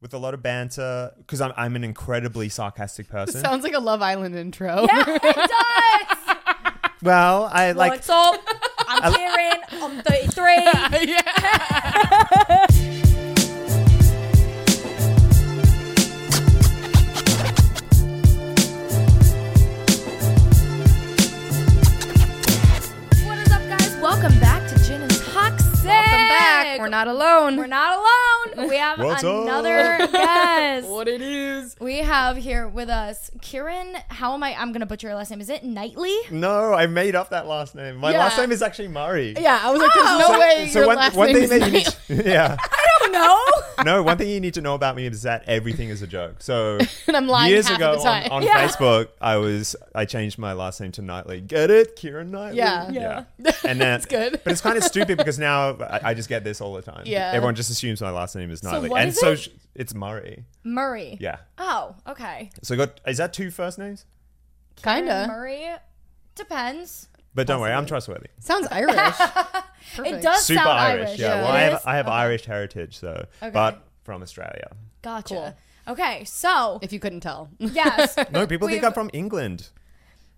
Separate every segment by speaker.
Speaker 1: with a lot of banter because I'm, I'm an incredibly sarcastic person.
Speaker 2: Sounds like a Love Island intro.
Speaker 3: it does.
Speaker 1: well, I like
Speaker 3: What's up? I'm Kieran. I'm 33.
Speaker 2: yeah.
Speaker 3: What is up, guys? Welcome back to Gin and Toxic. Welcome
Speaker 4: back. We're not alone.
Speaker 3: We're not alone. We have
Speaker 1: What's up?
Speaker 3: another guest.
Speaker 2: it is.
Speaker 3: We have here with us Kieran. How am I? I'm gonna butcher your last name. Is it Knightley?
Speaker 1: no, I made up that last name. My
Speaker 2: Yeah.
Speaker 1: last name is actually Murray.
Speaker 2: Yeah, I was like, there's no way your last name is
Speaker 1: that you need to- yeah,
Speaker 3: No.
Speaker 1: no, one thing you need to know about me is that everything is a joke. So
Speaker 2: And I'm lying
Speaker 1: years
Speaker 2: half
Speaker 1: ago
Speaker 2: of the time.
Speaker 1: on, on Facebook, I was I changed my last name to Knightley. Get it, Kieran Knightley.
Speaker 2: Yeah.
Speaker 1: yeah.
Speaker 3: Yeah.
Speaker 1: And then,
Speaker 2: That's good.
Speaker 1: but it's kind of stupid because now I, I just get this all the time.
Speaker 2: Yeah.
Speaker 1: everyone just assumes my last name is Knightley,
Speaker 3: what
Speaker 1: and
Speaker 3: is
Speaker 1: so
Speaker 3: it?
Speaker 1: sh- it's Murray.
Speaker 3: Murray.
Speaker 1: Yeah.
Speaker 3: Oh, okay.
Speaker 1: So I got is that two first names?
Speaker 3: Kieran
Speaker 2: Kinda
Speaker 3: Murray. Depends.
Speaker 1: But don't worry, I'm trustworthy.
Speaker 2: sounds Irish.
Speaker 3: It does
Speaker 1: Super
Speaker 3: sound
Speaker 1: Irish,
Speaker 3: Irish.
Speaker 1: yeah.
Speaker 3: It
Speaker 1: Well, I have
Speaker 3: is?
Speaker 1: I have
Speaker 3: Okay.
Speaker 1: Irish heritage, so
Speaker 3: Okay.
Speaker 1: but from Australia.
Speaker 3: Gotcha. Okay, so
Speaker 2: If you couldn't tell,
Speaker 3: yes.
Speaker 1: No, people think
Speaker 3: We've-
Speaker 1: I'm from England.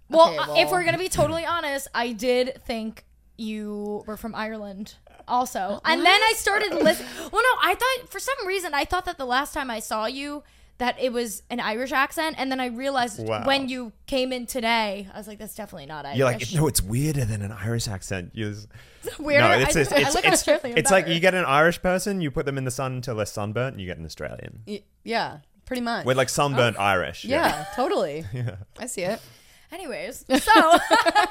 Speaker 3: Well,
Speaker 2: Okay,
Speaker 3: uh,
Speaker 2: well.
Speaker 3: if we're gonna be totally honest, I did think you were from Ireland also, and then I started listening. Well, no, I thought for some reason I thought that the last time I saw you that it was an Irish accent, and then I realized
Speaker 1: Wow.
Speaker 3: when you came in today, I was like, that's definitely not Irish.
Speaker 1: You're like, no, it's weirder than an Irish accent. You're just-
Speaker 3: weirder.
Speaker 1: No, it's
Speaker 3: I,
Speaker 1: it's,
Speaker 3: I
Speaker 1: it's,
Speaker 3: look
Speaker 1: it's,
Speaker 3: Australian
Speaker 1: it's like
Speaker 3: better.
Speaker 1: you get an Irish person, you put them in the sun until they're sunburnt, and you get an Australian.
Speaker 2: Y- yeah, pretty much.
Speaker 1: We're like sunburnt
Speaker 3: Oh.
Speaker 1: Irish.
Speaker 2: yeah, totally. I see it.
Speaker 3: Anyways, so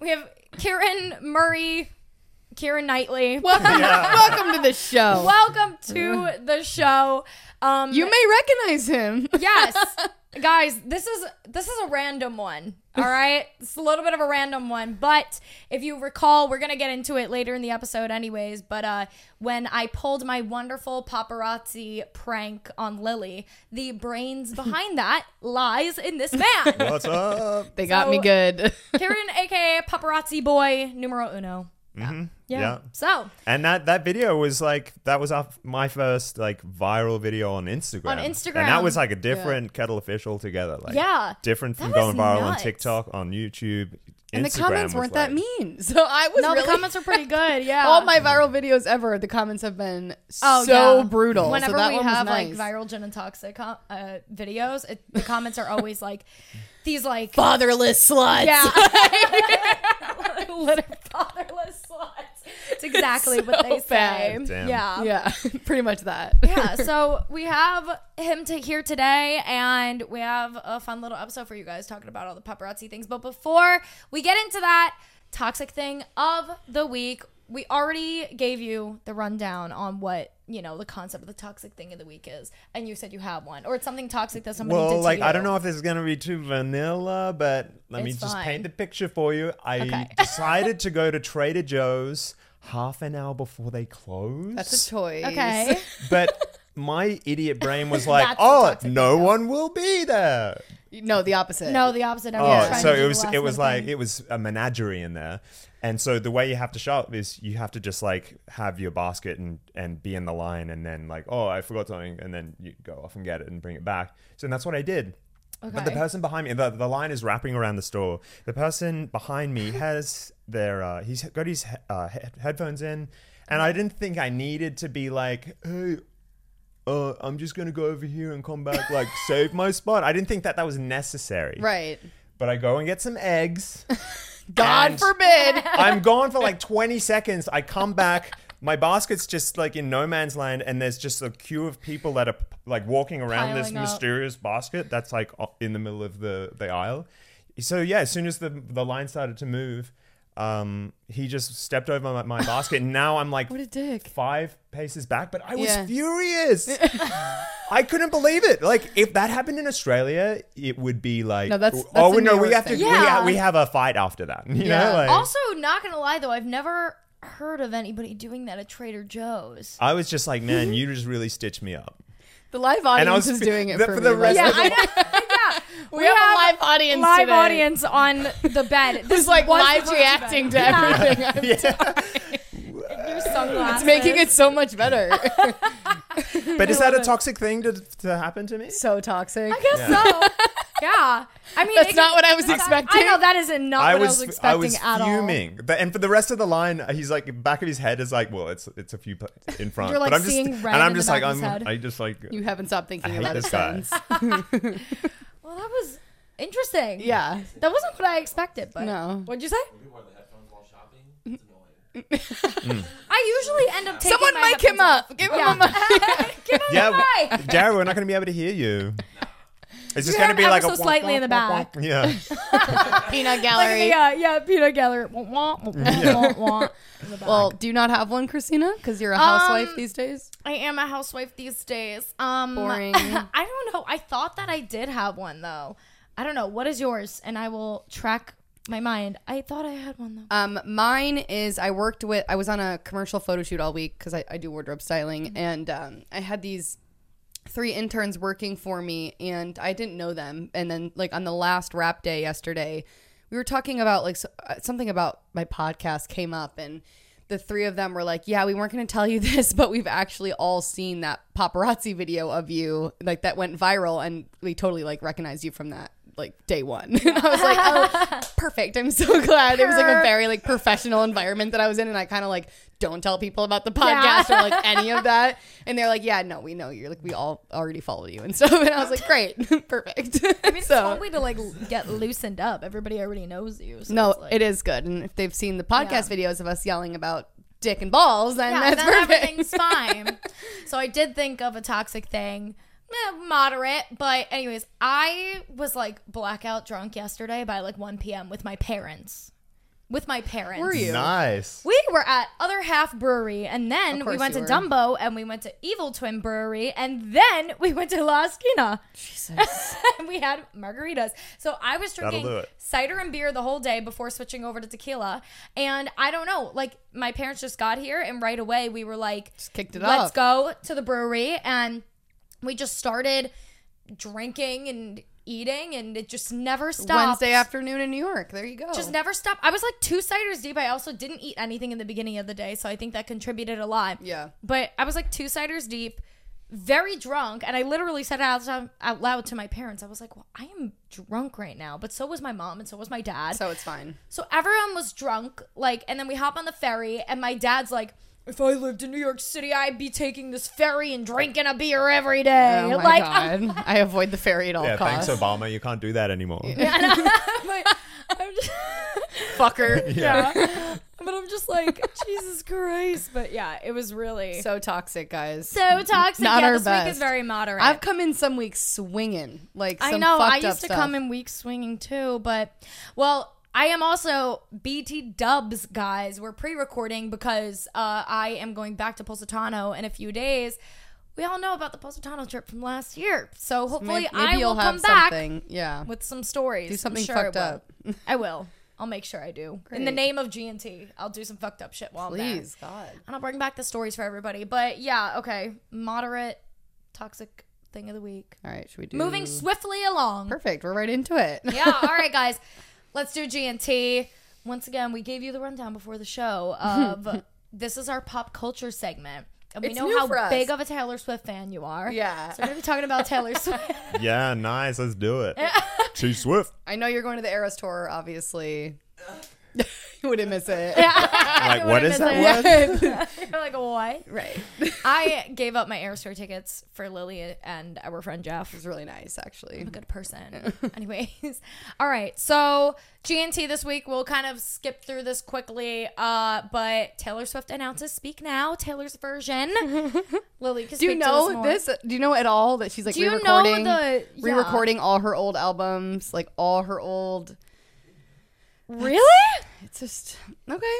Speaker 3: we have Kieran Murray, Kieran Knightley.
Speaker 2: Welcome, welcome to the show.
Speaker 3: Welcome to the show. Um,
Speaker 2: You may recognize him.
Speaker 3: yes guys this is this is a random one all right it's a little bit of a random one but if you recall we're gonna get into it later in the episode anyways but uh when i pulled my wonderful paparazzi prank on lily the brains behind that lies in this man
Speaker 1: What's up?
Speaker 2: They got
Speaker 3: So-
Speaker 2: me good.
Speaker 3: karen aka paparazzi boy numero uno yeah,
Speaker 1: Yeah.
Speaker 3: so
Speaker 1: And that that video was like that was our, my first like viral video on Instagram.
Speaker 3: On
Speaker 1: and
Speaker 3: Instagram.
Speaker 1: that was like a different kettle of fish altogether. Like
Speaker 3: Yeah.
Speaker 1: different from
Speaker 3: That
Speaker 1: going
Speaker 3: was
Speaker 1: viral on
Speaker 3: nuts.
Speaker 1: TikTok, on YouTube.
Speaker 2: and the
Speaker 1: Instagram
Speaker 2: comments
Speaker 1: was
Speaker 2: weren't that
Speaker 1: like-
Speaker 2: mean, so I was
Speaker 3: no
Speaker 2: really.
Speaker 3: the comments are pretty good yeah
Speaker 2: all my viral videos ever, the comments have been
Speaker 3: Oh,
Speaker 2: so
Speaker 3: yeah.
Speaker 2: brutal.
Speaker 3: Whenever
Speaker 2: so that
Speaker 3: we
Speaker 2: one was
Speaker 3: have
Speaker 2: nice.
Speaker 3: like viral gin and toxic com- uh, videos, it, the comments are always like these like
Speaker 2: fatherless sluts.
Speaker 3: yeah, little fatherless sluts. It's exactly what
Speaker 2: so
Speaker 3: they say.
Speaker 2: bad.
Speaker 1: Damn.
Speaker 3: Yeah.
Speaker 2: yeah, pretty much that.
Speaker 3: Yeah, so we have him to here today, and we have a fun little episode for you guys talking about all the paparazzi things. But before we get into that toxic thing of the week, we already gave you the rundown on what you know the concept of the toxic thing of the week is, and you said you have one, or it's something toxic that somebody did
Speaker 1: Well,
Speaker 3: to
Speaker 1: like
Speaker 3: you.
Speaker 1: I don't know if this is gonna be too vanilla, but let me
Speaker 3: It's
Speaker 1: just paint
Speaker 3: fine.
Speaker 1: the picture for you. I
Speaker 3: Okay.
Speaker 1: decided to go to Trader Joe's half an hour before they close.
Speaker 2: That's a choice.
Speaker 3: Okay,
Speaker 1: but my idiot brain was like,
Speaker 3: That's the
Speaker 1: "Oh,
Speaker 3: toxic
Speaker 1: no one will be there."
Speaker 2: No, the opposite.
Speaker 3: no, the opposite. I'm just
Speaker 1: Oh,
Speaker 3: trying
Speaker 1: so
Speaker 3: to do
Speaker 1: it
Speaker 3: the
Speaker 1: was
Speaker 3: last
Speaker 1: it was
Speaker 3: minute
Speaker 1: like
Speaker 3: thing.
Speaker 1: it was a menagerie in there, and so the way you have to shop is you have to just like have your basket and and be in the line, and then like oh I forgot something, and then you go off and get it and bring it back. So that's what I did. But the
Speaker 3: Okay.
Speaker 1: person behind me, the, the line is wrapping around the store. The person behind me has their uh, he's got his he- uh, he- headphones in, and I didn't think I needed to be like hey. Uh, I'm just gonna go over here and come back, like save my spot. I didn't think that that was necessary.
Speaker 2: Right.
Speaker 1: But I go and get some eggs.
Speaker 2: God
Speaker 1: And-
Speaker 2: forbid.
Speaker 1: I'm gone for like 20 seconds. I come back. My basket's just like in no man's land, and there's just a queue of people that are like walking around this
Speaker 3: Piling up.
Speaker 1: mysterious basket that's like o- in the middle of the, the aisle. So, yeah, as soon as the, the line started to move, um, he just stepped over my, my basket, and now I'm like
Speaker 2: What a dick.
Speaker 1: five paces back, but I was
Speaker 2: Yeah.
Speaker 1: furious. I couldn't believe it. Like if that happened in Australia, it would be like,
Speaker 2: No, that's- that's
Speaker 1: oh
Speaker 2: a
Speaker 1: no,
Speaker 2: New
Speaker 1: we
Speaker 2: York
Speaker 1: have to,
Speaker 2: thing.
Speaker 1: we,
Speaker 3: Yeah.
Speaker 1: ha- we have a fight after that. You
Speaker 2: Yeah.
Speaker 1: know, like,
Speaker 3: also not gonna lie though, I've never heard of anybody doing that at Trader Joe's.
Speaker 1: I was just like, man, you just really stitched me up.
Speaker 2: The live audience
Speaker 1: I was
Speaker 2: is
Speaker 1: fe-
Speaker 2: doing it
Speaker 1: the-
Speaker 2: for,
Speaker 1: for the
Speaker 2: me.
Speaker 1: rest
Speaker 2: Like,
Speaker 1: of
Speaker 3: Yeah, I know. yeah.
Speaker 2: we, have, a live audience.
Speaker 3: live
Speaker 2: today.
Speaker 3: audience on the bed. This
Speaker 2: It's like
Speaker 3: was
Speaker 2: live
Speaker 3: the-
Speaker 2: reacting to everything. I'm
Speaker 1: Yeah.
Speaker 3: Your sunglasses.
Speaker 2: Making it so much better.
Speaker 1: But is that a toxic thing to, to happen to me?
Speaker 2: so toxic.
Speaker 3: I guess
Speaker 1: Yeah.
Speaker 3: so. Yeah. I mean,
Speaker 2: That's
Speaker 3: it-
Speaker 2: not what I was
Speaker 3: that's-
Speaker 2: expecting.
Speaker 3: I know that is not
Speaker 1: I
Speaker 3: what
Speaker 1: was,
Speaker 3: I was expecting at all.
Speaker 1: fuming, but and for the rest of the line, he's like back of his head is like, well, it's it's a few pla- in front,
Speaker 3: You're, like,
Speaker 1: but I'm just
Speaker 3: seeing red
Speaker 1: and I'm
Speaker 3: in the
Speaker 1: just
Speaker 3: back
Speaker 1: like
Speaker 3: of his
Speaker 1: I'm
Speaker 3: head.
Speaker 1: I just like
Speaker 2: you haven't stopped thinking
Speaker 1: I hate
Speaker 2: about
Speaker 1: this
Speaker 2: this
Speaker 1: guy.
Speaker 2: sentence.
Speaker 3: Well, that was interesting.
Speaker 2: yeah.
Speaker 3: That wasn't what I expected, but.
Speaker 2: No.
Speaker 3: What'd you say?
Speaker 5: We wear the headphones while shopping.
Speaker 3: Mm-hmm.
Speaker 5: It's annoying.
Speaker 3: I usually end up taking
Speaker 2: Someone
Speaker 3: my
Speaker 2: mic him
Speaker 3: headphones off.
Speaker 2: up. Give him
Speaker 3: Yeah.
Speaker 2: a mic.
Speaker 3: Give him
Speaker 1: yeah,
Speaker 3: a mic.
Speaker 1: w- Jared, we're not going to be able to hear you. It's just
Speaker 3: You're
Speaker 1: going to be
Speaker 3: ever
Speaker 1: like
Speaker 3: so
Speaker 1: a wonk,
Speaker 3: slightly in the
Speaker 1: wonk,
Speaker 3: back.
Speaker 1: wonk. Yeah,
Speaker 2: Peanut
Speaker 3: Like
Speaker 2: gallery.
Speaker 3: the, uh, yeah, peanut gallery. Wah, wah, wah, wah, wah, wah.
Speaker 2: Well, do you not have one, Christina? Because you're a housewife
Speaker 3: Um,
Speaker 2: these days.
Speaker 3: I am a housewife these days. Um,
Speaker 2: Boring.
Speaker 3: I don't know. I thought that I did have one though. I don't know. What is yours? And I will track my mind. I thought I had one though.
Speaker 4: Um, mine is I worked with I was on a commercial photo shoot all week because I, I do wardrobe styling and um, I had these three interns working for me and I didn't know them and then like on the last wrap day yesterday we were talking about like so, uh, something about my podcast came up and the three of them were like yeah we weren't going to tell you this but we've actually all seen that paparazzi video of you like that went viral and we totally like recognized you from that like day one and I was like oh perfect I'm so glad it was like a very like professional environment that I was in and I kind of like don't tell people about the podcast or like any of that and they're like yeah no we know you're like we all already follow you and stuff and I was like great perfect
Speaker 3: I mean, it's
Speaker 4: So-
Speaker 3: probably to like l- get loosened up. Everybody already knows you. So
Speaker 4: no,
Speaker 3: it's like,
Speaker 4: it is good. And if they've seen the podcast videos of us yelling about dick and balls, then
Speaker 3: Yeah,
Speaker 4: that's
Speaker 3: then
Speaker 4: perfect.
Speaker 3: everything's fine. so I did think of a toxic thing. Eh, moderate, but anyways, I was like blackout drunk yesterday by like 1 p.m. with my parents. With my parents,
Speaker 4: Were you?
Speaker 1: nice.
Speaker 3: We were at Other Half Brewery, and then
Speaker 4: Of
Speaker 3: we
Speaker 4: course
Speaker 3: went to
Speaker 4: you were.
Speaker 3: Dumbo, and we went to Evil Twin Brewery, and then we went to La Esquina. Jesus. and we had margaritas. So I was drinking
Speaker 1: do it.
Speaker 3: cider and beer the whole day before switching over to tequila. And I don't know, like my parents just got here, and right away we were like,
Speaker 4: Just kicked it
Speaker 3: let's
Speaker 4: off."
Speaker 3: go to the brewery, and we just started drinking and eating, and it just never stopped.
Speaker 4: Wednesday afternoon in New York. There you go.
Speaker 3: Just never stop. I was like two ciders deep. I also didn't eat anything in the beginning of the day, so I think that contributed a lot.
Speaker 4: Yeah.
Speaker 3: But I was like two ciders deep, very drunk, and I literally said out loud, out loud to my parents. I was like, "Well, I am drunk right now," but so was my mom and so was my dad.
Speaker 4: So it's fine.
Speaker 3: So everyone was drunk, like, and then we hop on the ferry, and my dad's like, "If I lived in New York City, I'd be taking this ferry and drinking a beer every day."
Speaker 4: Oh my
Speaker 3: like, I'm-
Speaker 4: god. I avoid the ferry at all
Speaker 1: Yeah,
Speaker 4: costs.
Speaker 1: thanks Obama. You can't do that anymore.
Speaker 3: I'm like, I'm just-
Speaker 4: Fucker.
Speaker 3: yeah. but I'm just like, Jesus Christ. But yeah, it was really so,
Speaker 4: So toxic, guys.
Speaker 3: toxic.
Speaker 4: Not
Speaker 3: yeah,
Speaker 4: our
Speaker 3: this week
Speaker 4: best.
Speaker 3: is very moderate.
Speaker 4: I've come in some weeks swinging, like some
Speaker 3: I know.
Speaker 4: fucked
Speaker 3: I
Speaker 4: up
Speaker 3: used to
Speaker 4: stuff.
Speaker 3: come in week swinging too, but well, I am also BT Dubs, guys. We're pre-recording because uh, I am going back to Positano in a few days. We all know about the Positano trip from last year, so hopefully
Speaker 4: Maybe,
Speaker 3: I
Speaker 4: maybe
Speaker 3: will
Speaker 4: you'll
Speaker 3: come
Speaker 4: have
Speaker 3: back
Speaker 4: something. Yeah.
Speaker 3: with some stories.
Speaker 4: Do something
Speaker 3: I'm sure
Speaker 4: fucked
Speaker 3: I will.
Speaker 4: up.
Speaker 3: I will. I'll make sure I do. In the
Speaker 4: Great.
Speaker 3: name of GNT, I'll do some fucked up shit while I'm there.
Speaker 4: Please, God.
Speaker 3: And I'll bring back the stories for everybody. But yeah, okay. Moderate toxic thing of the week.
Speaker 4: All right, should we do
Speaker 3: Moving swiftly along.
Speaker 4: Mm. Perfect. We're right into it.
Speaker 3: Yeah, all right, guys. Let's do GNT. Once again, we gave you the rundown before the show of this is our pop culture segment. And we
Speaker 4: It's
Speaker 3: know
Speaker 4: new
Speaker 3: how
Speaker 4: for us.
Speaker 3: big of a Taylor Swift fan you are.
Speaker 4: Yeah.
Speaker 3: So we're gonna be talking about Taylor Swift.
Speaker 1: yeah, nice. Let's do it. Too swift.
Speaker 4: I know you're going to the Eras tour, obviously. you wouldn't miss it.
Speaker 1: Like, what is that? word?
Speaker 4: Yeah.
Speaker 3: You're like, what?
Speaker 4: right.
Speaker 3: I gave up my Airstore tickets for Lily and our friend Jeff.
Speaker 4: It's really nice, actually.
Speaker 3: good person. Anyways, all right. So GNT this week, we'll kind of skip through this quickly. Uh, but Taylor Swift announces "Speak Now," Taylor's version. Lily, can
Speaker 4: Do you
Speaker 3: speak to us
Speaker 4: know
Speaker 3: more.
Speaker 4: this? Do you know at all that she's like
Speaker 3: Do you know
Speaker 4: re-recording,
Speaker 3: the- yeah.
Speaker 4: re-recording all her old albums, like all her old?
Speaker 3: Really?
Speaker 4: It's just okay.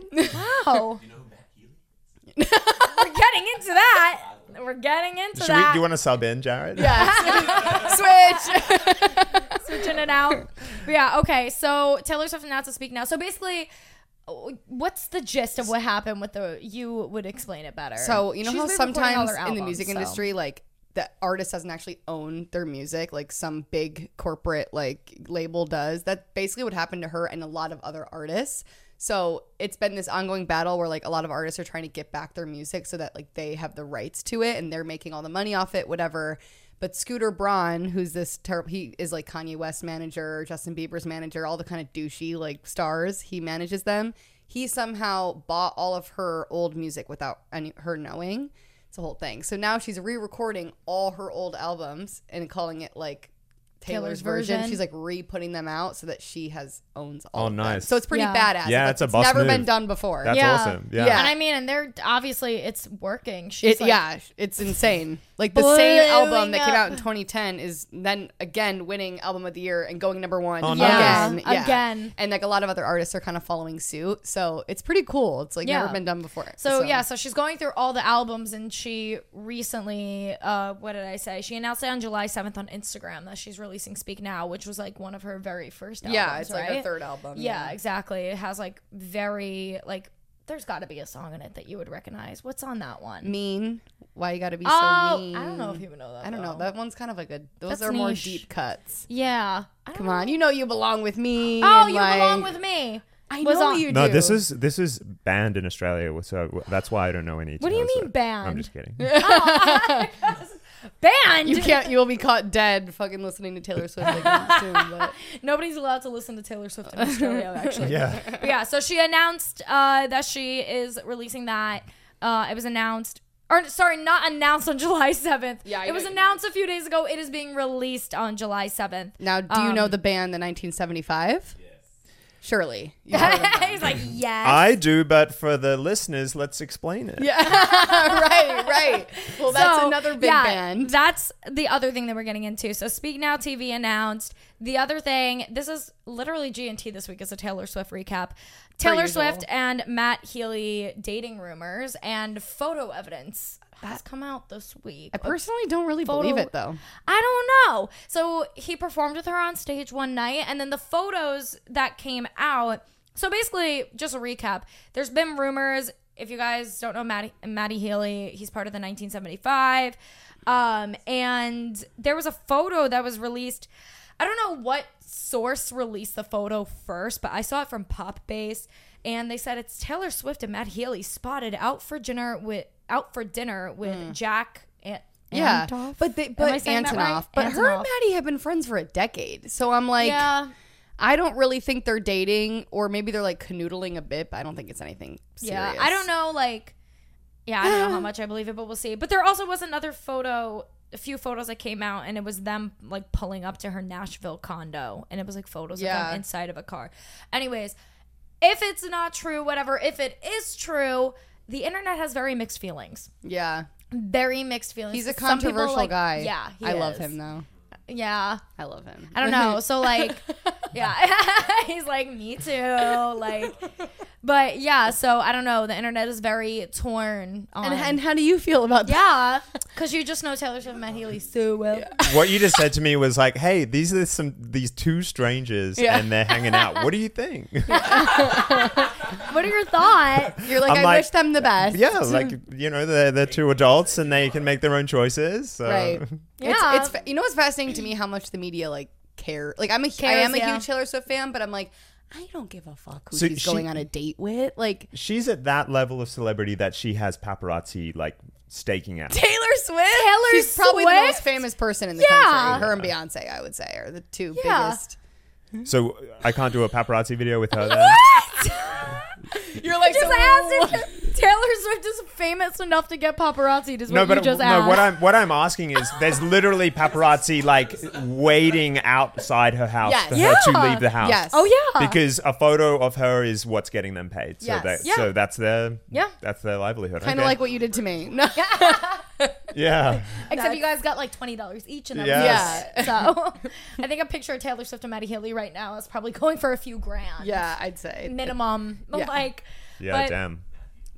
Speaker 4: Period.
Speaker 3: Wow.
Speaker 5: You know who Matt Healy? is?
Speaker 3: We're getting into that. We're getting into
Speaker 1: Should we,
Speaker 3: that.
Speaker 1: do you want to sub in, Jared?
Speaker 4: Switch.
Speaker 3: switching it out. But yeah. Okay. So Taylor Swift announces "Speak Now." So basically. What's the gist of what happened with the? You would explain it better.
Speaker 4: So you know
Speaker 3: She's
Speaker 4: how
Speaker 3: re-recording all
Speaker 4: sometimes
Speaker 3: her
Speaker 4: in the
Speaker 3: albums,
Speaker 4: music
Speaker 3: so.
Speaker 4: industry, like the artist doesn't actually own their music, like some big corporate like label does. That's basically what happened to her and a lot of other artists. So it's been this ongoing battle where like a lot of artists are trying to get back their music so that like they have the rights to it and they're making all the money off it, whatever. But Scooter Braun, who's this terrible, he is like Kanye West's manager, Justin Bieber's manager, all the kind of douchey like stars. He manages them. He somehow bought all of her old music without any, her knowing. It's a whole thing. So now she's re-recording all her old albums and calling it like Taylor's,
Speaker 3: Taylor's
Speaker 4: version.
Speaker 3: version.
Speaker 4: She's like re-putting them out so that she has owns all.
Speaker 1: Oh,
Speaker 4: of them.
Speaker 1: nice.
Speaker 4: So it's pretty
Speaker 3: Yeah.
Speaker 4: badass.
Speaker 1: Yeah,
Speaker 4: Like,
Speaker 1: it's a boss
Speaker 4: never
Speaker 1: move.
Speaker 4: been done before.
Speaker 1: That's
Speaker 4: yeah.
Speaker 3: Yeah.
Speaker 1: awesome. Yeah.
Speaker 4: Yeah.
Speaker 3: And I mean, and they're obviously it's working. She's
Speaker 4: It,
Speaker 3: like,
Speaker 4: yeah, it's insane. Like the same album that
Speaker 3: blowing
Speaker 4: came out in
Speaker 3: up.
Speaker 4: 2010 is then again winning album of the year and going number one.
Speaker 1: Oh,
Speaker 3: Yeah.
Speaker 1: nice.
Speaker 4: again, yeah.
Speaker 3: Again.
Speaker 4: And like a lot of other artists are kind of following suit. So it's pretty cool. It's like
Speaker 3: Yeah.
Speaker 4: never been done before.
Speaker 3: So, yeah, so she's going through all the albums, and she recently, uh, what did I say? She announced it on July seventh on Instagram that she's releasing "Speak Now," which was like one of her very first. albums,
Speaker 4: yeah, it's like her
Speaker 3: right?
Speaker 4: third album.
Speaker 3: Yeah, exactly. It has like very like. There's got to be a song in it that you would recognize. What's on that one?
Speaker 4: mean. Why you gotta be
Speaker 3: oh,
Speaker 4: so mean?
Speaker 3: I don't know if people know that.
Speaker 4: I don't know.
Speaker 3: though.
Speaker 4: That one's kind of like a. Those
Speaker 3: That's
Speaker 4: are more
Speaker 3: niche.
Speaker 4: deep cuts.
Speaker 3: Yeah. I don't
Speaker 4: Come
Speaker 3: know.
Speaker 4: on, you know you belong with me.
Speaker 3: Oh,
Speaker 4: and,
Speaker 3: you
Speaker 4: like,
Speaker 3: belong with me.
Speaker 4: I
Speaker 3: was
Speaker 4: know
Speaker 3: on-
Speaker 4: you do.
Speaker 1: No, this is this is banned in Australia, so that's why I don't know any.
Speaker 3: What do you
Speaker 1: Taylor
Speaker 3: mean
Speaker 1: Swift. I'm
Speaker 3: banned?
Speaker 1: just kidding.
Speaker 3: Banned.
Speaker 4: You can't. You will be caught dead. Fucking listening to Taylor Swift again soon. But
Speaker 3: Nobody's allowed to listen to Taylor Swift in Australia, actually.
Speaker 1: yeah.
Speaker 3: But yeah, so she announced uh, that she is releasing that. Uh, it was announced, or sorry, not announced on July 7th.
Speaker 4: Yeah, I
Speaker 3: it
Speaker 4: know
Speaker 3: was
Speaker 4: you-
Speaker 3: announced a few days ago. It is being released on July 7th.
Speaker 4: now, do you
Speaker 3: Um,
Speaker 4: know the band, the 1975? Yes. Surely. You heard of them.
Speaker 3: He's like, yes.
Speaker 1: I do, but for the listeners, let's explain it. Yeah.
Speaker 4: right. Right. Well, that's
Speaker 3: So,
Speaker 4: another big
Speaker 3: yeah,
Speaker 4: band.
Speaker 3: That's the other thing that we're getting into. So Speak Now TV announced. The other thing, this is literally G&T this week is a Taylor Swift recap. Taylor
Speaker 4: usual.
Speaker 3: Swift and Matt Healy dating rumors and photo evidence has come out this week.
Speaker 4: I personally don't really believe
Speaker 3: Photo-
Speaker 4: it though.
Speaker 3: I don't know. So he performed with her on stage one night, and then the photos that came out. So basically, just a recap. There's been rumors. If you guys don't know Maddie, Maddie Healy, he's part of the 1975. Um, and there was a photo that was released. I don't know what source released the photo first, but I saw it from Pop Base, and they said it's Taylor Swift and Matt Healy spotted out for dinner with out for dinner with Jack. An-
Speaker 4: Hmm. Yeah,
Speaker 3: Antoff?
Speaker 4: but they,
Speaker 3: I
Speaker 4: but
Speaker 3: saying
Speaker 4: Antonoff.
Speaker 3: that right?
Speaker 4: But her and
Speaker 3: Antonoff.
Speaker 4: Maddie have been friends for a decade, so I'm like,
Speaker 3: yeah.
Speaker 4: I don't really think they're dating, or maybe they're like canoodling a bit. But I don't think it's anything. Serious.
Speaker 3: Yeah, I don't know. Like, yeah, I don't know how much I believe it, but we'll see. But there also was another photo, a few photos that came out, and it was them like pulling up to her Nashville condo, and it was like photos of
Speaker 4: Yeah.
Speaker 3: them inside of a car. Anyways, if it's not true, whatever. If it is true, the internet has very mixed feelings.
Speaker 4: Yeah,
Speaker 3: Very mixed feelings.
Speaker 4: he's a
Speaker 3: Some people,
Speaker 4: controversial
Speaker 3: like-
Speaker 4: guy.
Speaker 3: Yeah, he
Speaker 4: I love
Speaker 3: is.
Speaker 4: him though.
Speaker 3: Yeah,
Speaker 4: I love him.
Speaker 3: I don't know. So like, yeah, he's like me too. Like, but yeah. So I don't know. The internet is very torn on.
Speaker 4: And, and how do you feel about that?
Speaker 3: yeah, because you just know Taylor Swift and Matt Healy so well.
Speaker 1: What you just said to me was like, "Hey, these are some these two strangers,
Speaker 4: Yeah.
Speaker 1: and they're hanging out. What do you think?"
Speaker 3: What are your thoughts?
Speaker 4: You're like,
Speaker 1: I'm
Speaker 4: i
Speaker 1: like-
Speaker 4: wish them the best.
Speaker 1: yeah, like you know, they're they're two adults, and they can make their own choices. So.
Speaker 4: Right.
Speaker 3: Yeah.
Speaker 4: It's, it's fa- you know what's fascinating to me how much the media like care. Like I'm a I
Speaker 3: Cares,
Speaker 4: am a
Speaker 3: yeah.
Speaker 4: huge Taylor Swift fan, but I'm like I don't give a fuck who
Speaker 1: So
Speaker 4: she's
Speaker 1: she-
Speaker 4: going on a date with. Like
Speaker 1: She's at that level of celebrity that she has paparazzi like staking out.
Speaker 4: Taylor Swift.
Speaker 3: Taylor
Speaker 4: she's probably the most
Speaker 3: Swift?
Speaker 4: famous person in the
Speaker 3: Yeah.
Speaker 4: country. Her and Beyonce, I would say, are the two
Speaker 3: Yeah.
Speaker 4: biggest.
Speaker 1: So I can't do a paparazzi video with her. Then.
Speaker 4: You're like
Speaker 3: just asked if Taylor Swift is famous enough to get paparazzi. Is what
Speaker 1: no,
Speaker 3: you
Speaker 1: but
Speaker 3: just
Speaker 1: no.
Speaker 3: asked.
Speaker 1: What I'm what I'm asking is, there's literally paparazzi like waiting outside her house
Speaker 4: Yes.
Speaker 1: for her to
Speaker 3: Yeah.
Speaker 1: leave the house.
Speaker 4: Yes.
Speaker 3: oh yeah.
Speaker 1: Because a photo of her is what's getting them paid. So,
Speaker 4: Yes.
Speaker 1: that,
Speaker 3: Yeah.
Speaker 1: so that's their
Speaker 3: Yeah.
Speaker 1: that's their livelihood.
Speaker 4: Kind of
Speaker 1: okay.
Speaker 4: like what you did to me. No.
Speaker 1: yeah.
Speaker 3: Except you guys got like twenty dollars each, and that was
Speaker 1: Yes.
Speaker 3: it. so I think a picture of Taylor Swift and Maddie Healy right now is probably going for a few grand.
Speaker 4: Yeah, I'd say
Speaker 3: minimum. But
Speaker 4: Yeah.
Speaker 3: like,
Speaker 1: Yeah.
Speaker 3: But-
Speaker 1: damn.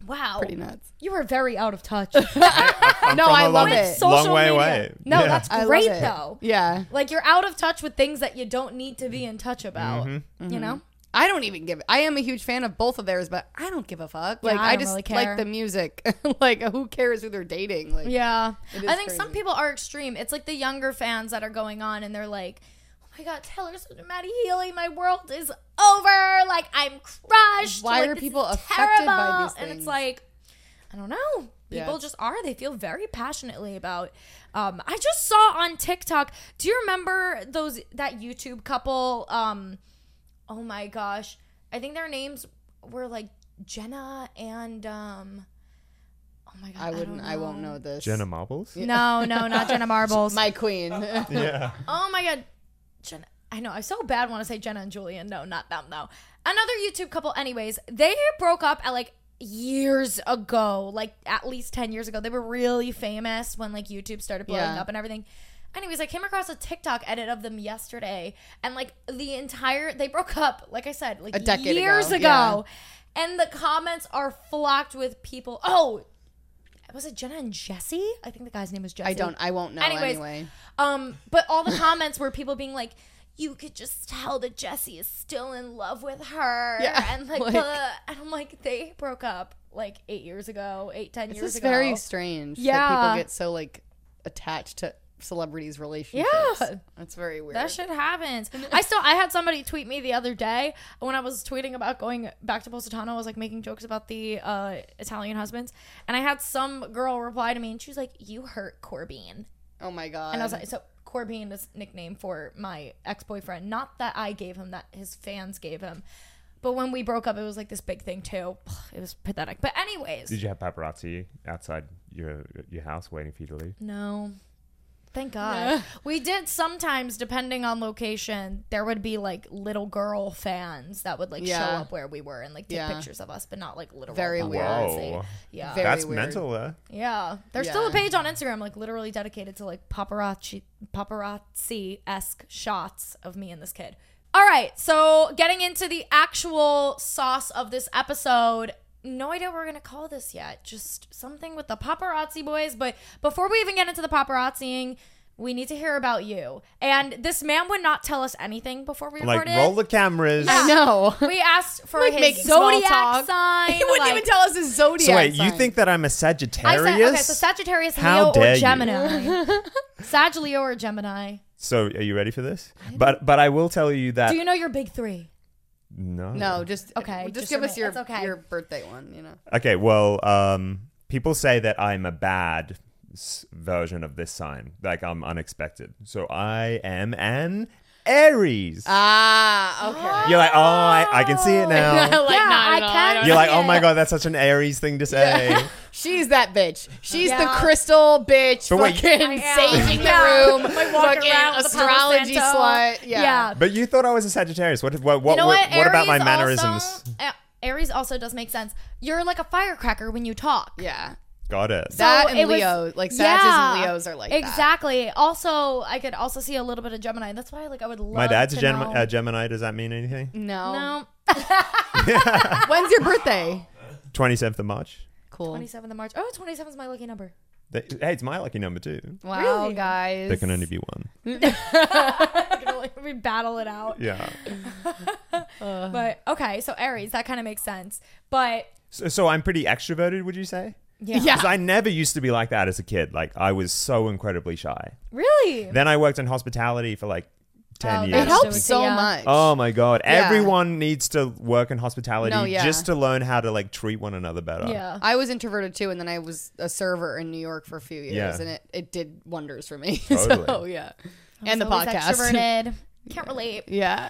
Speaker 3: wow,
Speaker 4: pretty nuts.
Speaker 3: you are very out of touch.
Speaker 1: I'm
Speaker 4: No,
Speaker 1: from
Speaker 4: I
Speaker 1: a
Speaker 4: love
Speaker 1: long,
Speaker 4: it.
Speaker 1: Long
Speaker 3: Social
Speaker 1: way
Speaker 3: media.
Speaker 1: away.
Speaker 3: No,
Speaker 1: Yeah.
Speaker 3: that's
Speaker 4: I love
Speaker 3: great
Speaker 4: it.
Speaker 3: though.
Speaker 4: Yeah,
Speaker 3: Like you're out of touch with things that you don't need to be in touch about.
Speaker 4: Mm-hmm.
Speaker 3: You know?
Speaker 4: I don't even give. I am a huge fan of both of theirs, but I don't give a fuck.
Speaker 3: Yeah,
Speaker 4: Like
Speaker 3: I
Speaker 4: I,
Speaker 3: don't
Speaker 4: just
Speaker 3: really care.
Speaker 4: like the music. like who cares who they're dating? Like
Speaker 3: Yeah.
Speaker 4: is
Speaker 3: I think some
Speaker 4: crazy.
Speaker 3: people are extreme. It's like the younger fans that are going on and they're like, "Oh my god, Taylor Swift and Maddie Healy, my world is over. Like I'm crushed.
Speaker 4: Why
Speaker 3: Like,
Speaker 4: are
Speaker 3: this
Speaker 4: people
Speaker 3: is
Speaker 4: affected by
Speaker 3: terrible."
Speaker 4: these
Speaker 3: And it's
Speaker 4: things?
Speaker 3: like, I don't know.
Speaker 4: Yeah,
Speaker 3: People
Speaker 4: it's-
Speaker 3: just are. They feel very passionately about. Um, I just saw on TikTok. Do you remember those that YouTube couple? Um, oh my gosh, I think their names were like Jenna and um. Oh my god,
Speaker 4: I wouldn't.
Speaker 3: don't
Speaker 4: I, won't know this.
Speaker 1: Jenna Marbles?
Speaker 3: No, no, not Jenna Marbles.
Speaker 4: my queen.
Speaker 1: Yeah.
Speaker 3: Oh my god, Jenna. I know. I so bad want to say Jenna and Julian. No, not them though. Another YouTube couple. Anyways, they broke up at like years ago, like at least ten years ago. They were really famous when like YouTube started blowing
Speaker 4: Yeah.
Speaker 3: up and everything. Anyways, I came across a TikTok edit of them yesterday, and like the entire they broke up. Like I said, like
Speaker 4: A decade
Speaker 3: years ago,
Speaker 4: ago, yeah.
Speaker 3: and the comments are flocked with people. Oh. Was it Jenna and Jesse? I think the guy's name was Jesse.
Speaker 4: I don't. I won't know
Speaker 3: Anyways,
Speaker 4: anyway.
Speaker 3: Um, but all the comments were people being like, "You could just tell that Jesse is still in love with her,"
Speaker 4: Yeah,
Speaker 3: and like,
Speaker 4: like-
Speaker 3: "Ugh." and I'm like, they broke up like eight years ago, eight ten
Speaker 4: This
Speaker 3: years
Speaker 4: is
Speaker 3: ago.
Speaker 4: very strange. that
Speaker 3: Yeah.
Speaker 4: people get so like attached to celebrities' relationships.
Speaker 3: Yeah.
Speaker 4: that's very weird.
Speaker 3: that shit happens. I still I had somebody tweet me the other day when I was tweeting about going back to Positano. I was like making jokes about the uh, Italian husbands, and I had some girl reply to me, and she was like, "You hurt Corbin,"
Speaker 4: oh my god.
Speaker 3: and I was like, "So Corbin is nickname for my ex boyfriend. Not that I gave him, that his fans gave him." But when we broke up, it was like this big thing too. It was pathetic. But anyways,
Speaker 1: Did you have paparazzi outside your your house waiting for you to leave?
Speaker 3: No. Thank God. We did sometimes, depending on location, there would be like little girl fans that would like show
Speaker 4: Yeah.
Speaker 3: up where we were and like take
Speaker 4: Yeah.
Speaker 3: pictures of us, but not like literal.
Speaker 4: Very
Speaker 3: paparazzi.
Speaker 4: weird.
Speaker 1: Whoa.
Speaker 3: Yeah.
Speaker 4: Very
Speaker 1: That's
Speaker 4: weird.
Speaker 1: mental, uh, though.
Speaker 3: yeah. There's still a
Speaker 4: Yeah.
Speaker 3: page on Instagram like literally dedicated to like paparazzi paparazzi esque shots of me and this kid. All right. So getting into the actual sauce of this episode. No idea what we're gonna call this yet. Just something with the paparazzi boys. But before we even get into the paparazziing, we need to hear about you. And this man would not tell us anything before we
Speaker 1: Like,
Speaker 3: recorded.
Speaker 1: roll the cameras.
Speaker 4: I know.
Speaker 3: we asked for
Speaker 4: Like
Speaker 3: "Ah!" his
Speaker 4: making small
Speaker 3: zodiac
Speaker 4: talk.
Speaker 3: sign.
Speaker 4: He wouldn't
Speaker 3: like-
Speaker 4: even tell us his zodiac.
Speaker 1: So wait, you
Speaker 4: sign.
Speaker 1: think that I'm a
Speaker 3: I
Speaker 1: Sagittarius?
Speaker 3: said, okay, so Sagittarius,
Speaker 1: How
Speaker 3: Leo,
Speaker 1: dare
Speaker 3: or
Speaker 1: you.
Speaker 3: Gemini. Sag, Leo, or Gemini.
Speaker 1: So, are you ready for this? But but I will tell you that
Speaker 3: Do you know your big three?
Speaker 1: no.
Speaker 4: No, just
Speaker 3: Okay,
Speaker 4: okay. Just,
Speaker 3: just
Speaker 4: give
Speaker 3: remi-
Speaker 4: us your
Speaker 3: it's okay.
Speaker 4: your birthday one. You know.
Speaker 1: Okay, well, um, people say that I'm a bad s- version of this sign, like I'm unexpected. So I am an Aries.
Speaker 4: Ah, okay.
Speaker 1: You're like, oh, I, I can see it now.
Speaker 4: Like, not
Speaker 3: Yeah,
Speaker 4: at
Speaker 3: I
Speaker 4: all.
Speaker 3: can-
Speaker 4: don't
Speaker 1: You're
Speaker 4: know.
Speaker 1: like, oh my god, that's such an Aries thing to say.
Speaker 4: She's that bitch. She's
Speaker 3: Yeah.
Speaker 4: the crystal bitch.
Speaker 1: But wait-
Speaker 3: I
Speaker 4: fucking
Speaker 3: am.
Speaker 4: saging
Speaker 3: Yeah.
Speaker 4: the room.
Speaker 3: Like, walk
Speaker 4: fucking
Speaker 3: around with a Palo
Speaker 4: astrology
Speaker 3: Santo.
Speaker 4: slut. Yeah.
Speaker 3: Yeah.
Speaker 1: But you thought I was a Sagittarius. What what what
Speaker 3: you know
Speaker 1: what,
Speaker 3: what?
Speaker 1: what about my
Speaker 3: Aries
Speaker 1: mannerisms?
Speaker 3: Also, A- Aries also does make sense. You're like a firecracker when you talk.
Speaker 4: Yeah.
Speaker 1: Got it.
Speaker 4: That and
Speaker 3: it was-
Speaker 4: Leo, like Sagittarius and Leos are like that.
Speaker 3: exactly. Also, I could also see a little bit of Gemini. That's why, like, I would love.
Speaker 1: my dad's a
Speaker 3: to
Speaker 1: Gemini,
Speaker 3: know-
Speaker 1: uh, Gemini. Does that mean anything?
Speaker 4: No.
Speaker 3: no,
Speaker 4: When's your birthday?
Speaker 1: Twenty seventh of March.
Speaker 4: Cool.
Speaker 3: 27th of March. Oh, 27 is my lucky number.
Speaker 1: They- hey, it's my lucky number too.
Speaker 4: Wow,
Speaker 3: Really?
Speaker 4: guys.
Speaker 1: There can only be one.
Speaker 3: We're gonna, like, we battle it out.
Speaker 1: Yeah.
Speaker 3: But okay, so Aries, that kind of makes sense. But
Speaker 1: So, so I'm pretty extroverted. Would you say?
Speaker 3: yeah,
Speaker 4: Yeah.
Speaker 1: Because I never used to be like that as a kid. Like I was so incredibly shy.
Speaker 3: really,
Speaker 1: Then I worked in hospitality for like ten
Speaker 3: Oh,
Speaker 1: years.
Speaker 4: it
Speaker 3: That's
Speaker 4: helps
Speaker 3: doing-
Speaker 4: so
Speaker 3: yeah.
Speaker 4: much.
Speaker 1: Oh my god!
Speaker 4: Yeah.
Speaker 1: Everyone needs to work in hospitality
Speaker 4: No, yeah.
Speaker 1: just to learn how to like treat one another better.
Speaker 3: yeah.
Speaker 4: I was introverted too, and then I was a server in New York for a few years,
Speaker 1: Yeah.
Speaker 4: and it, it did wonders for me. so
Speaker 1: Totally.
Speaker 4: yeah, and the
Speaker 3: Always
Speaker 4: podcast.
Speaker 3: extroverted. Can't relate.
Speaker 4: Yeah,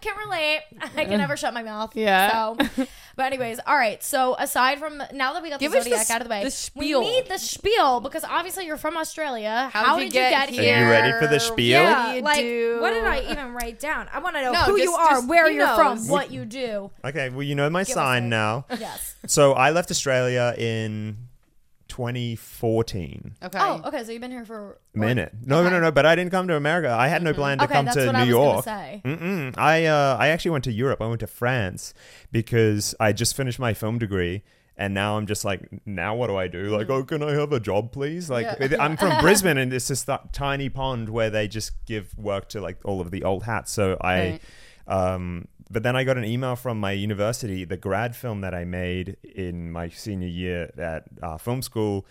Speaker 3: Can't relate. I can never shut my mouth.
Speaker 4: Yeah.
Speaker 3: So, but anyways, all right. So aside from now that we got
Speaker 4: Give
Speaker 3: the
Speaker 4: us the
Speaker 3: zodiac
Speaker 4: s-
Speaker 3: out of the way,
Speaker 4: the spiel.
Speaker 3: we need the spiel because obviously you're from Australia. How, did you get, here?
Speaker 1: here? Are you ready for the spiel?
Speaker 4: Yeah,
Speaker 3: Yeah,
Speaker 4: you
Speaker 3: like
Speaker 4: do?
Speaker 3: what did I even write down? I want to know
Speaker 4: No,
Speaker 3: who you
Speaker 4: just-
Speaker 3: are,
Speaker 4: just-
Speaker 3: where
Speaker 4: he
Speaker 3: you're from,
Speaker 4: knows.
Speaker 3: what you do.
Speaker 1: Okay. Well, you know my
Speaker 3: us a-
Speaker 1: sign now.
Speaker 3: Yes.
Speaker 1: so I left Australia in 2014.
Speaker 4: Okay.
Speaker 3: Oh, okay. So you've been here for
Speaker 1: A minute. No, no, no, no. But I didn't come to America. I had no plan to
Speaker 3: Mm-hmm. Okay,
Speaker 1: come
Speaker 3: that's
Speaker 1: to
Speaker 3: what
Speaker 1: New
Speaker 3: I was
Speaker 1: York.
Speaker 3: gonna say.
Speaker 1: Mm-mm. I uh, I actually went to Europe. I went to France because I just finished my film degree. And now I'm just like, now what do I do? Like, oh, can I have a job, please? Like, I'm from Brisbane, and it's just that tiny pond where they just give work to like all of the old hats. So I, um, but then I got an email from my university. The grad film that I made in my senior year at uh, film school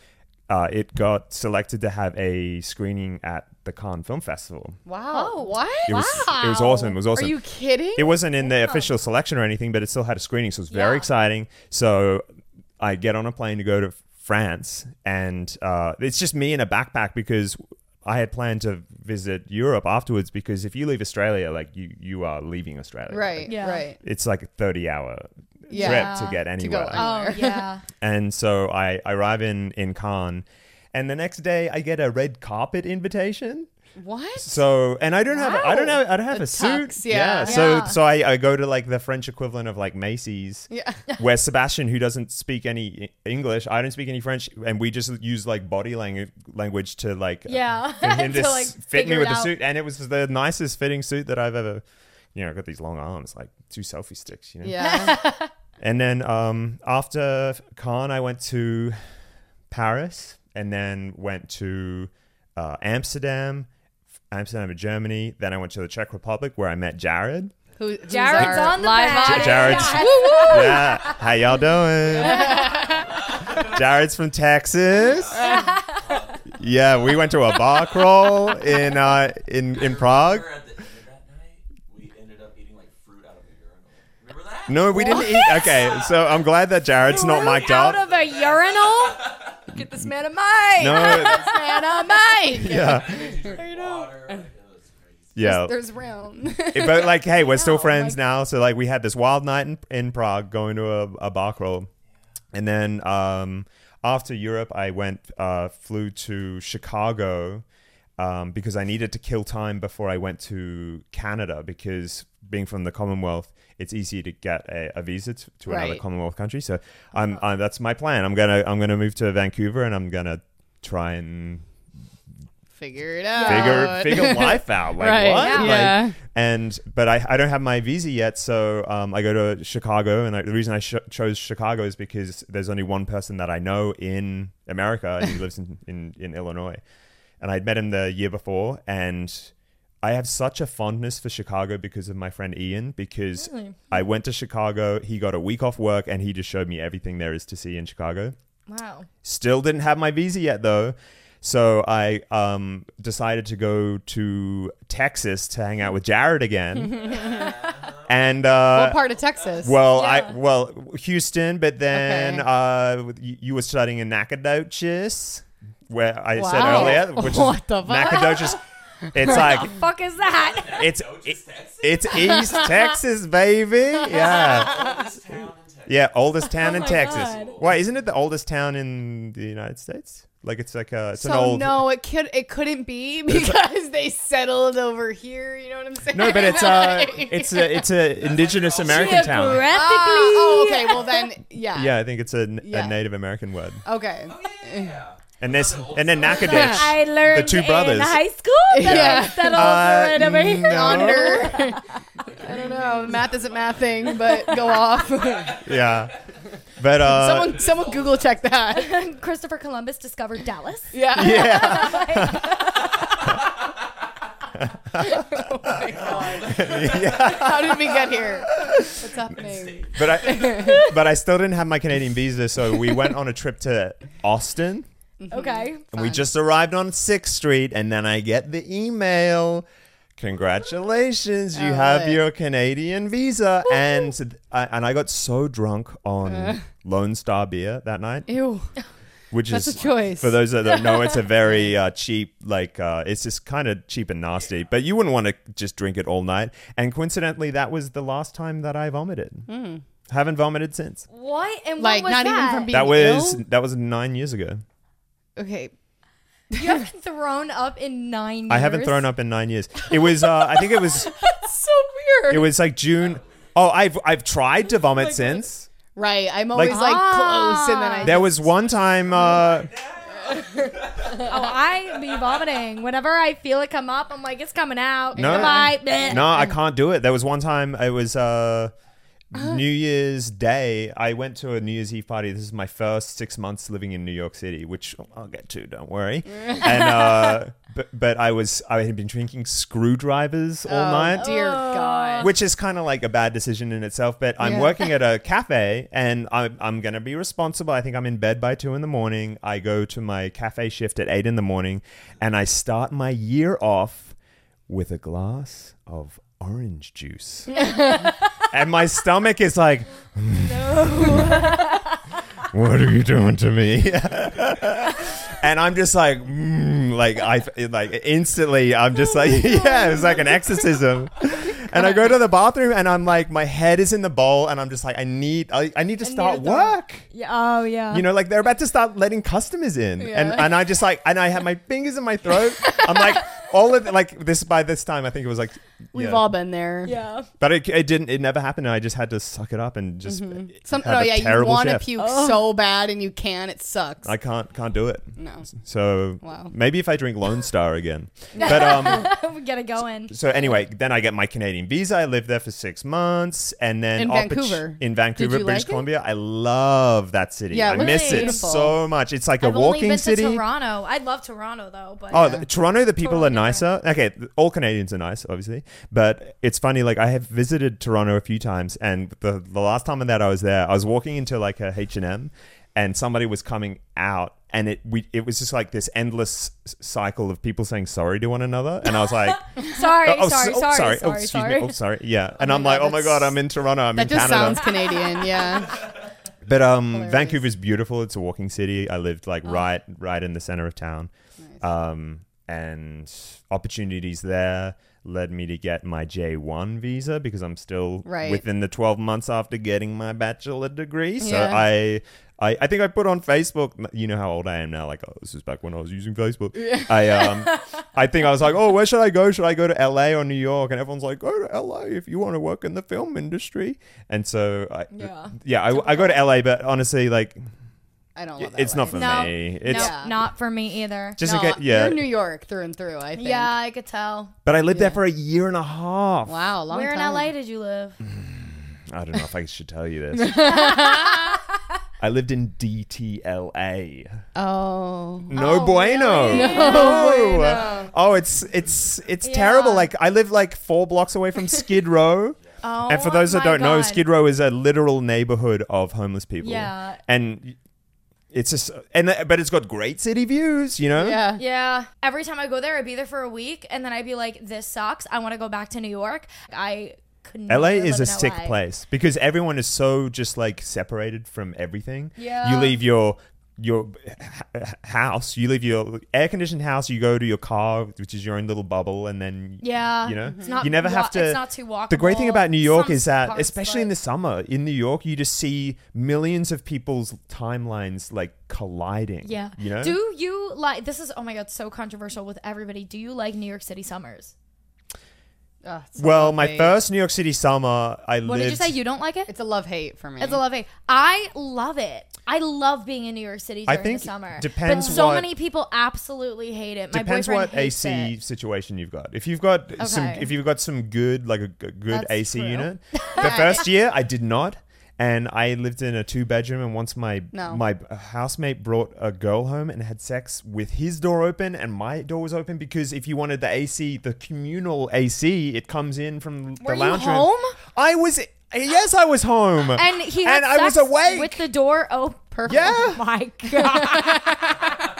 Speaker 1: uh, it got selected to have a screening at the Cannes Film Festival.
Speaker 4: Wow.
Speaker 3: Oh.
Speaker 4: what?
Speaker 1: It was it was awesome. It was awesome.
Speaker 4: Are you kidding?
Speaker 1: It wasn't in the official selection or anything, but it still had a screening, so it was very
Speaker 3: Yeah.
Speaker 1: exciting. So I get on a plane to go to France, and uh, it's just me in a backpack because I had planned to visit Europe afterwards. Because if you leave Australia, like you you are leaving Australia,
Speaker 4: right.
Speaker 1: Like,
Speaker 3: Yeah.
Speaker 4: Right.
Speaker 1: it's like a thirty hour
Speaker 4: Yeah.
Speaker 1: trip to get
Speaker 4: To go
Speaker 1: anywhere.
Speaker 4: out.
Speaker 3: Oh yeah.
Speaker 1: And so I, I arrive in in Cannes, and the next day I get a red carpet invitation.
Speaker 4: What?
Speaker 1: So and I don't have I don't have I don't have a,
Speaker 4: tux,
Speaker 1: suit.
Speaker 4: yeah.
Speaker 1: So
Speaker 3: Yeah.
Speaker 1: so I, I go to like the French equivalent of like Macy's.
Speaker 4: Yeah.
Speaker 1: Where Sebastian, who doesn't speak any I- English, I don't speak any French, and we just use like body language language to like
Speaker 3: Yeah.
Speaker 1: for him to,
Speaker 3: To,
Speaker 1: s-
Speaker 3: like,
Speaker 1: fit me
Speaker 3: figure
Speaker 1: with
Speaker 3: it
Speaker 1: a
Speaker 3: out.
Speaker 1: suit, and it was the nicest fitting suit that I've ever. You know, I got these long arms, like two selfie sticks. You know,
Speaker 4: Yeah.
Speaker 1: and then um, after Cannes, I went to Paris and then went to uh, Amsterdam, Amsterdam, Germany. Then I went to the Czech Republic where I met Jared.
Speaker 4: Who, who's
Speaker 3: Jared's
Speaker 4: our
Speaker 3: on the
Speaker 4: live
Speaker 3: back.
Speaker 1: J- Jared's-
Speaker 3: Yes.
Speaker 1: Yeah. How y'all doing? Jared's from Texas. Yeah, we went to a bar crawl in uh, in in Prague.
Speaker 5: Remember at the end of that night, we ended up eating like fruit out of a urinal. Remember that?
Speaker 1: No, we didn't eat. Okay, so I'm glad that Jared's not mic'd
Speaker 3: out
Speaker 1: up.
Speaker 3: of a urinal.
Speaker 4: Get this man of mine.
Speaker 1: No,
Speaker 4: man of mine.
Speaker 1: yeah,
Speaker 5: And then you drink water. Like, it was crazy.
Speaker 1: yeah.
Speaker 4: There's round.
Speaker 1: It- but like, hey, we're still
Speaker 3: Wow,
Speaker 1: friends now. So like, we had this wild night in, in Prague, going to a, a bar crawl, and then um, after Europe, I went uh, flew to Chicago um, because I needed to kill time before I went to Canada because being from the Commonwealth, it's easy to get a, a visa to, to another
Speaker 4: Right.
Speaker 1: Commonwealth country. So I'm, i that's my plan. I'm gonna I'm gonna move to Vancouver and I'm gonna try and
Speaker 4: Figure it out.
Speaker 1: figure figure life out. Like
Speaker 4: Right.
Speaker 1: what?
Speaker 4: Yeah.
Speaker 1: Like,
Speaker 4: Yeah.
Speaker 1: and but I, I don't have my visa yet, so um, I go to Chicago, and I, the reason I sh- chose Chicago is because there's only one person that I know in America, and he lives in, in in Illinois, and I'd met him the year before, and I have such a fondness for Chicago because of my friend Ian, because I went to Chicago, he got a week off work, and he just showed me everything there is to see in Chicago.
Speaker 3: Wow.
Speaker 1: Still didn't have my visa yet though. So I um, decided to go to Texas to hang out with Jared again. and uh,
Speaker 4: what part of Texas?
Speaker 1: well, I
Speaker 3: Yeah.
Speaker 1: well Houston, but then
Speaker 4: Okay.
Speaker 1: uh, you, you were studying in Nacogdoches, where I said
Speaker 4: Wow.
Speaker 1: earlier, which is
Speaker 4: What the fuck?
Speaker 1: Nacogdoches. It's like
Speaker 3: Fuck is that?
Speaker 1: it's
Speaker 5: No,
Speaker 1: it-
Speaker 5: just Texas.
Speaker 1: it's East Texas, baby. Yeah,
Speaker 5: Oldest town in Texas.
Speaker 1: yeah, oldest town
Speaker 4: Oh
Speaker 1: in
Speaker 3: my
Speaker 1: Texas.
Speaker 3: God.
Speaker 1: Why isn't it the oldest town in the United States? Like it's like a it's
Speaker 4: so
Speaker 1: an old
Speaker 4: no, it could it couldn't be because they settled over here. You know what I'm saying?
Speaker 1: No, but it's a
Speaker 4: Like-
Speaker 1: it's a it's a indigenous American town.
Speaker 4: Ah, oh, okay. Well then, yeah.
Speaker 1: Yeah, I think it's a,
Speaker 4: Yeah.
Speaker 1: a Native American word.
Speaker 4: Okay.
Speaker 5: Oh, yeah, yeah.
Speaker 1: And this and then
Speaker 3: I
Speaker 1: Nacogdoches.
Speaker 3: learned
Speaker 1: two brothers.
Speaker 3: in high school that
Speaker 4: Yeah.
Speaker 3: yeah. settled
Speaker 1: Uh,
Speaker 3: right over here.
Speaker 1: no.
Speaker 4: Under. I don't know. Math isn't math thing, but go off.
Speaker 1: Uh, Yeah, but uh,
Speaker 4: someone someone Google check that.
Speaker 3: Christopher Columbus discovered Dallas.
Speaker 4: Yeah.
Speaker 1: yeah, yeah.
Speaker 4: Oh How did we get here? What's happening?
Speaker 1: But I but I still didn't have my Canadian visa, so we went on a trip to Austin.
Speaker 3: Okay.
Speaker 1: And we just arrived on Sixth Street, and then I get the email. Congratulations, you
Speaker 4: Oh,
Speaker 1: have
Speaker 4: lit.
Speaker 1: your Canadian visa, and I, and I got so drunk on
Speaker 4: Uh.
Speaker 1: Lone Star beer that night,
Speaker 4: Ew.
Speaker 1: which
Speaker 4: That's
Speaker 1: is
Speaker 4: a choice.
Speaker 1: for those that don't know, it's a very uh, cheap, like uh, it's just kind of cheap and nasty, but you wouldn't want to just drink it all night. And coincidentally, that was the last time that I vomited.
Speaker 4: Hmm.
Speaker 1: Haven't vomited since.
Speaker 3: What and
Speaker 4: like
Speaker 3: what
Speaker 4: not
Speaker 3: was that?
Speaker 4: even from being
Speaker 1: That was
Speaker 4: ill?
Speaker 1: that was nine years ago.
Speaker 4: okay.
Speaker 3: You haven't thrown up in nine years.
Speaker 1: I haven't thrown up in nine years. It was uh, I think it was
Speaker 4: So weird.
Speaker 1: It was like June. Oh, I've I've tried to vomit since.
Speaker 4: Right. I'm always like, close, and then I.
Speaker 1: There was one time. Uh,
Speaker 3: Oh, I be vomiting. Whenever I feel it come up, I'm like, it's coming out.
Speaker 1: No.
Speaker 3: Goodbye. Bleh.
Speaker 1: no, I can't do it. There was one time. It was. Uh, New Year's Day, I went to a New Year's Eve party. This is my first six months living in New York City, which I'll get to. Don't worry. and uh, but but I was I had been drinking screwdrivers all night.
Speaker 4: Dear God.
Speaker 1: Which is kind of like a bad decision in itself, but I'm
Speaker 4: Yeah.
Speaker 1: working at a cafe and I'm, I'm going to be responsible. I think I'm in bed by two in the morning. I go to my cafe shift at eight in the morning and I start my year off with a glass of orange juice. and my stomach is like, what are you doing to me? and I'm just like, mm, like I like instantly, I'm just like, yeah, it was like an exorcism. And I go to the bathroom and I'm like, my head is in the bowl, and I'm just like, I need, I, I need to start
Speaker 3: the-
Speaker 1: work.
Speaker 3: Yeah. Oh yeah.
Speaker 1: You know, like they're about to start letting customers in, and and I just like, and I have my fingers in my throat. I'm like, all of like this by this time, I think it was like,
Speaker 4: We've
Speaker 1: yeah.
Speaker 4: all been there.
Speaker 3: yeah.
Speaker 1: but it, it didn't, it never happened. And I just had to suck it up and just
Speaker 4: Some,
Speaker 1: have
Speaker 4: oh
Speaker 1: a
Speaker 4: yeah, you
Speaker 1: terrible
Speaker 4: want to
Speaker 1: shift. Oh.
Speaker 4: puke so bad and you can. It sucks.
Speaker 1: I can't, can't do it.
Speaker 4: no.
Speaker 1: So
Speaker 4: Wow.
Speaker 1: maybe if I drink Lone Star again. But um
Speaker 3: we gotta go in.
Speaker 1: so anyway, then I get my Canadian visa. I lived there for six months and then
Speaker 4: In
Speaker 1: oppor-
Speaker 4: Vancouver.
Speaker 1: In Vancouver,
Speaker 4: Did you
Speaker 1: British
Speaker 4: like it?
Speaker 1: Columbia. I love that city.
Speaker 4: Yeah, it
Speaker 1: I
Speaker 4: looks
Speaker 1: miss it
Speaker 4: beautiful.
Speaker 1: so much. It's like a
Speaker 3: I've
Speaker 1: walking
Speaker 3: only been
Speaker 1: city.
Speaker 3: to Toronto. I love Toronto though, but
Speaker 1: Oh, the, Toronto, the people
Speaker 3: Totally
Speaker 1: are nicer. Okay, th- all Canadians are nice, obviously. But it's funny, like, I have visited Toronto a few times. And the, the last time that I was there, I was walking into, like, a H&M and somebody was coming out. And it we it was just like this endless s- cycle of people saying sorry to one another. And I was like,
Speaker 3: sorry,
Speaker 1: oh, so-
Speaker 3: sorry,
Speaker 1: oh,
Speaker 3: sorry,
Speaker 1: sorry,
Speaker 3: sorry,
Speaker 1: oh,
Speaker 3: sorry,
Speaker 1: excuse me, oh, sorry. Yeah. And I'm
Speaker 4: my
Speaker 1: like,
Speaker 4: God,
Speaker 1: oh, my
Speaker 4: that's-
Speaker 1: God, I'm in Toronto. I'm in
Speaker 4: That just
Speaker 1: Canada.
Speaker 4: sounds Canadian. Yeah.
Speaker 1: But um,
Speaker 4: Hilarious. Oh.
Speaker 1: Vancouver's beautiful. It's a walking city. I lived like right, right in the center of town, um, and opportunities there led me to get my J one visa because I'm still
Speaker 4: Right.
Speaker 1: within the twelve months after getting my bachelor degree. So
Speaker 4: Yeah.
Speaker 1: I. I, I think I put on Facebook. You know how old I am now. Like oh, this is back when I was using Facebook. I um, I think I was like, oh, where should I go? Should I go to L.A. or New York? And everyone's like, go to L.A. if you want to work in the film industry. And so I, uh,
Speaker 3: Yeah.
Speaker 1: yeah, I, I go to LA, but honestly, like
Speaker 4: I don't love that.
Speaker 1: it's not
Speaker 4: life.
Speaker 1: for
Speaker 3: No,
Speaker 1: me.
Speaker 3: no,
Speaker 1: It's
Speaker 3: not for me either.
Speaker 1: just
Speaker 4: No,
Speaker 1: in case, yeah.
Speaker 4: You're New York through and through, I think.
Speaker 3: yeah, I could tell.
Speaker 1: but I lived there
Speaker 4: yeah.
Speaker 1: for a year and a half.
Speaker 4: Wow. Long
Speaker 3: Where in
Speaker 4: time.
Speaker 3: LA did you live?
Speaker 1: Mm. I don't know if I should tell you this. I lived in DTLA.
Speaker 4: Oh.
Speaker 1: No
Speaker 3: Oh,
Speaker 1: bueno.
Speaker 3: really?
Speaker 1: No. Oh, it's it's it's terrible.
Speaker 3: Yeah.
Speaker 1: Like I live like four blocks away from Skid Row.
Speaker 3: Oh,
Speaker 1: and for those that
Speaker 3: my
Speaker 1: don't know,
Speaker 3: God.
Speaker 1: Skid Row is a literal neighborhood of homeless people.
Speaker 3: Yeah.
Speaker 1: And it's just and but it's got great city views, you know?
Speaker 4: Yeah.
Speaker 3: Yeah. Every time I go there, I'd be there for a week, and then I'd be like, "This sucks. I want to go back to New York." I could. Never
Speaker 1: LA is
Speaker 3: live
Speaker 1: a
Speaker 3: in
Speaker 1: sick
Speaker 3: LA.
Speaker 1: place because everyone is so just like separated from everything.
Speaker 3: Yeah.
Speaker 1: You leave your your h- house, you leave your air conditioned house, you go to your car, which is your own little bubble, and then
Speaker 3: Yeah.
Speaker 1: you know,
Speaker 3: It's not
Speaker 1: you never
Speaker 3: wa-
Speaker 1: have to.
Speaker 3: It's not too walkable.
Speaker 1: the great thing about New York
Speaker 3: Some
Speaker 1: is that,
Speaker 3: parts,
Speaker 1: especially in
Speaker 3: but-
Speaker 1: the summer in New York, you just see millions of people's timelines like colliding.
Speaker 3: Yeah.
Speaker 1: you know.
Speaker 3: Do you like this? Is oh my god, so controversial with everybody. Do you like New York City summers?
Speaker 4: Oh, it's a
Speaker 1: well,
Speaker 4: love
Speaker 1: my
Speaker 4: hate.
Speaker 1: first New York City summer, I
Speaker 3: What
Speaker 1: lived.
Speaker 3: did you say? You don't like it?
Speaker 4: It's a love hate for me.
Speaker 3: It's a loving. I love it. I love being in New York City
Speaker 1: I
Speaker 3: during
Speaker 1: think
Speaker 3: the summer.
Speaker 1: depends
Speaker 3: but so
Speaker 1: what-
Speaker 3: many people absolutely hate it. My
Speaker 1: depends
Speaker 3: boyfriend
Speaker 1: what
Speaker 3: hates
Speaker 1: AC
Speaker 3: it.
Speaker 1: situation you've got. If you've got some,
Speaker 3: Okay.
Speaker 1: if you've got some good like a g- good
Speaker 4: That's
Speaker 1: AC
Speaker 4: true.
Speaker 1: unit. The first year I did not, and I lived in a two bedroom. And once my
Speaker 4: No.
Speaker 1: my housemate brought a girl home and had sex with his door open and my door was open because if you wanted the AC, the communal AC, it comes in from the
Speaker 3: Were you
Speaker 1: lounge room.
Speaker 3: home?
Speaker 1: I was. Yes, I was home.
Speaker 3: And he had
Speaker 1: and I was
Speaker 3: sex
Speaker 1: awake.
Speaker 3: with the door open.
Speaker 1: Yeah.
Speaker 3: Oh my god.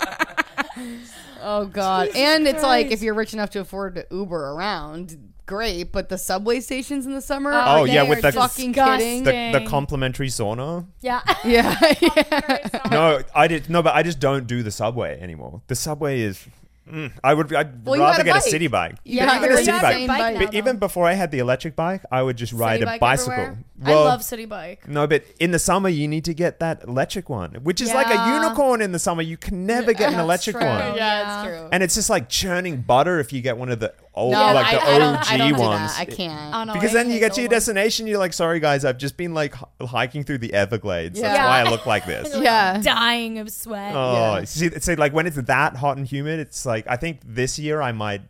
Speaker 4: oh god. and it's like if you're rich enough to afford to Uber around, great. But the subway stations in the summer.
Speaker 1: Oh,
Speaker 4: they
Speaker 1: yeah,
Speaker 4: are
Speaker 1: with the-
Speaker 4: fucking
Speaker 3: Disgusting.
Speaker 4: kidding.
Speaker 1: the, the complimentary sauna.
Speaker 3: yeah.
Speaker 4: Yeah. yeah.
Speaker 1: No, I did no, but I just don't do the subway anymore. The subway is. Mm, I would. I'd
Speaker 4: Well, you had
Speaker 1: rather
Speaker 4: a
Speaker 1: get
Speaker 4: bike.
Speaker 1: a city bike.
Speaker 4: Yeah,
Speaker 1: But even
Speaker 4: you're
Speaker 1: a
Speaker 4: right.
Speaker 1: city
Speaker 4: You
Speaker 1: bike.
Speaker 4: have a bike now,
Speaker 1: but even before I had the electric bike, I would just ride a
Speaker 3: bike
Speaker 1: bicycle.
Speaker 3: everywhere?
Speaker 1: Well,
Speaker 3: I love city bike.
Speaker 1: no, but in the summer you need to get that electric one, which is like a
Speaker 3: Yeah.
Speaker 1: unicorn in the summer. You can never get an electric
Speaker 3: true.
Speaker 1: one,
Speaker 4: yeah,
Speaker 3: Yeah.
Speaker 4: it's true.
Speaker 1: and it's just like churning butter if you get one of the old,
Speaker 4: no,
Speaker 1: like the
Speaker 4: I, I
Speaker 1: OG
Speaker 4: don't, I don't do
Speaker 1: ones.
Speaker 4: that. I can't.
Speaker 3: Oh, no,
Speaker 1: Because
Speaker 3: I
Speaker 1: then you
Speaker 3: hate
Speaker 1: get to your
Speaker 3: those.
Speaker 1: destination, you're like, sorry guys, I've just been like h- hiking through the Everglades. That's
Speaker 4: Yeah.
Speaker 1: why I look like this.
Speaker 4: yeah.
Speaker 3: dying of sweat.
Speaker 1: Oh,
Speaker 4: Yeah.
Speaker 1: see, see, like when it's that hot and humid, it's like I think this year I might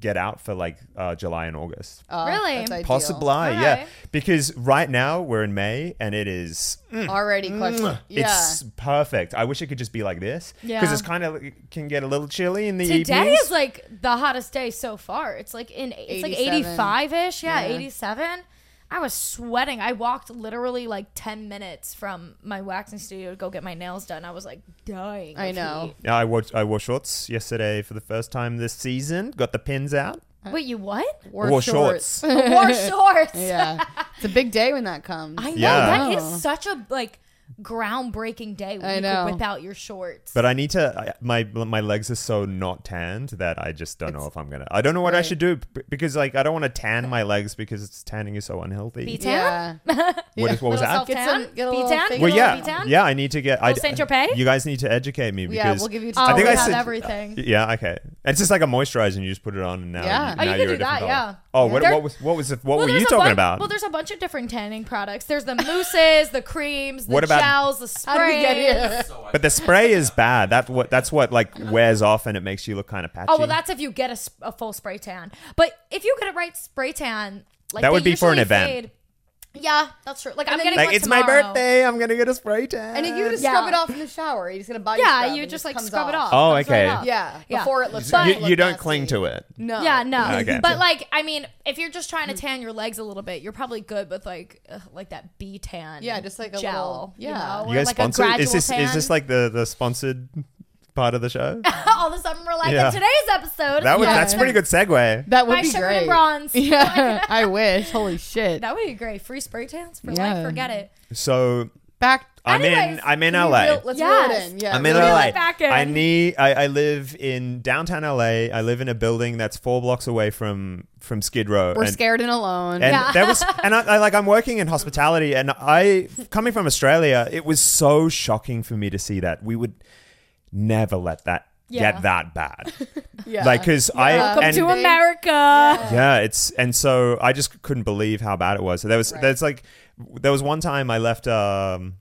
Speaker 1: get out for like uh, July and August.
Speaker 4: Oh,
Speaker 3: Really?
Speaker 4: that's ideal.
Speaker 1: Possibly, yeah.
Speaker 3: Alright.
Speaker 1: Because right now we're in May and it is
Speaker 4: Already question. Yeah.
Speaker 1: Hmm. Mm. it's perfect. I wish it could just be like this
Speaker 3: Yeah.
Speaker 1: because it's kind of it can get a little chilly in the
Speaker 3: Today
Speaker 1: evenings.
Speaker 3: is like the hottest day so far. It's like in it's like
Speaker 4: 87.
Speaker 3: 85 ish. Yeah,
Speaker 4: Yeah.
Speaker 3: 87. I was sweating. I walked literally like 10 minutes from my waxing studio to go get my nails done. I was like dying.
Speaker 4: I
Speaker 3: of
Speaker 4: know.
Speaker 1: yeah, I wore I wore shorts yesterday for the first time this season. Got the pins out.
Speaker 3: heat. Wait, you what?
Speaker 1: I
Speaker 4: Wore
Speaker 1: wore
Speaker 4: shorts.
Speaker 1: shorts.
Speaker 3: Wore shorts.
Speaker 4: yeah. It's a big day when that comes.
Speaker 3: I know.
Speaker 1: Yeah.
Speaker 3: That is such a like groundbreaking day when
Speaker 4: I
Speaker 3: you
Speaker 4: know.
Speaker 3: could whip out your shorts.
Speaker 1: But I need to. I, my my legs are so not tanned that I just don't know if I'm gonna. I don't know what I
Speaker 4: right.
Speaker 1: should do b- because like I don't want to tan my legs because it's tanning is so unhealthy.
Speaker 3: Be tan.
Speaker 4: yeah.
Speaker 1: What, is, what was
Speaker 3: Little
Speaker 1: that?
Speaker 3: self-
Speaker 4: Get
Speaker 3: Tan?
Speaker 4: some, get a
Speaker 3: Be
Speaker 4: little
Speaker 3: tan?
Speaker 4: fake-
Speaker 1: Well,
Speaker 3: Little
Speaker 1: yeah,
Speaker 3: self-tan?
Speaker 1: yeah. I need to get. I,
Speaker 3: Little Saint-Tropez?
Speaker 1: You guys need to educate me because
Speaker 4: Yeah, we'll give you
Speaker 3: oh,
Speaker 1: I think
Speaker 3: we
Speaker 1: I
Speaker 3: have
Speaker 1: said-
Speaker 3: everything.
Speaker 1: Yeah, okay. It's just like a moisturizer, and you just put it on, and now, now
Speaker 4: Yeah.
Speaker 3: Oh, you could
Speaker 1: you're a
Speaker 3: do that,
Speaker 1: different color.
Speaker 3: yeah.
Speaker 1: Oh, what,
Speaker 3: There-
Speaker 1: what was what was the, what were
Speaker 3: there's
Speaker 1: you
Speaker 3: a
Speaker 1: talking
Speaker 3: bun-
Speaker 1: about?
Speaker 3: Well, there's a bunch of different tanning products. There's the mousses, the creams, the
Speaker 1: What about-
Speaker 3: gels, the sprays.
Speaker 4: How did we get here?
Speaker 5: So I
Speaker 1: but the spray is bad. That what that's what like wears off, and it makes you look kind of patchy.
Speaker 3: Oh well, that's if you get a, s- a full spray tan. But if you get a right spray tan, like
Speaker 1: That
Speaker 3: they
Speaker 1: would be for an
Speaker 3: usually
Speaker 1: event.
Speaker 3: Fade. Yeah, that's true. Like I'm getting
Speaker 1: like
Speaker 3: one
Speaker 1: it's my
Speaker 3: tomorrow.
Speaker 1: birthday. I'm gonna get a spray tan.
Speaker 4: And you just
Speaker 3: Yeah.
Speaker 4: scrub it off in the shower. You just get a body
Speaker 3: Yeah,
Speaker 4: scrub.
Speaker 3: you
Speaker 4: and
Speaker 3: just
Speaker 4: it
Speaker 3: like
Speaker 4: comes
Speaker 3: scrub it
Speaker 4: off.
Speaker 3: off.
Speaker 1: Oh,
Speaker 3: Comes right
Speaker 1: okay.
Speaker 3: off.
Speaker 4: Yeah.
Speaker 3: Yeah.
Speaker 4: Before it looks.
Speaker 3: You-
Speaker 4: like
Speaker 1: you, you don't cling to it.
Speaker 4: No.
Speaker 3: Yeah, no.
Speaker 1: Okay.
Speaker 3: But like, I mean, if you're just trying to tan your legs a little bit, you're probably good with like uh, like that B tan.
Speaker 4: Yeah, just like a
Speaker 3: gel,
Speaker 4: little- yeah.
Speaker 3: You, know,
Speaker 1: You
Speaker 3: or
Speaker 1: guys
Speaker 3: like
Speaker 1: sponsor?
Speaker 3: a gradual
Speaker 1: Is this
Speaker 3: tan.
Speaker 1: is this like the the sponsored part of the show?
Speaker 3: all of a sudden we're like
Speaker 1: Yeah.
Speaker 3: in today's episode?
Speaker 1: That was
Speaker 4: Yeah.
Speaker 1: that's a pretty good segue.
Speaker 4: That would
Speaker 3: Buy
Speaker 4: be
Speaker 3: sugar
Speaker 4: great.
Speaker 3: and bronze.
Speaker 4: Yeah, I wish. Holy shit.
Speaker 3: That would be great. Free spray tans for
Speaker 4: Yeah.
Speaker 3: life. Forget it.
Speaker 1: So
Speaker 4: Back.
Speaker 1: I'm in
Speaker 3: Anyways,
Speaker 1: I'm in
Speaker 4: Can we
Speaker 1: LA.
Speaker 4: reel- let's reel
Speaker 3: Yes.
Speaker 4: it in. Yeah.
Speaker 1: I'm in
Speaker 4: reel it
Speaker 1: LA.
Speaker 3: back in.
Speaker 1: I need. I, I live in downtown LA. I live in a building that's four blocks away from from Skid Row.
Speaker 4: We're
Speaker 1: and,
Speaker 4: scared and alone.
Speaker 1: And there was, and I, I like I'm working in hospitality, and I coming from Australia, it was so shocking for me to see that we would never let that
Speaker 3: Yeah.
Speaker 1: get that bad.
Speaker 4: Yeah.
Speaker 1: Like, cause I
Speaker 4: Welcome
Speaker 1: and,
Speaker 3: to
Speaker 4: Big-
Speaker 3: America.
Speaker 1: yeah, it's and so I just couldn't believe how bad it was. So there was
Speaker 4: Right.
Speaker 1: there's like there was one time I left um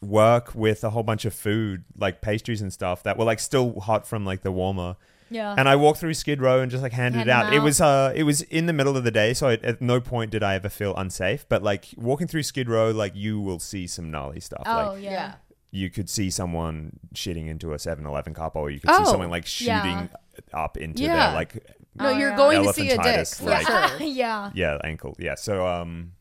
Speaker 1: work with a whole bunch of food like pastries and stuff that were like still hot from like the warmer.
Speaker 3: Yeah.
Speaker 1: And I walked through Skid Row and just like handed
Speaker 3: Uh-huh. Hand
Speaker 1: it out.
Speaker 3: them
Speaker 1: It
Speaker 3: out.
Speaker 1: was uh it was in the middle of the day, so it, at no point did I ever feel unsafe, but like walking through Skid Row like you will see some gnarly stuff.
Speaker 3: oh
Speaker 1: like
Speaker 3: yeah.
Speaker 4: yeah.
Speaker 1: you could see someone shitting into a 7-Eleven cup or you could
Speaker 4: Oh,
Speaker 1: see someone like shooting
Speaker 3: yeah.
Speaker 1: up into
Speaker 4: Yeah.
Speaker 1: their like
Speaker 4: No,
Speaker 3: Oh,
Speaker 4: you're
Speaker 3: yeah.
Speaker 4: going to see a dick
Speaker 1: Elephantitis,
Speaker 4: for
Speaker 1: like-
Speaker 4: sure.
Speaker 3: Yeah.
Speaker 1: yeah ankle yeah so um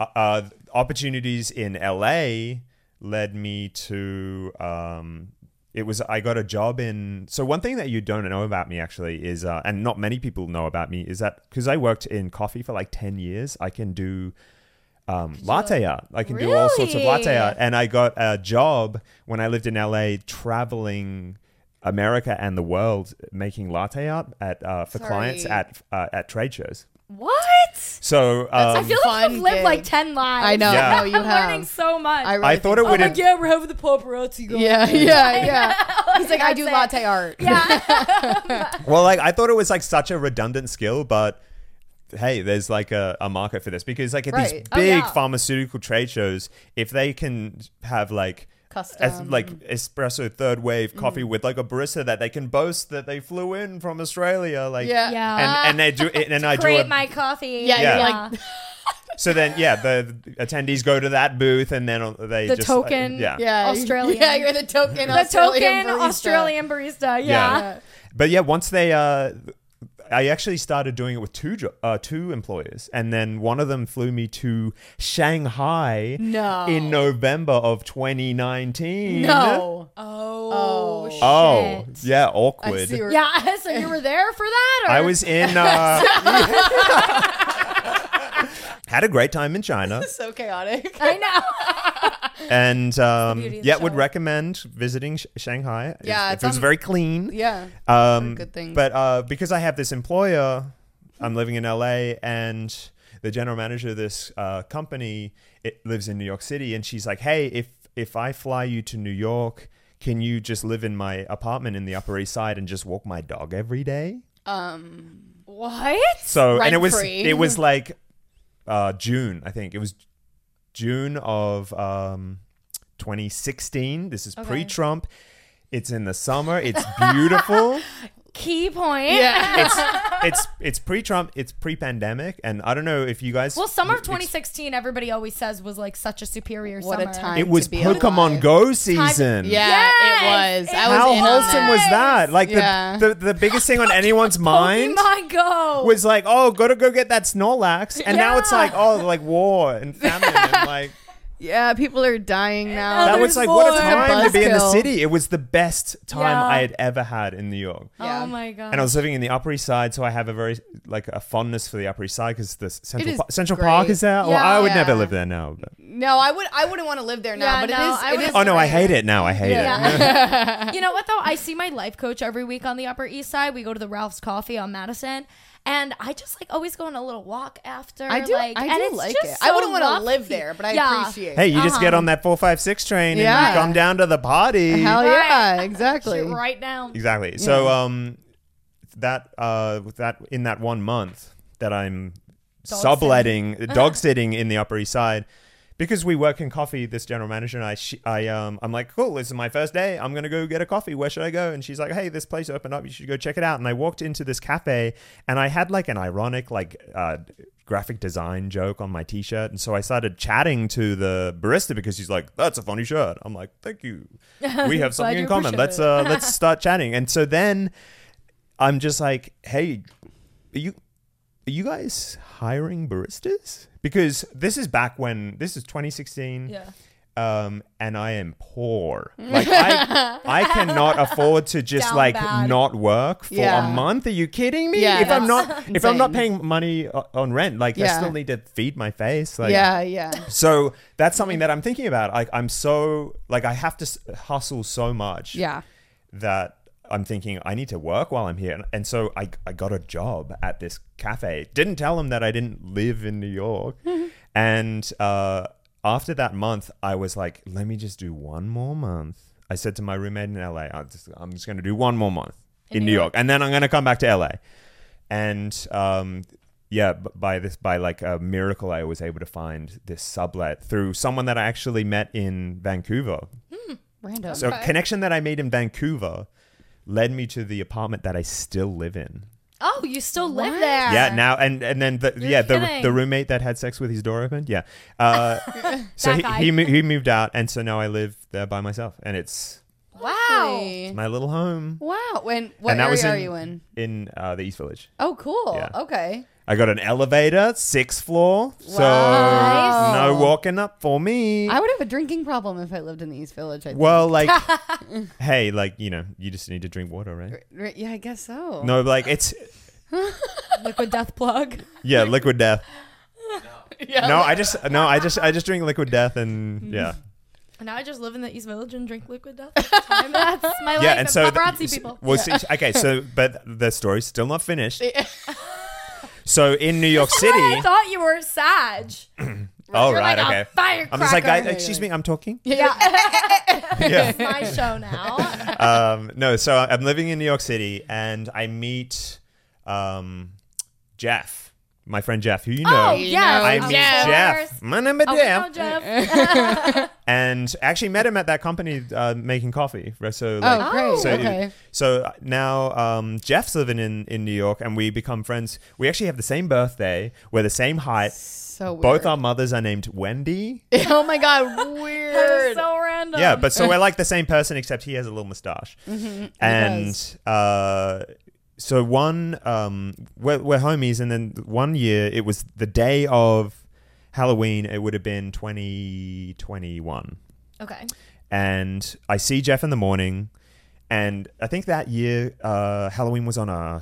Speaker 1: uh, uh opportunities in la led me to um it was i got a job in so one thing that you don't know about me actually is uh and not many people know about me is that because i worked in coffee for like 10 years i can do um, latte art. I can do all sorts of latte
Speaker 3: Really?
Speaker 1: art, and I got a job when I lived in LA, traveling America and the world, making latte art at uh, for clients
Speaker 4: Sorry.
Speaker 1: at uh, at trade shows.
Speaker 3: What?
Speaker 1: So
Speaker 3: I
Speaker 1: um,
Speaker 3: feel like
Speaker 4: Fun
Speaker 3: you've lived
Speaker 4: gig.
Speaker 3: like ten lives.
Speaker 4: I know.
Speaker 1: Yeah.
Speaker 4: No, you
Speaker 3: I'm learning
Speaker 4: have.
Speaker 3: so much.
Speaker 4: I, really
Speaker 1: I thought
Speaker 4: think-
Speaker 1: it would. have
Speaker 3: yeah, we're having the paparazzi going.
Speaker 4: Yeah, yeah, yeah. He's like, I do
Speaker 3: That's it.
Speaker 4: latte art.
Speaker 3: Yeah.
Speaker 1: well, like I thought it was like such a redundant skill, but hey, there's like a, a market for this because like at these big
Speaker 4: Right.
Speaker 3: Oh, yeah.
Speaker 1: pharmaceutical trade shows, if they can have like es-
Speaker 4: Custom.
Speaker 1: like espresso third
Speaker 3: Mm.
Speaker 1: wave coffee with like a barista that they can boast that they flew in from Australia, like
Speaker 4: Yeah.
Speaker 3: Yeah.
Speaker 1: and and they do and, and I do
Speaker 3: Create
Speaker 1: a,
Speaker 3: my coffee.
Speaker 4: Yeah,
Speaker 1: Yeah.
Speaker 4: like-
Speaker 1: so then yeah the, the attendees go to that booth and then uh, they
Speaker 3: The
Speaker 1: just like,
Speaker 3: token.
Speaker 1: yeah
Speaker 4: Yeah.
Speaker 3: Australian.
Speaker 4: Yeah, you're the token
Speaker 3: the
Speaker 4: Australian
Speaker 3: token
Speaker 4: barista.
Speaker 3: Australian barista.
Speaker 1: Yeah.
Speaker 3: Yeah.
Speaker 1: But yeah, once they, uh, I actually started doing it with two jo- uh, two employers, and then one of them flew me to Shanghai
Speaker 4: No.
Speaker 1: in November of 2019.
Speaker 4: No.
Speaker 3: Oh.
Speaker 4: Oh.
Speaker 3: shit.
Speaker 1: Oh, yeah, awkward.
Speaker 4: I see where-
Speaker 3: Yeah. So you were there for that? Or?
Speaker 1: I was in. Uh, had a great time in China,
Speaker 4: So chaotic.
Speaker 3: I know.
Speaker 1: and um,
Speaker 3: beauty of the
Speaker 1: yeah, would
Speaker 3: shower.
Speaker 1: recommend visiting sh- Shanghai. It-
Speaker 4: Yeah,
Speaker 1: it,
Speaker 4: it's
Speaker 1: was
Speaker 4: on-
Speaker 1: very clean.
Speaker 4: Yeah.
Speaker 1: Um,
Speaker 4: good thing.
Speaker 1: But uh, because I have this employer, I'm living in LA, and the general manager of this uh, company it lives in New York City, and she's like, "Hey, if if I fly you to New York, can you just live in my apartment in the Upper East Side and just walk my dog every day?"
Speaker 4: Um.
Speaker 3: What?
Speaker 1: So, and it was
Speaker 4: Rent-free.
Speaker 1: it was like uh, June, I think it was June of um, 2016. This is pre-Trump. It's in the summer. It's beautiful.
Speaker 3: Key point.
Speaker 4: Yeah.
Speaker 1: It's it's it's pre-Trump, it's pre-pandemic, and I don't know if you guys.
Speaker 3: Well, summer of
Speaker 1: ex-
Speaker 3: 2016, everybody always says was like such a superior
Speaker 4: What a
Speaker 3: summer.
Speaker 4: time.
Speaker 1: It was
Speaker 4: to be
Speaker 1: Pokemon
Speaker 4: alive.
Speaker 1: Go season.
Speaker 4: Yeah,
Speaker 3: Yes,
Speaker 4: it was.
Speaker 3: it
Speaker 4: I was
Speaker 1: How
Speaker 4: in on
Speaker 1: wholesome
Speaker 4: that.
Speaker 1: was that? Like
Speaker 4: Yeah.
Speaker 1: the, the the biggest thing on anyone's
Speaker 3: Oh
Speaker 1: mind
Speaker 3: Pokemon Go.
Speaker 1: was like, oh, go to go get that Snorlax, and now it's like, oh, like war and famine, and like
Speaker 4: Yeah, people are dying now.
Speaker 1: that was like
Speaker 3: There's
Speaker 1: what a
Speaker 3: war.
Speaker 1: time to be in the
Speaker 4: Buzzkill.
Speaker 1: city. It was the best time
Speaker 3: Yeah.
Speaker 1: I had ever had in New York.
Speaker 4: Yeah.
Speaker 3: Oh my god.
Speaker 1: And I was living in the Upper East Side, so I have a very like a fondness for the Upper East Side because the s- Central
Speaker 4: is
Speaker 1: Pa- Central
Speaker 4: great.
Speaker 1: Park is there. well,
Speaker 3: Yeah.
Speaker 1: I would never
Speaker 4: Yeah.
Speaker 1: live there now. But.
Speaker 4: No, I would. I wouldn't want to live there now.
Speaker 3: Yeah,
Speaker 4: but
Speaker 3: no, I
Speaker 4: it is.
Speaker 3: would-
Speaker 4: It is
Speaker 1: Oh no, I hate it now. I hate it.
Speaker 3: Yeah. you know what though? I see my life coach every week on the Upper East Side. We go to the Ralph's Coffee on Madison, and I just like always go on a little walk after.
Speaker 4: I do.
Speaker 3: Like,
Speaker 4: I
Speaker 3: and
Speaker 4: do
Speaker 3: it's
Speaker 4: like
Speaker 3: just
Speaker 4: it. I
Speaker 3: so
Speaker 4: wouldn't want to
Speaker 3: rough.
Speaker 4: live there, but I
Speaker 3: Yeah.
Speaker 4: appreciate.
Speaker 1: Hey, you just get
Speaker 3: Uh-huh.
Speaker 1: on that four five six train and
Speaker 4: Yeah.
Speaker 1: you come down to the party.
Speaker 4: it. Hell
Speaker 3: Right.
Speaker 4: yeah,
Speaker 3: Shit
Speaker 4: exactly.
Speaker 3: right now.
Speaker 1: Exactly. So um, that uh, with that in that one month that I'm
Speaker 3: Dog
Speaker 1: subletting, dog sitting in the Upper East Side. Because we work in coffee, this general manager and I, she, I, um, I'm like, cool. This is my first day. I'm gonna go get a coffee. Where should I go? And she's like, hey, this place opened up. You should go check it out. And I walked into this cafe, and I had like an ironic, like, uh, graphic design joke on my T-shirt. And so I started chatting to the barista because she's like, that's a funny shirt. I'm like, thank you. We have something
Speaker 3: you
Speaker 1: in common.
Speaker 3: appreciate
Speaker 1: Let's
Speaker 3: it.
Speaker 1: uh, let's start chatting. And so then I'm just like, hey, are you are you guys hiring baristas? Because this is back when this is 2016.
Speaker 3: Yeah.
Speaker 1: Um, and I am poor. Like I, I cannot afford to just
Speaker 3: Down
Speaker 1: like
Speaker 3: bad.
Speaker 1: not work for
Speaker 4: Yeah.
Speaker 1: a month. Are you kidding me?
Speaker 4: Yeah,
Speaker 1: if I'm
Speaker 4: that's
Speaker 1: not, if I'm not
Speaker 4: insane.
Speaker 1: paying money o- on rent, like I
Speaker 4: Yeah.
Speaker 1: still need to feed my face. Like,
Speaker 4: yeah, yeah.
Speaker 1: So that's something that I'm thinking about. Like I'm so like I have to s- hustle so much
Speaker 4: Yeah.
Speaker 1: that I'm thinking I need to work while I'm here. And, and so I, I got a job at this cafe. Didn't tell them that I didn't live in New York. and uh, after that month, I was like, let me just do one more month. I said to my roommate in LA, I'm just, I'm just going to do one more month in, New York. And then I'm going to come back to LA. And um, yeah, b- by this, by like a miracle, I was able to find this sublet through someone that I actually met in Vancouver.
Speaker 4: Random.
Speaker 1: So a connection that I made in Vancouver led me to the apartment that I still live in.
Speaker 3: Oh, you still live there?
Speaker 1: Yeah, now and and then the yeah the,
Speaker 3: kidding.
Speaker 1: the roommate that had sex with his door opened. Yeah, uh, so
Speaker 3: That
Speaker 1: he
Speaker 3: guy.
Speaker 1: he, mo- he moved out, and so now I live there by myself, and it's
Speaker 3: Wow.
Speaker 1: my little home.
Speaker 4: Wow. When what
Speaker 1: and that
Speaker 4: area
Speaker 1: was in,
Speaker 4: are you in?
Speaker 1: In uh, the East Village.
Speaker 4: Oh, cool.
Speaker 1: Yeah.
Speaker 4: Okay.
Speaker 1: I got an elevator, sixth floor,
Speaker 4: Wow.
Speaker 1: so no walking up for me.
Speaker 4: I would have a drinking problem if I lived in the East Village. I think.
Speaker 1: well, like, hey, like you know, you just need to drink water, right?
Speaker 4: Right, yeah, I guess so.
Speaker 1: No, like it's
Speaker 3: Liquid death plug.
Speaker 1: yeah, liquid death.
Speaker 4: yeah,
Speaker 1: No, I just no, I just I just drink liquid death
Speaker 3: Mm-hmm.
Speaker 1: and yeah.
Speaker 3: And now I just live in the East Village and drink liquid death. all the time. That's my life.
Speaker 1: Yeah, and so
Speaker 3: paparazzi
Speaker 1: th-
Speaker 3: people.
Speaker 1: Well, see, okay, so but the story's still not finished. so in New York
Speaker 3: I
Speaker 1: City,
Speaker 3: thought you were Sag.
Speaker 1: all
Speaker 3: You're
Speaker 1: right,
Speaker 3: like "Oh,
Speaker 1: okay.
Speaker 3: a firecracker.
Speaker 1: I'm just like, guys, excuse me, I'm talking.
Speaker 3: yeah,
Speaker 1: Yeah.
Speaker 3: it's my show now.
Speaker 1: um, no, so I'm living in New York City, and I meet um, Jeff, my friend Jeff, who you know.
Speaker 3: Oh,
Speaker 4: You
Speaker 3: yeah.
Speaker 4: know
Speaker 1: I meet
Speaker 4: of course.
Speaker 1: Jeff. My name is
Speaker 3: Oh,
Speaker 1: Jeff.
Speaker 3: we know Jeff.
Speaker 1: and actually met him at that company uh, making coffee. So like,
Speaker 4: Oh, great.
Speaker 1: so,
Speaker 4: Okay.
Speaker 1: so uh, now um, Jeff's living in in New York, and we become friends. We actually have the same birthday. We're the same height.
Speaker 4: So weird.
Speaker 1: Both our mothers are named Wendy.
Speaker 4: oh my god,
Speaker 3: That was
Speaker 4: weird.
Speaker 3: so random.
Speaker 1: Yeah, but so we're like the same person, except he has a little mustache. And
Speaker 4: Mm-hmm. does.
Speaker 1: uh, so one, um, we're, we're homies, and then one year it was the day of Halloween. It would have been twenty twenty one.
Speaker 3: okay.
Speaker 1: and I see Jeff in the morning. And I think that year, uh, Halloween was on a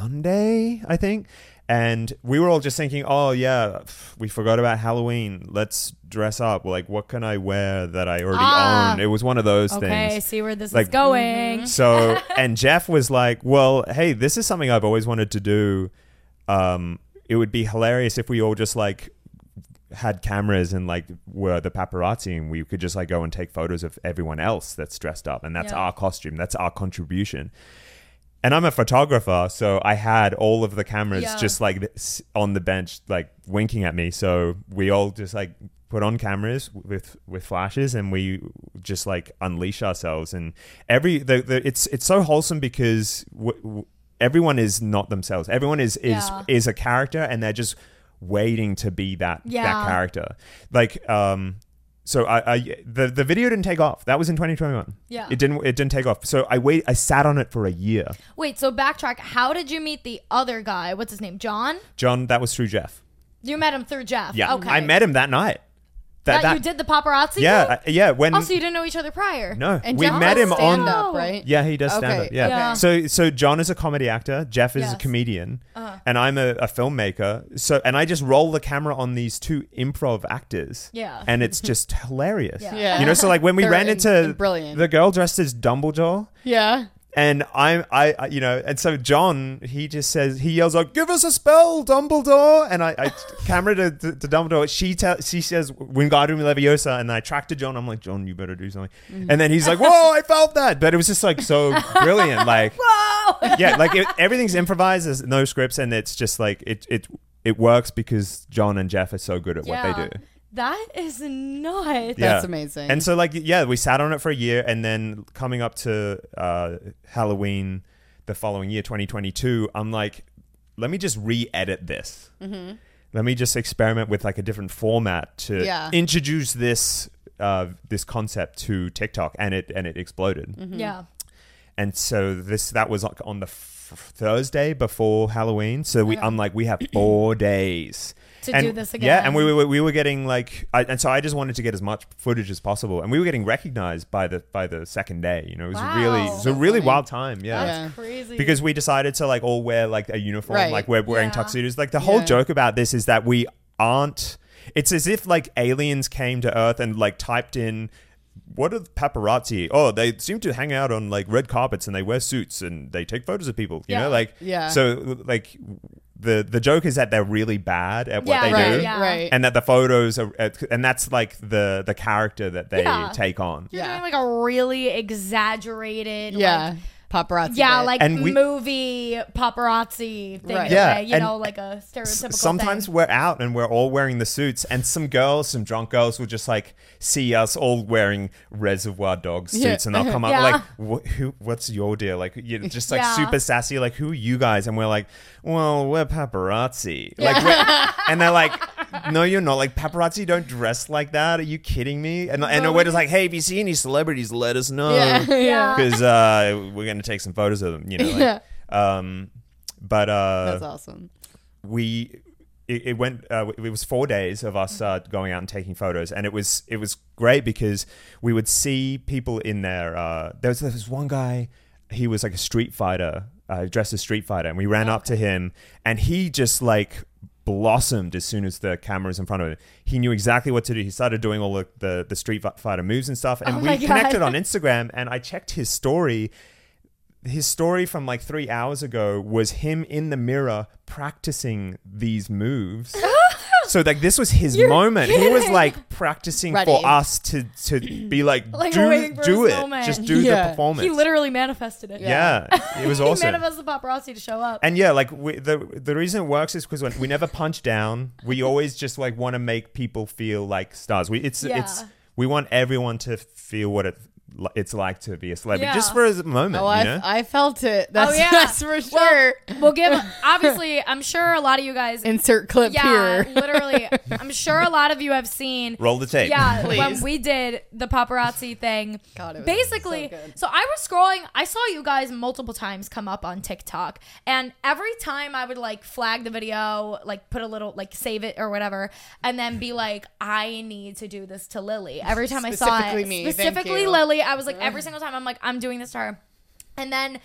Speaker 1: Sunday, I think. And we were all just thinking, oh, yeah, pff, we forgot about Halloween. Let's dress up. Like, what can I wear that I already
Speaker 3: Ah.
Speaker 1: own? It was one of those
Speaker 3: Okay.
Speaker 1: things.
Speaker 3: See where this
Speaker 1: Like-
Speaker 3: is going.
Speaker 1: So, and Jeff was like, "Well, hey, this is something I've always wanted to do. Um, it would be hilarious if we all just like had cameras and like were the paparazzi, and we could just like go and take photos of everyone else that's dressed up, and that's
Speaker 3: Yeah.
Speaker 1: our costume, that's our contribution." And I'm a photographer, so I had all of the cameras
Speaker 3: Yeah.
Speaker 1: just like this on the bench, like winking at me. So we all just like put on cameras with with flashes and we just like unleash ourselves and every the, the it's it's so wholesome because w- w- everyone is not themselves everyone is is
Speaker 3: Yeah.
Speaker 1: is a character and they're just waiting to be that
Speaker 3: Yeah.
Speaker 1: that character like um so I, I the the video didn't take off that was in 2021
Speaker 3: Yeah.
Speaker 1: it didn't it didn't take off so I wait I sat on it for a year
Speaker 3: Wait, so backtrack. How did you meet the other guy? What's his name? John?
Speaker 1: John that was through Jeff
Speaker 3: You met him through Jeff.
Speaker 1: yeah
Speaker 3: Okay.
Speaker 1: I met him that night
Speaker 3: that, you did the paparazzi.
Speaker 1: yeah I- yeah when
Speaker 3: Though? Also, Oh, you didn't know each other prior.
Speaker 1: no
Speaker 4: And
Speaker 1: we
Speaker 4: Jeff
Speaker 1: met
Speaker 4: does
Speaker 1: him on
Speaker 4: stand up,
Speaker 3: Oh.
Speaker 4: right?
Speaker 1: Yeah, he does stand
Speaker 4: Okay,
Speaker 1: up. Yeah.
Speaker 3: yeah.
Speaker 1: So so John is a comedy actor, Jeff is
Speaker 3: Yes. Uh-huh.
Speaker 1: a comedian, and I'm a, a filmmaker. So and I just roll the camera on these two improv actors.
Speaker 3: Yeah.
Speaker 1: And it's just hilarious.
Speaker 3: Yeah.
Speaker 2: Yeah.
Speaker 1: You know, so like when we
Speaker 4: They're
Speaker 1: ran
Speaker 4: in-
Speaker 1: into
Speaker 4: in brilliant.
Speaker 1: the girl dressed as Dumbledore.
Speaker 2: Yeah.
Speaker 1: And I'm, I, I, you know, and so John, he just says, he yells out, "Give us a spell, Dumbledore!" And I, I camera to, to, to Dumbledore. She tell, she says, "Wingardium Leviosa," and I track to John. I'm like, "John, you better do something." And then he's like, "Whoa, I felt that!" But it was just like so brilliant, like
Speaker 3: Whoa.
Speaker 1: yeah, like it, everything's improvised. There's no scripts, and it's just like it, it, it works because John and Jeff are so good at what they do.
Speaker 3: That is nuts.
Speaker 1: Yeah.
Speaker 4: That's amazing.
Speaker 1: And so, like, yeah, we sat on it for a year, and then coming up to uh, Halloween the following year, 2022, I'm like, let me just re-edit this.
Speaker 4: Mm-hmm.
Speaker 1: Let me just experiment with like a different format to
Speaker 4: Yeah.
Speaker 1: introduce this uh, this concept to TikTok, and it and it exploded. Mm-hmm.
Speaker 3: Yeah.
Speaker 1: And so this that was like on the f- Thursday before Halloween. So we, I'm like, we have four days
Speaker 3: To
Speaker 1: And-
Speaker 3: do this
Speaker 1: Yeah, and we
Speaker 3: again.
Speaker 1: were we were getting like, I, and so I just wanted to get as much footage as possible, and we were getting recognized by the by the second day. You know, it was
Speaker 3: Wow.
Speaker 1: really it was a
Speaker 3: So
Speaker 1: really
Speaker 4: funny.
Speaker 1: wild time. Yeah.
Speaker 3: That's
Speaker 4: Yeah.
Speaker 3: crazy.
Speaker 1: Because we decided to like all wear like a uniform,
Speaker 4: Right.
Speaker 1: like we're wearing
Speaker 3: Yeah.
Speaker 1: tuxedos. Like the whole
Speaker 4: Yeah.
Speaker 1: joke about this is that we aren't. It's as if like aliens came to Earth and like typed in, "What are the paparazzi?" Oh, they seem to hang out on like red carpets and they wear suits and they take photos of people. You
Speaker 3: Yeah.
Speaker 1: know, like
Speaker 4: Yeah.
Speaker 1: So like the the joke is that they're really bad at what
Speaker 3: Yeah,
Speaker 1: they
Speaker 4: right,
Speaker 1: do
Speaker 3: Yeah.
Speaker 4: right.
Speaker 1: and that the photos are and that's like the the character that they
Speaker 3: Yeah.
Speaker 1: take on
Speaker 3: you're
Speaker 4: Yeah.
Speaker 3: doing like a really exaggerated.
Speaker 4: yeah.
Speaker 3: Like,
Speaker 4: Paparazzi.
Speaker 3: yeah,
Speaker 4: bit.
Speaker 3: like
Speaker 1: And we-
Speaker 3: movie paparazzi
Speaker 4: Right.
Speaker 3: thing. Right.
Speaker 1: Yeah,
Speaker 3: you
Speaker 1: and
Speaker 3: know, like a
Speaker 1: S-
Speaker 3: stereotypical.
Speaker 1: sometimes
Speaker 3: thing.
Speaker 1: we're out and we're all wearing the suits and some girls some drunk girls will just like see us all wearing reservoir dog
Speaker 4: Yeah.
Speaker 1: suits and they'll come up
Speaker 3: Yeah.
Speaker 1: like what, who what's your deal like you know, just like
Speaker 3: Yeah.
Speaker 1: super sassy like who are you guys and we're like well we're paparazzi like we're, and they're like no you're not like paparazzi don't dress like that are you kidding me and, and we're just like hey if you see any celebrities let us know
Speaker 4: yeah.
Speaker 3: Yeah.
Speaker 1: because uh, we're gonna take some photos of them, you know. Like, Um, but uh,
Speaker 4: That's awesome.
Speaker 1: we it, it went. Uh, it was four days of us uh, going out and taking photos, and it was it was great because we would see people in there. Uh, there was this one guy. He was like a street fighter, uh, dressed as street fighter, and we ran up to him, and he just like blossomed as soon as the camera was in front of him. He knew exactly what to do. He started doing all the the, the street fighter moves and stuff, and
Speaker 3: Oh my
Speaker 1: we
Speaker 3: God.
Speaker 1: connected on Instagram. And I checked his story, his story from like three hours ago was him in the mirror practicing these moves. so like this was his moment. He was like practicing
Speaker 4: Ready.
Speaker 1: for us to to be like,
Speaker 3: Like,
Speaker 1: do
Speaker 3: waiting for
Speaker 1: do
Speaker 3: his
Speaker 1: it,
Speaker 3: moment.
Speaker 1: just do
Speaker 4: Yeah.
Speaker 1: the performance.
Speaker 3: He literally manifested it.
Speaker 1: yeah. it was
Speaker 3: He
Speaker 1: awesome.
Speaker 3: manifested paparazzi to show up.
Speaker 1: And yeah, like we, the the reason it works is because we never punch down. We always just like want to make people feel like stars. We it's
Speaker 3: Yeah.
Speaker 1: it's we want everyone to feel what it it's like to be a celebrity,
Speaker 3: Yeah.
Speaker 1: just for a moment.
Speaker 4: Oh,
Speaker 1: you
Speaker 4: I,
Speaker 1: know?
Speaker 4: I felt it. That's,
Speaker 3: Oh, yeah.
Speaker 4: that's for
Speaker 3: Well,
Speaker 4: sure.
Speaker 3: We'll give. Obviously, I'm sure a lot of you guys.
Speaker 4: Insert clip
Speaker 3: yeah,
Speaker 4: here.
Speaker 3: literally. I'm sure a lot of you have seen.
Speaker 1: Roll the tape.
Speaker 3: Yeah, when
Speaker 4: Please.
Speaker 3: we did the paparazzi thing,
Speaker 4: God, it was
Speaker 3: basically,
Speaker 4: so good.
Speaker 3: so I was scrolling. I saw you guys multiple times come up on TikTok, and every time I would like flag the video, like put a little, like save it or whatever, and then be like, I need to do this to Lily. Every time I saw
Speaker 4: Specifically
Speaker 3: it,
Speaker 4: me, thank
Speaker 3: specifically
Speaker 4: you.
Speaker 3: Lily, I was like, every single time, I'm like, I'm doing this to her, and then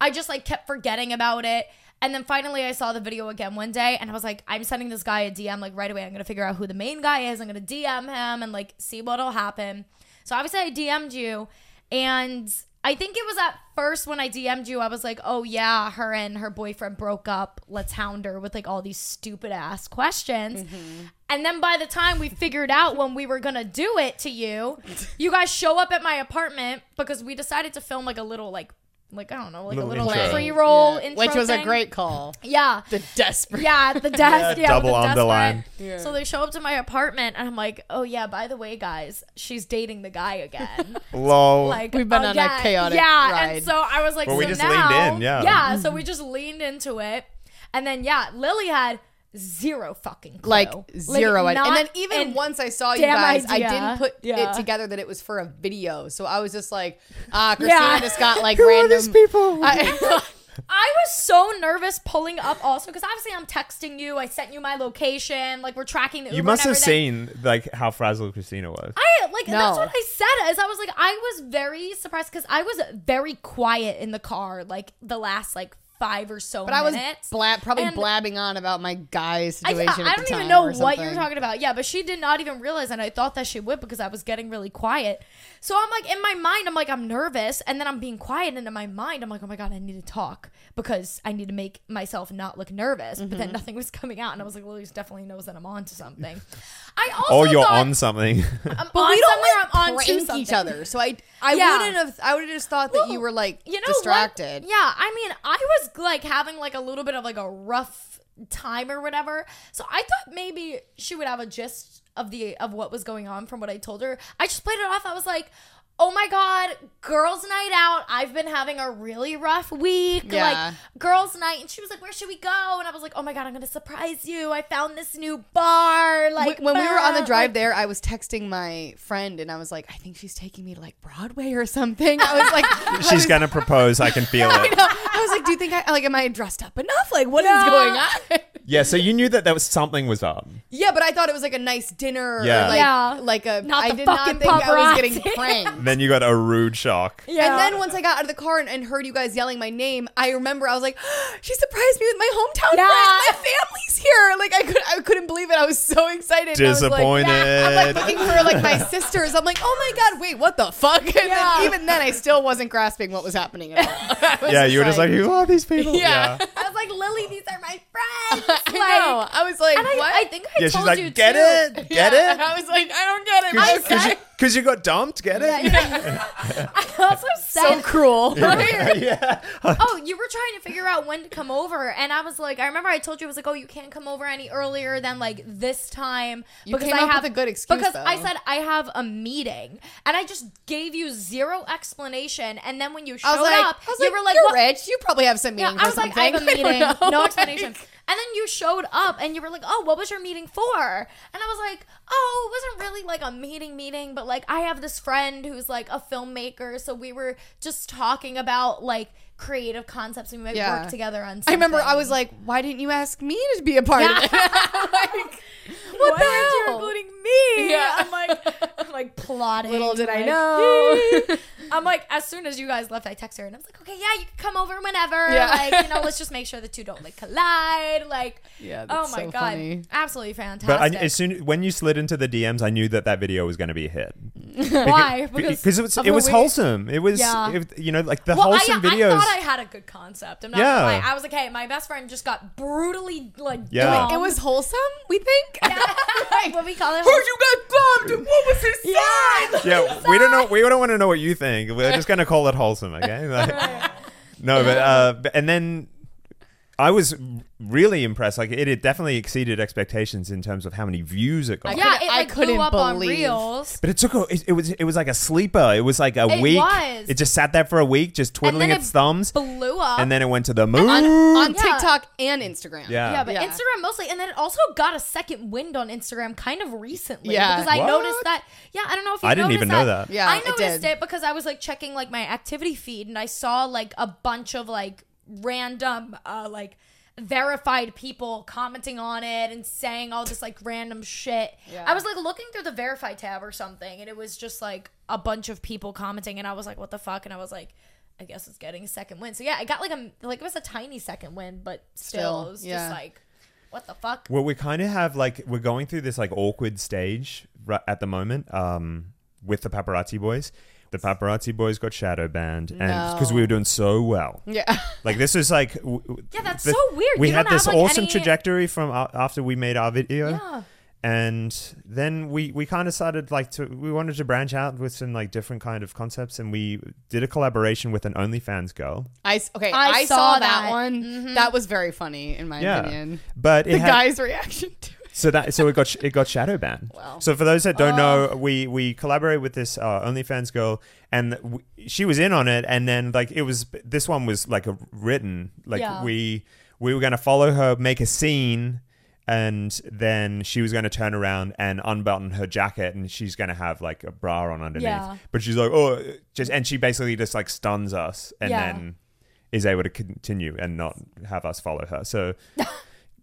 Speaker 3: I just like kept forgetting about it. And then finally, I saw the video again one day, and I was like, I'm sending this guy a DM like right away. I'm gonna figure out who the main guy is. I'm gonna DM him and like see what'll happen. So obviously, I DM'd you, and I think it was at first when I DM'd you, I was like, oh yeah, her and her boyfriend broke up. Let's hound her with like all these stupid ass questions.
Speaker 4: Mm-hmm.
Speaker 3: And then by the time we figured out when we were gonna do it to you, you guys show up at my apartment because we decided to film like a little like like I don't know, like
Speaker 1: Little
Speaker 3: a little
Speaker 1: intro.
Speaker 3: free roll
Speaker 2: Yeah.
Speaker 3: intro,
Speaker 2: Which was a
Speaker 3: thing.
Speaker 2: great call.
Speaker 3: yeah.
Speaker 2: The desperate.
Speaker 3: Yeah, at the desk. Yeah,
Speaker 1: double
Speaker 3: with the
Speaker 1: on the line.
Speaker 3: desperate. So they show up to my apartment, and I'm like, "Oh yeah, by the way, guys, she's dating the guy again."
Speaker 1: Lol.
Speaker 3: like
Speaker 2: We've been on a
Speaker 3: again.
Speaker 2: chaotic
Speaker 3: yeah.
Speaker 2: ride.
Speaker 3: And so I was like,
Speaker 1: Well,
Speaker 3: so
Speaker 1: we just
Speaker 3: now,
Speaker 1: leaned in, yeah.
Speaker 3: yeah. So we just leaned into it, and then yeah, Lily had zero fucking clue.
Speaker 2: Like zero. idea.
Speaker 3: not
Speaker 2: and then
Speaker 4: Even
Speaker 3: an
Speaker 4: once I saw you
Speaker 3: damn
Speaker 4: guys,
Speaker 3: idea.
Speaker 4: I didn't put
Speaker 3: Yeah.
Speaker 4: it together that it was for a video. So I was just like, ah, Christina
Speaker 3: Yeah.
Speaker 4: just got like random.
Speaker 2: people?
Speaker 4: I-
Speaker 3: I was so nervous pulling up also because obviously I'm texting you. I sent you my location. Like we're tracking the Uber
Speaker 1: You must
Speaker 3: and
Speaker 1: have
Speaker 3: everything.
Speaker 1: seen like how frazzled Christina was.
Speaker 3: I like that's
Speaker 2: No.
Speaker 3: what I said. As I was like, I was very surprised because I was very quiet in the car like the last like five or so.
Speaker 4: but I was
Speaker 3: minutes.
Speaker 4: blab- probably
Speaker 3: And-
Speaker 4: blabbing on about my guy
Speaker 3: I, yeah,
Speaker 4: situation. at
Speaker 3: I
Speaker 4: the time
Speaker 3: don't even
Speaker 4: or
Speaker 3: know what you're
Speaker 4: something.
Speaker 3: talking about. Yeah, but she did not even realize, and I thought that she would because I was getting really quiet. So I'm like, in my mind, I'm like, I'm nervous, and then I'm being quiet, and in my mind, I'm like, oh my god, I need to talk because I need to make myself not look nervous. But
Speaker 4: Mm-hmm.
Speaker 3: then nothing was coming out, and I was like, Lily's definitely knows that I'm on to something. I also
Speaker 1: Oh, you're
Speaker 3: thought
Speaker 1: on something.
Speaker 3: I'm
Speaker 4: But
Speaker 3: on
Speaker 4: we don't
Speaker 3: something or
Speaker 4: like
Speaker 3: I'm on to
Speaker 4: prank each
Speaker 3: something.
Speaker 4: other. So I, I
Speaker 3: Yeah.
Speaker 4: wouldn't have. I would have just thought that you were like
Speaker 3: you know what?
Speaker 4: distracted.
Speaker 3: Yeah, I mean, I was like having like a little bit of like a rough time or whatever. So I thought maybe she would have a gist of the of what was going on from what I told her. I just played it off. I was like, "Oh my god, girls' night out. I've been having a really rough week.
Speaker 4: Yeah.
Speaker 3: Like girls' night." And she was like, "Where should we go?" And I was like, "Oh my god, I'm gonna surprise you. I found this new bar." Like
Speaker 4: when we were on the
Speaker 3: blah,
Speaker 4: drive
Speaker 3: like-
Speaker 4: there, I was texting my friend and I was like, I think she's taking me to like Broadway or something. I was like, I
Speaker 1: She's
Speaker 4: was-
Speaker 1: gonna propose. I can feel
Speaker 4: I
Speaker 1: it.
Speaker 4: know. I was like, do you think I like am I dressed up enough? Like, what is going on?
Speaker 1: Yeah. So you knew that there was something was up.
Speaker 4: yeah, but I thought it was like a nice dinner.
Speaker 1: Yeah.
Speaker 4: Or like,
Speaker 3: Yeah.
Speaker 4: Like a.
Speaker 3: Not
Speaker 4: I
Speaker 3: the
Speaker 4: did not
Speaker 3: fucking
Speaker 4: think I was getting
Speaker 3: paparazzi.
Speaker 4: pranked.
Speaker 1: Then you got a rude shock.
Speaker 3: Yeah.
Speaker 4: And then once I got out of the car and, and heard you guys yelling my name, I remember I was like, she surprised me with my hometown
Speaker 3: Yeah.
Speaker 4: friends. My family's here. Like I could I couldn't believe it. I was so excited. And I was like,
Speaker 1: Disappointed.
Speaker 4: I'm like looking for like my sisters. I'm like, oh my god, wait, what the fuck? And then
Speaker 3: Yeah.
Speaker 4: even then, I still wasn't grasping what was happening at all. I was
Speaker 1: yeah, you were just like, who are these people?
Speaker 4: Yeah.
Speaker 1: Yeah,
Speaker 3: I was like, "Lily, these are my friends."
Speaker 4: I
Speaker 3: Like,
Speaker 4: know. I was like,
Speaker 3: And I,
Speaker 4: what?
Speaker 3: I think I
Speaker 1: Yeah,
Speaker 3: told
Speaker 1: she's like,
Speaker 3: you
Speaker 1: get
Speaker 3: too.
Speaker 1: it, get
Speaker 4: Yeah. And
Speaker 1: it,
Speaker 4: I was like, I don't get it.
Speaker 1: because
Speaker 4: Okay.
Speaker 1: you, 'cause you got dumped. Get it?
Speaker 3: I also
Speaker 4: so
Speaker 3: said,
Speaker 4: cruel.
Speaker 1: Yeah.
Speaker 3: "Oh, you were trying to figure out when to come over," and I was like, "I remember I told you I was like, oh, you can't come over any earlier than like this time
Speaker 4: You came up with a good excuse,
Speaker 3: because I
Speaker 4: though.
Speaker 3: said I have a meeting, and I just gave you zero explanation, and then when you showed
Speaker 4: I was like,
Speaker 3: up,
Speaker 4: I was
Speaker 3: you
Speaker 4: like,
Speaker 3: were like,
Speaker 4: you're
Speaker 3: what?
Speaker 4: rich. You probably have some
Speaker 3: Yeah,
Speaker 4: meetings
Speaker 3: I
Speaker 4: or
Speaker 3: was like,
Speaker 4: something.
Speaker 3: I have a meeting,
Speaker 4: don't know.
Speaker 3: no explanation. And then you showed up and you were like, oh, what was your meeting for? And I was like, oh, it wasn't really like a meeting meeting, but like I have this friend who's like a filmmaker. So we were just talking about like creative concepts we might
Speaker 4: Yeah.
Speaker 3: work together on.
Speaker 4: I remember I
Speaker 3: something."
Speaker 4: was like, why didn't you ask me to be a part of it? like, what
Speaker 3: Why
Speaker 4: the
Speaker 3: aren't you
Speaker 4: hell?
Speaker 3: including me?
Speaker 4: Yeah.
Speaker 3: I'm like, I'm like plotting.
Speaker 4: Little did I
Speaker 3: like,
Speaker 4: know.
Speaker 3: I'm like, as soon as you guys left, I text her and I was like, okay, yeah, you can come over whenever.
Speaker 4: Yeah.
Speaker 3: Like, you know, let's just make sure the two don't like collide. Like,
Speaker 4: Yeah,
Speaker 3: oh
Speaker 4: that's
Speaker 3: my
Speaker 4: so
Speaker 3: god,
Speaker 4: funny.
Speaker 3: absolutely fantastic.
Speaker 1: But I, as soon when you slid into the DMs, I knew that that video was going to be a hit.
Speaker 3: Why?
Speaker 1: Because,
Speaker 3: Because-
Speaker 1: because it was
Speaker 3: of
Speaker 1: it
Speaker 3: her
Speaker 1: was
Speaker 3: wig?
Speaker 1: wholesome. It was
Speaker 3: Yeah.
Speaker 1: it- you know like the
Speaker 3: well, I,
Speaker 1: wholesome videos.
Speaker 3: I thought I had a good concept. I'm not
Speaker 1: Yeah.
Speaker 3: yeah. I was like, hey, my best friend just got brutally like
Speaker 1: Yeah.
Speaker 3: dumped.
Speaker 4: It was wholesome, we think.
Speaker 3: like what we call it.
Speaker 4: Heard you got bombed. What was his sign?
Speaker 1: yeah, we don't know. We don't want to know what you think. We're just going to call it wholesome, okay? Like, no, but uh, but- and then I was really impressed. Like it, it definitely exceeded expectations in terms of how many views it got.
Speaker 3: yeah,
Speaker 4: couldn't-
Speaker 3: it
Speaker 4: I
Speaker 3: like
Speaker 4: couldn't
Speaker 3: blew up
Speaker 4: believe.
Speaker 3: on reels.
Speaker 1: But it took a, it, it was it was like a sleeper. It was like a
Speaker 3: It
Speaker 1: week.
Speaker 3: was.
Speaker 1: It just sat there for a week, just twiddling
Speaker 3: then
Speaker 1: its
Speaker 3: it
Speaker 1: thumbs,
Speaker 3: Blew up.
Speaker 1: and then it went to the moon.
Speaker 4: On, on
Speaker 3: Yeah.
Speaker 4: TikTok and Instagram.
Speaker 1: yeah.
Speaker 3: Yeah, but
Speaker 4: Yeah.
Speaker 3: Instagram mostly, and then it also got a second wind on Instagram kind of recently.
Speaker 4: Yeah.
Speaker 3: because I
Speaker 1: What?
Speaker 3: noticed that. Yeah, I don't know if you
Speaker 1: I didn't even know
Speaker 3: noticed
Speaker 1: that.
Speaker 4: Yeah,
Speaker 3: I
Speaker 4: it
Speaker 3: noticed
Speaker 4: did.
Speaker 3: it, because I was like checking like my activity feed, and I saw like a bunch of like random uh like verified people commenting on it and saying all this like random shit.
Speaker 4: Yeah.
Speaker 3: I was like looking through the verify tab or something and it was just like a bunch of people commenting and I was like what the fuck and I was like I guess it's getting a second win. So yeah, I got like a like it was a tiny second win but still,
Speaker 4: Still,
Speaker 3: it was
Speaker 4: yeah.
Speaker 3: just like what the fuck?
Speaker 1: Well, we kind of have like we're going through this like awkward stage right at the moment um, with the paparazzi boys. The paparazzi boys got shadow banned, and because we were doing so well,
Speaker 4: Yeah.
Speaker 1: like this is like w- w-
Speaker 3: Yeah, that's
Speaker 1: the-
Speaker 3: so weird.
Speaker 1: We
Speaker 3: You
Speaker 1: had
Speaker 3: don't
Speaker 1: this
Speaker 3: have, like,
Speaker 1: awesome
Speaker 3: any-
Speaker 1: trajectory from uh, after we made our video,
Speaker 3: Yeah.
Speaker 1: and then we we kind of started like to we wanted to branch out with some like different kind of concepts and we did a collaboration with an OnlyFans girl.
Speaker 4: I s- okay.
Speaker 3: I
Speaker 4: I, saw,
Speaker 3: saw
Speaker 4: that, Mm-hmm.
Speaker 3: that.
Speaker 4: one. That was very funny in my opinion.
Speaker 1: But it
Speaker 4: The
Speaker 1: had,
Speaker 4: guy's reaction to it.
Speaker 1: so that so it got it got shadow banned.
Speaker 4: Wow.
Speaker 1: So for those that don't
Speaker 3: Oh.
Speaker 1: know, we we collaborated with this uh, OnlyFans girl, and w- she was in on it. And then like it was this one was like a written like
Speaker 3: Yeah.
Speaker 1: we we were gonna follow her, make a scene, and then she was gonna turn around and unbutton her jacket, and she's gonna have like a bra on underneath.
Speaker 3: Yeah.
Speaker 1: But she's like, oh, just and she basically just like stuns us, and
Speaker 3: Yeah.
Speaker 1: then is able to continue and not have us follow her. So.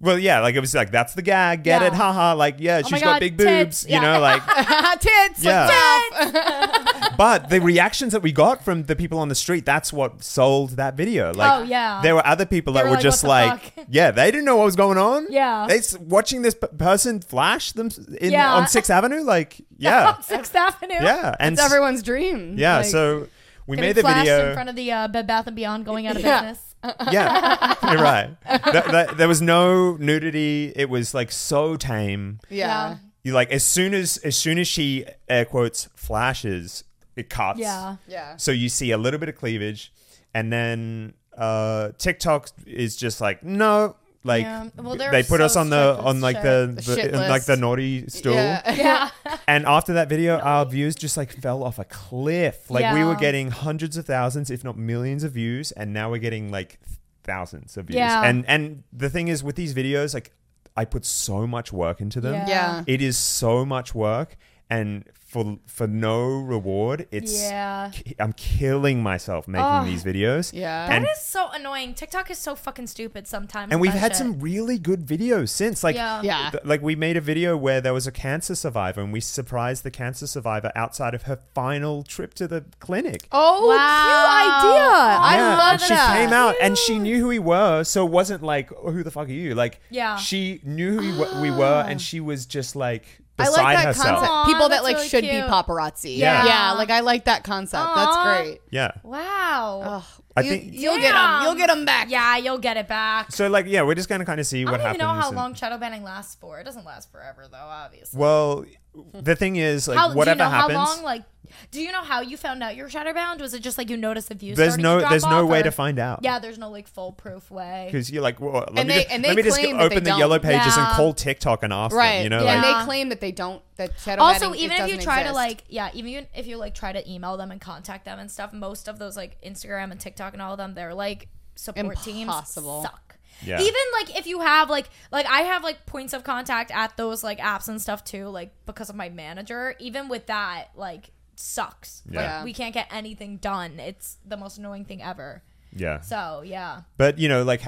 Speaker 1: Well, yeah, like it was like that's the gag, get
Speaker 3: Yeah. Oh
Speaker 1: it, haha. Like, yeah, she's
Speaker 3: my
Speaker 1: got
Speaker 3: God,
Speaker 1: big
Speaker 3: tits,
Speaker 1: boobs, you know, like.
Speaker 4: Tits.
Speaker 1: Yeah.
Speaker 4: Like,
Speaker 1: But the reactions that we got from the people on the street, that's what sold that video. Like,
Speaker 3: Oh, yeah.
Speaker 1: there were other people that
Speaker 3: were
Speaker 1: were,
Speaker 3: like,
Speaker 1: just
Speaker 3: "What the
Speaker 1: like,
Speaker 3: fuck?"
Speaker 1: yeah, they didn't know what was going on.
Speaker 3: Yeah.
Speaker 1: they s- watching this p- person flash them in
Speaker 3: Yeah.
Speaker 1: on Sixth Avenue, like, yeah,
Speaker 3: Sixth Avenue.
Speaker 1: yeah, and
Speaker 4: it's
Speaker 1: s-
Speaker 4: everyone's dream.
Speaker 1: yeah.
Speaker 4: Like,
Speaker 1: so we
Speaker 3: Getting
Speaker 1: made the
Speaker 3: flashed
Speaker 1: video.
Speaker 3: in front of the uh, Bed Bath and Beyond going out of
Speaker 4: Yeah.
Speaker 3: business.
Speaker 1: yeah, you're right. Th- th- there was no nudity. It was like so tame.
Speaker 4: yeah.
Speaker 1: you like as soon as as soon as she air quotes flashes it cuts
Speaker 3: Yeah.
Speaker 4: Yeah.
Speaker 1: so you see a little bit of cleavage and then uh tiktok is just like no like
Speaker 3: Yeah. Well, they're
Speaker 1: they put
Speaker 3: so
Speaker 1: us on the
Speaker 3: strict with
Speaker 1: on like
Speaker 3: shit.
Speaker 1: the,
Speaker 4: The
Speaker 1: the-
Speaker 4: shit
Speaker 1: in, like
Speaker 4: list.
Speaker 1: the naughty stool
Speaker 4: Yeah.
Speaker 3: Yeah.
Speaker 1: and after that video our views just like fell off a cliff like we
Speaker 3: Yeah.
Speaker 1: were getting hundreds of thousands if not millions of views and now we're getting like thousands of views
Speaker 3: Yeah.
Speaker 1: and and the thing is with these videos like i put so much work into them
Speaker 3: Yeah.
Speaker 4: Yeah.
Speaker 1: it is so much work and for for no reward it's
Speaker 3: yeah.
Speaker 1: ki- i'm killing myself making
Speaker 3: Oh.
Speaker 1: these videos
Speaker 4: Yeah.
Speaker 1: and
Speaker 3: That is so annoying. TikTok is so fucking stupid sometimes.
Speaker 1: and we've
Speaker 3: about
Speaker 1: had
Speaker 3: shit.
Speaker 1: some really good videos since like
Speaker 3: Yeah.
Speaker 4: Yeah.
Speaker 1: th- like we made a video where there was a cancer survivor and we surprised the cancer survivor outside of her final trip to the clinic
Speaker 4: Oh,
Speaker 3: Wow.
Speaker 4: cute idea. I
Speaker 1: Yeah,
Speaker 4: love
Speaker 1: and she
Speaker 4: that.
Speaker 1: came out and she knew who we were, so it wasn't like, oh, who the fuck are you? Like,
Speaker 3: Yeah.
Speaker 1: she knew who we were, we were and she was just like
Speaker 4: I
Speaker 1: beside
Speaker 4: like that
Speaker 1: herself.
Speaker 4: concept.
Speaker 3: Aw,
Speaker 4: People that
Speaker 3: that's
Speaker 4: like
Speaker 3: really
Speaker 4: should be
Speaker 3: cute.
Speaker 4: paparazzi.
Speaker 1: Yeah.
Speaker 4: Yeah, like I like that concept.
Speaker 3: Aw.
Speaker 4: That's great.
Speaker 1: Yeah.
Speaker 3: Wow.
Speaker 4: Ugh.
Speaker 1: I
Speaker 4: you,
Speaker 1: think-
Speaker 4: you'll get them.
Speaker 3: Damn.
Speaker 4: You'll get them back.
Speaker 3: Yeah, you'll get it back.
Speaker 1: So like, yeah, we're just gonna kind of see
Speaker 3: I
Speaker 1: what
Speaker 3: don't even
Speaker 1: happens.
Speaker 3: know how
Speaker 1: and-
Speaker 3: long shadow banning lasts for. It doesn't last forever though, obviously.
Speaker 1: Well, the thing is, like,
Speaker 3: how
Speaker 1: whatever
Speaker 3: do you know
Speaker 1: happens,
Speaker 3: how long? Like, do you know how you found out you're shadow bound? Was it just like you noticed the views?
Speaker 1: there's
Speaker 3: started
Speaker 1: no
Speaker 3: to drop
Speaker 1: there's no
Speaker 3: off,
Speaker 1: way
Speaker 3: or-
Speaker 1: to find out.
Speaker 3: Yeah, there's no like foolproof way.
Speaker 1: Because you're like, well, let
Speaker 4: And
Speaker 1: me
Speaker 4: they-
Speaker 1: just,
Speaker 4: and
Speaker 1: let
Speaker 4: they
Speaker 1: me just
Speaker 4: claim that they
Speaker 1: open the yellow
Speaker 4: don't.
Speaker 1: pages and
Speaker 3: Yeah.
Speaker 1: call TikTok and ask
Speaker 4: Right.
Speaker 1: them. You know,
Speaker 4: And
Speaker 1: like,
Speaker 3: Yeah.
Speaker 4: they claim that they don't that shadow
Speaker 3: Also,
Speaker 4: banning, it
Speaker 3: even if you
Speaker 4: doesn't
Speaker 3: try to
Speaker 4: exist.
Speaker 3: like, yeah, even if you like try to email them and contact them and stuff, most of those like Instagram and TikTok and all of them, they're like support
Speaker 4: Impossible.
Speaker 3: teams suck.
Speaker 1: Yeah.
Speaker 3: Even like if you have like like I have like points of contact at those like apps and stuff too, like because of my manager. Even with that, like sucks.
Speaker 1: Yeah.
Speaker 3: Like we can't get anything done. It's the most annoying thing ever.
Speaker 1: yeah.
Speaker 3: So yeah.
Speaker 1: But you know, like,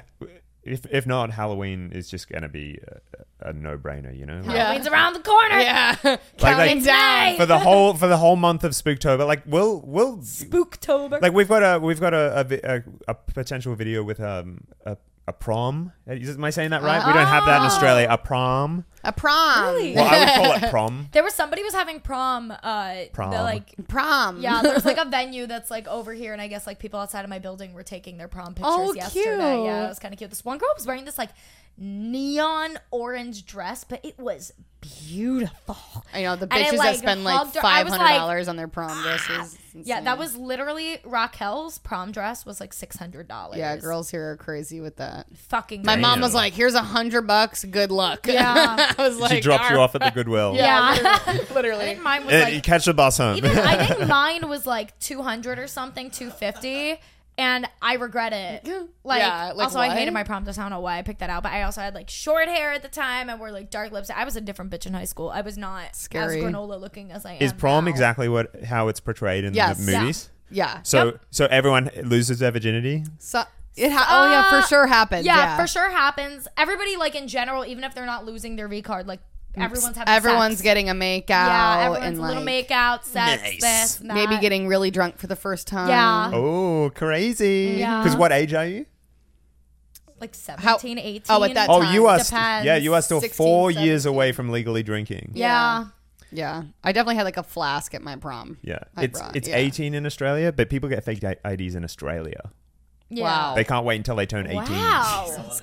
Speaker 1: if if not, Halloween is just gonna be a, a no brainer. You know, Like,
Speaker 4: Yeah.
Speaker 3: Halloween's around the corner.
Speaker 4: yeah,
Speaker 1: Like, like,
Speaker 4: counting down.
Speaker 1: for the whole for the whole month of Spooktober, like we'll we'll
Speaker 3: Spooktober.
Speaker 1: like we've got a we've got a a, vi- a, a potential video with um a, a prom. Is, am I saying that right? we don't have that in Australia. A prom.
Speaker 4: A prom.
Speaker 1: Well, I would call it prom.
Speaker 3: there was somebody was having prom uh the,
Speaker 1: Prom.
Speaker 3: like
Speaker 4: Prom.
Speaker 3: Yeah, there's like a venue that's like over here, and I guess like people outside of my building were taking their prom pictures
Speaker 4: Oh,
Speaker 3: yesterday.
Speaker 4: cute.
Speaker 3: Yeah, it was kind of cute. This one girl was wearing this like neon orange dress, but it was beautiful.
Speaker 4: I know the
Speaker 3: And it,
Speaker 4: bitches
Speaker 3: like,
Speaker 4: that spend like
Speaker 3: hugged her- I
Speaker 4: five
Speaker 3: was
Speaker 4: hundred
Speaker 3: like, "Ah."
Speaker 4: dollars on their prom dresses. It's
Speaker 3: Yeah,
Speaker 4: insane.
Speaker 3: that was literally Raquel's prom dress was like six hundred dollars.
Speaker 4: Yeah, girls here are crazy with that.
Speaker 3: fucking.
Speaker 4: My mom
Speaker 1: Damn.
Speaker 4: was like, "Here's a hundred bucks. Good luck."
Speaker 3: Yeah.
Speaker 4: I was like,
Speaker 1: she drops you
Speaker 4: "Arr."
Speaker 1: off at the Goodwill.
Speaker 3: Yeah, I
Speaker 4: literally.
Speaker 3: think mine was
Speaker 1: And you
Speaker 3: like.
Speaker 1: catch the bus home.
Speaker 3: Even I think mine was like two hundred or something, two fifty. And I regret it. Like,
Speaker 4: Yeah, like
Speaker 3: also, I
Speaker 4: what?
Speaker 3: hated my prom dress. I don't know why I picked that out, but I also had like short hair at the time and wore like dark lips. I was a different bitch in high school. I was not
Speaker 4: Scary.
Speaker 3: as granola looking as I am.
Speaker 1: is prom
Speaker 3: now.
Speaker 1: exactly what how it's portrayed in
Speaker 4: Yes.
Speaker 1: the movies?
Speaker 4: Yeah.
Speaker 1: So so everyone loses their virginity.
Speaker 4: So it ha- oh yeah,
Speaker 3: Uh,
Speaker 4: for sure happened.
Speaker 3: Yeah,
Speaker 4: Yeah,
Speaker 3: for sure happens. Everybody, like in general, even if they're not losing their V card, like everyone's having
Speaker 4: Everyone's
Speaker 3: sex.
Speaker 4: getting a makeout
Speaker 3: yeah, everyone's
Speaker 4: and
Speaker 3: a little
Speaker 4: like
Speaker 3: makeout, sex,
Speaker 1: Nice.
Speaker 3: this, and
Speaker 4: maybe
Speaker 3: that.
Speaker 4: getting really drunk for the first time.
Speaker 3: Yeah.
Speaker 1: Oh, crazy!
Speaker 3: Yeah.
Speaker 1: Because what age are you?
Speaker 3: like 17, 18.
Speaker 4: Oh, at that
Speaker 1: Oh,
Speaker 4: Time
Speaker 1: you are. St-
Speaker 3: depends.
Speaker 1: yeah, you are still
Speaker 4: 16,
Speaker 1: four years away from legally drinking.
Speaker 3: Yeah.
Speaker 4: yeah. I definitely had like a flask at my prom.
Speaker 1: Yeah,
Speaker 4: I
Speaker 1: it's
Speaker 4: brought-
Speaker 1: it's
Speaker 4: yeah.
Speaker 1: 18 in Australia, but people get fake I- IDs in Australia.
Speaker 3: yeah.
Speaker 4: Wow.
Speaker 1: They can't wait until they turn 18.
Speaker 3: Wow.
Speaker 5: Well, I don't know.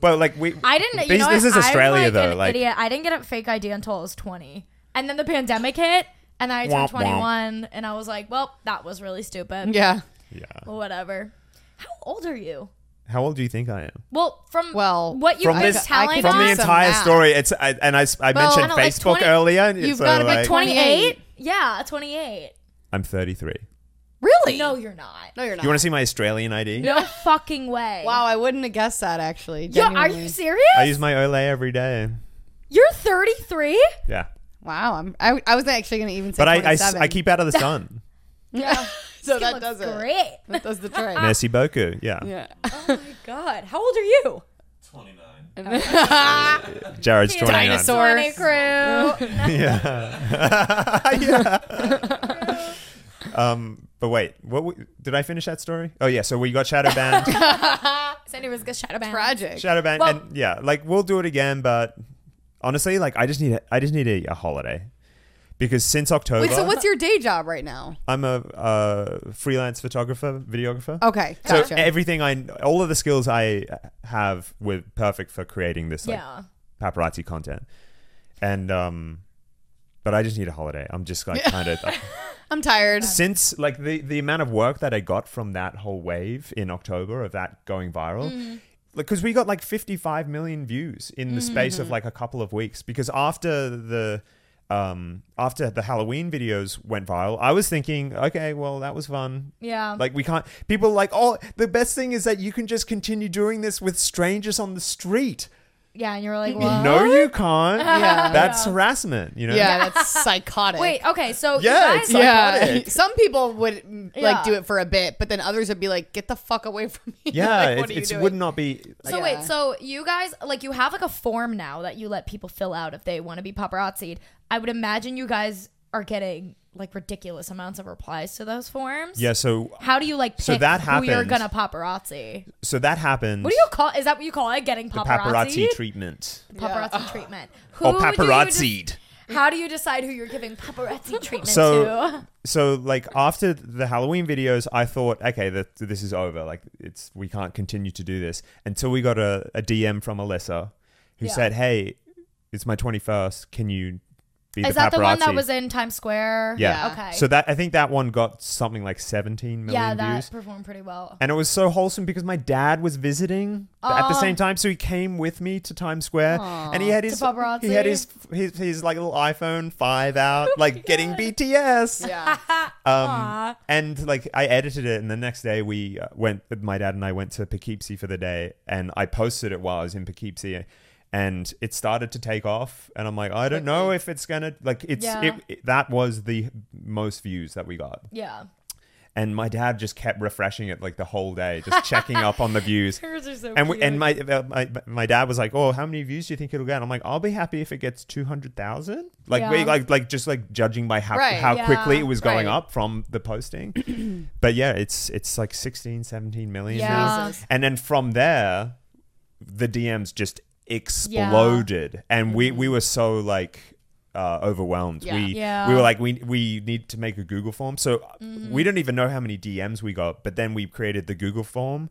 Speaker 1: But like we,
Speaker 3: I didn't. You
Speaker 1: these-
Speaker 3: know
Speaker 1: this
Speaker 3: what?
Speaker 1: is Australia
Speaker 3: I'm like
Speaker 1: though.
Speaker 3: An
Speaker 1: Like
Speaker 3: idiot. I didn't get a fake ID until I was 20, and then the pandemic hit, and I turned
Speaker 1: Womp womp.
Speaker 3: 21, and I was like, "Well, that was really stupid."
Speaker 4: Yeah.
Speaker 1: yeah.
Speaker 3: Well, whatever. How old are you?
Speaker 1: How old do you think I am?
Speaker 3: Well, from
Speaker 4: Well,
Speaker 3: what you
Speaker 1: from
Speaker 3: keep
Speaker 1: this-
Speaker 4: I
Speaker 3: telling
Speaker 4: can-
Speaker 1: From the
Speaker 4: Awesome
Speaker 3: us,
Speaker 1: entire
Speaker 4: math.
Speaker 1: story, it's I, and I, s- I
Speaker 4: Well,
Speaker 1: mentioned
Speaker 4: I
Speaker 3: don't like
Speaker 1: Facebook
Speaker 3: 20
Speaker 1: earlier. and
Speaker 4: You've
Speaker 1: so,
Speaker 4: gotta be
Speaker 1: like,
Speaker 4: 20
Speaker 3: 28. Yeah, 28.
Speaker 1: I'm 33.
Speaker 4: Really?
Speaker 3: No, you're not.
Speaker 4: No, you're not.
Speaker 1: You want to see my Australian ID?
Speaker 3: No fucking way.
Speaker 4: Wow, I wouldn't have guessed that actually.
Speaker 3: Yo, are
Speaker 4: genuinely.
Speaker 3: you serious?
Speaker 1: I use my Olay every day.
Speaker 3: You're 33?
Speaker 1: Yeah,
Speaker 4: Wow, I'm, I, I was actually going to even say
Speaker 1: but I, I s-
Speaker 4: 27.
Speaker 1: I keep out of the sun.
Speaker 3: Yeah.
Speaker 4: so
Speaker 3: That
Speaker 4: that does it.
Speaker 3: great.
Speaker 4: That does the trick.
Speaker 1: Merci beaucoup. Yeah.
Speaker 4: Ah. Yeah.
Speaker 3: Oh my god. How old are you?
Speaker 5: 29.
Speaker 1: Jared's joining
Speaker 4: Dinosaur.
Speaker 3: Twenty crew.
Speaker 1: on. Yeah. yeah. um, but wait, what w- did I finish that story? Oh yeah, so we got shadow banned.
Speaker 3: Sandy was gonna shadow ban.
Speaker 4: Tragic.
Speaker 1: shadow banned,
Speaker 3: Well-
Speaker 1: and yeah, like we'll do it again. But honestly, like I just need a, I just need a, a holiday because since October,
Speaker 4: Wait, so what's your day job right now?
Speaker 1: I'm a uh, freelance photographer, videographer.
Speaker 4: Okay.
Speaker 1: So
Speaker 4: Oh,
Speaker 1: eh,
Speaker 4: Gotcha.
Speaker 1: everything I, all of the skills I have were perfect for creating this like
Speaker 3: Yeah.
Speaker 1: paparazzi content, and um, but I just need a holiday. I'm just like kind of
Speaker 4: I'm tired.
Speaker 1: since like the the amount of work that I got from that whole wave in October of that going viral. Because we got like 55 million views in the space of like a couple of weeks. Because after the um, after the Halloween videos went viral, I was thinking, okay, well that was fun.
Speaker 3: Yeah.
Speaker 1: Like we can't. People are like, oh, the best thing is that you can just continue doing this with strangers on the street.
Speaker 3: yeah, and you were like, well,
Speaker 1: No, you can't.
Speaker 4: Yeah.
Speaker 1: That's harassment. You know.
Speaker 4: Yeah, that's psychotic.
Speaker 3: Wait, okay, so
Speaker 1: Yeah,
Speaker 3: you guys
Speaker 1: it's like- psychotic.
Speaker 4: Yeah. Some people would mm, like
Speaker 3: Yeah.
Speaker 4: do it for a bit, but then others would be like, "Get the fuck away from me."
Speaker 1: Yeah,
Speaker 4: like, what are you
Speaker 1: it, it
Speaker 4: doing?
Speaker 1: would not be.
Speaker 3: So
Speaker 4: Yeah.
Speaker 3: wait, so you guys like you have like a form now that you let people fill out if they want to be paparazzi'd. I would imagine you guys are getting like ridiculous amounts of replies to those forms.
Speaker 1: Yeah, so
Speaker 3: How do you like pick
Speaker 1: So that
Speaker 3: who you're
Speaker 1: happens.
Speaker 3: gonna paparazzi?
Speaker 1: so that happens.
Speaker 3: What do you call? Is that what you call it? Getting
Speaker 1: the
Speaker 3: paparazzi,
Speaker 1: paparazzi Oh, treatment
Speaker 3: paparazzi treatment. Who
Speaker 1: or
Speaker 3: do you de-
Speaker 1: paparazzied?
Speaker 3: how do you decide who you're giving paparazzi treatment
Speaker 1: So-
Speaker 3: to?
Speaker 1: So like after the Halloween videos, I thought, okay, that this is over. Like it's we can't continue to do this until we got a, a DM from Alyssa, who
Speaker 3: Yeah.
Speaker 1: said, "Hey, it's my twenty first. Can you be the paparazzi?"
Speaker 3: Is that the one that was in Times Square?
Speaker 1: Yeah.
Speaker 4: Yeah.
Speaker 3: Okay.
Speaker 1: So that I think that one got something like 17 million
Speaker 3: yeah, that
Speaker 1: views.
Speaker 3: performed pretty well.
Speaker 1: And it was so wholesome because my dad was visiting at the
Speaker 3: Aw.
Speaker 1: same time, so he came with me to Times Square, and he had his
Speaker 3: paparazzi.
Speaker 1: he had his, his his like little iPhone five out, like getting BTS.
Speaker 4: Yeah.
Speaker 1: Um, and like I edited it, and the next day we uh, went. My dad and I went to Poughkeepsie for the day, and I posted it while I was in Poughkeepsie, and it started to take off. And I'm like, I don't know if it's gonna like it's
Speaker 3: Yeah.
Speaker 1: it, it- that was the most views that we got,
Speaker 3: Yeah.
Speaker 1: and my dad just kept refreshing it like the whole day, just checking up on the views. And we, and my, uh, my my dad was like, "Oh, how many views do you think it'll get?" I'm like, "I'll be happy if it gets two hundred thousand. Like,
Speaker 3: Yeah.
Speaker 1: we, like, like just like judging by how
Speaker 4: Right,
Speaker 1: how
Speaker 3: yeah,
Speaker 1: quickly it was going
Speaker 4: right.
Speaker 1: up from the posting. but yeah, it's it's like 16, 17 million. views.
Speaker 3: Yeah.
Speaker 4: Jesus.
Speaker 1: And then from there, the DMs just exploded, and we we were so like. Uh, overwhelmed.
Speaker 4: Yeah.
Speaker 1: We
Speaker 3: Yeah.
Speaker 1: we were like we we need to make a Google form. So we don't even know how many DMs we got, but then we created the Google form.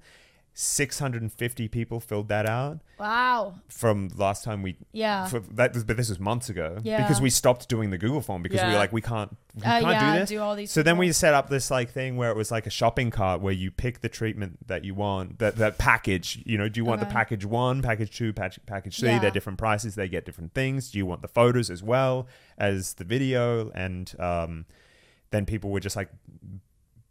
Speaker 1: 650 people filled that out
Speaker 3: Wow.
Speaker 1: from last time we
Speaker 3: Yeah.
Speaker 1: for, that was, but this was months ago
Speaker 3: Yeah.
Speaker 1: because we stopped doing the Google form because we were
Speaker 4: Yeah.
Speaker 1: like we can't we
Speaker 3: Uh,
Speaker 1: can't
Speaker 3: yeah,
Speaker 1: do this.
Speaker 3: do all these
Speaker 1: so then we
Speaker 3: people.
Speaker 1: set up this like thing where it was like a shopping cart where you pick the treatment that you want that that package. You know, do you want the
Speaker 3: Okay.
Speaker 1: package one, package two, package package three?
Speaker 3: Uh-huh. Yeah.
Speaker 1: They're different prices. They get different things. Do you want the photos as well as the video? And um, then people were just like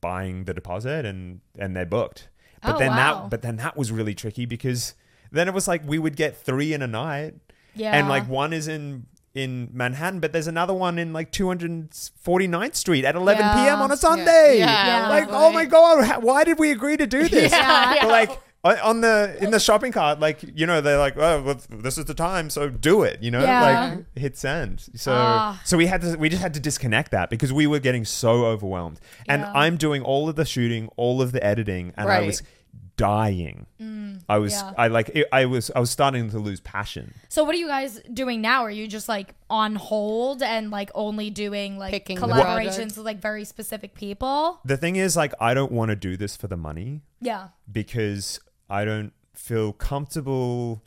Speaker 1: buying the deposit and and they're booked. But
Speaker 3: Oh,
Speaker 1: then
Speaker 3: wow.
Speaker 1: that but then that was really tricky because then it was like we would get three in a night
Speaker 3: Yeah.
Speaker 1: and like one is in in Manhattan, but there's another one in like 249th Street at 11
Speaker 3: Yeah.
Speaker 1: p.m. on a Sunday.
Speaker 4: Yeah,
Speaker 1: Like,
Speaker 4: lovely.
Speaker 1: oh my god, ha- why did we agree to do this?
Speaker 3: Yeah.
Speaker 1: But, like on- on the in the shopping cart, like you know, they're like, oh, well, this is the time, so do it. You know,
Speaker 3: Yeah.
Speaker 1: like hit send. So
Speaker 3: Ah.
Speaker 1: so we had to we just had to disconnect that because we were getting so overwhelmed, and
Speaker 3: Yeah.
Speaker 1: I'm doing all of the shooting, all of the editing, and I
Speaker 4: Right.
Speaker 1: was dying. I was
Speaker 3: Mm. yeah.
Speaker 1: I like it, I was I was starting to lose passion.
Speaker 3: So what are you guys doing now? Are you just like on hold and like only doing like
Speaker 4: Picking the
Speaker 3: collaborations
Speaker 4: project.
Speaker 3: with like very specific people?
Speaker 1: The thing is, like, I don't want to do this for the money
Speaker 3: Yeah.
Speaker 1: because I don't feel comfortable.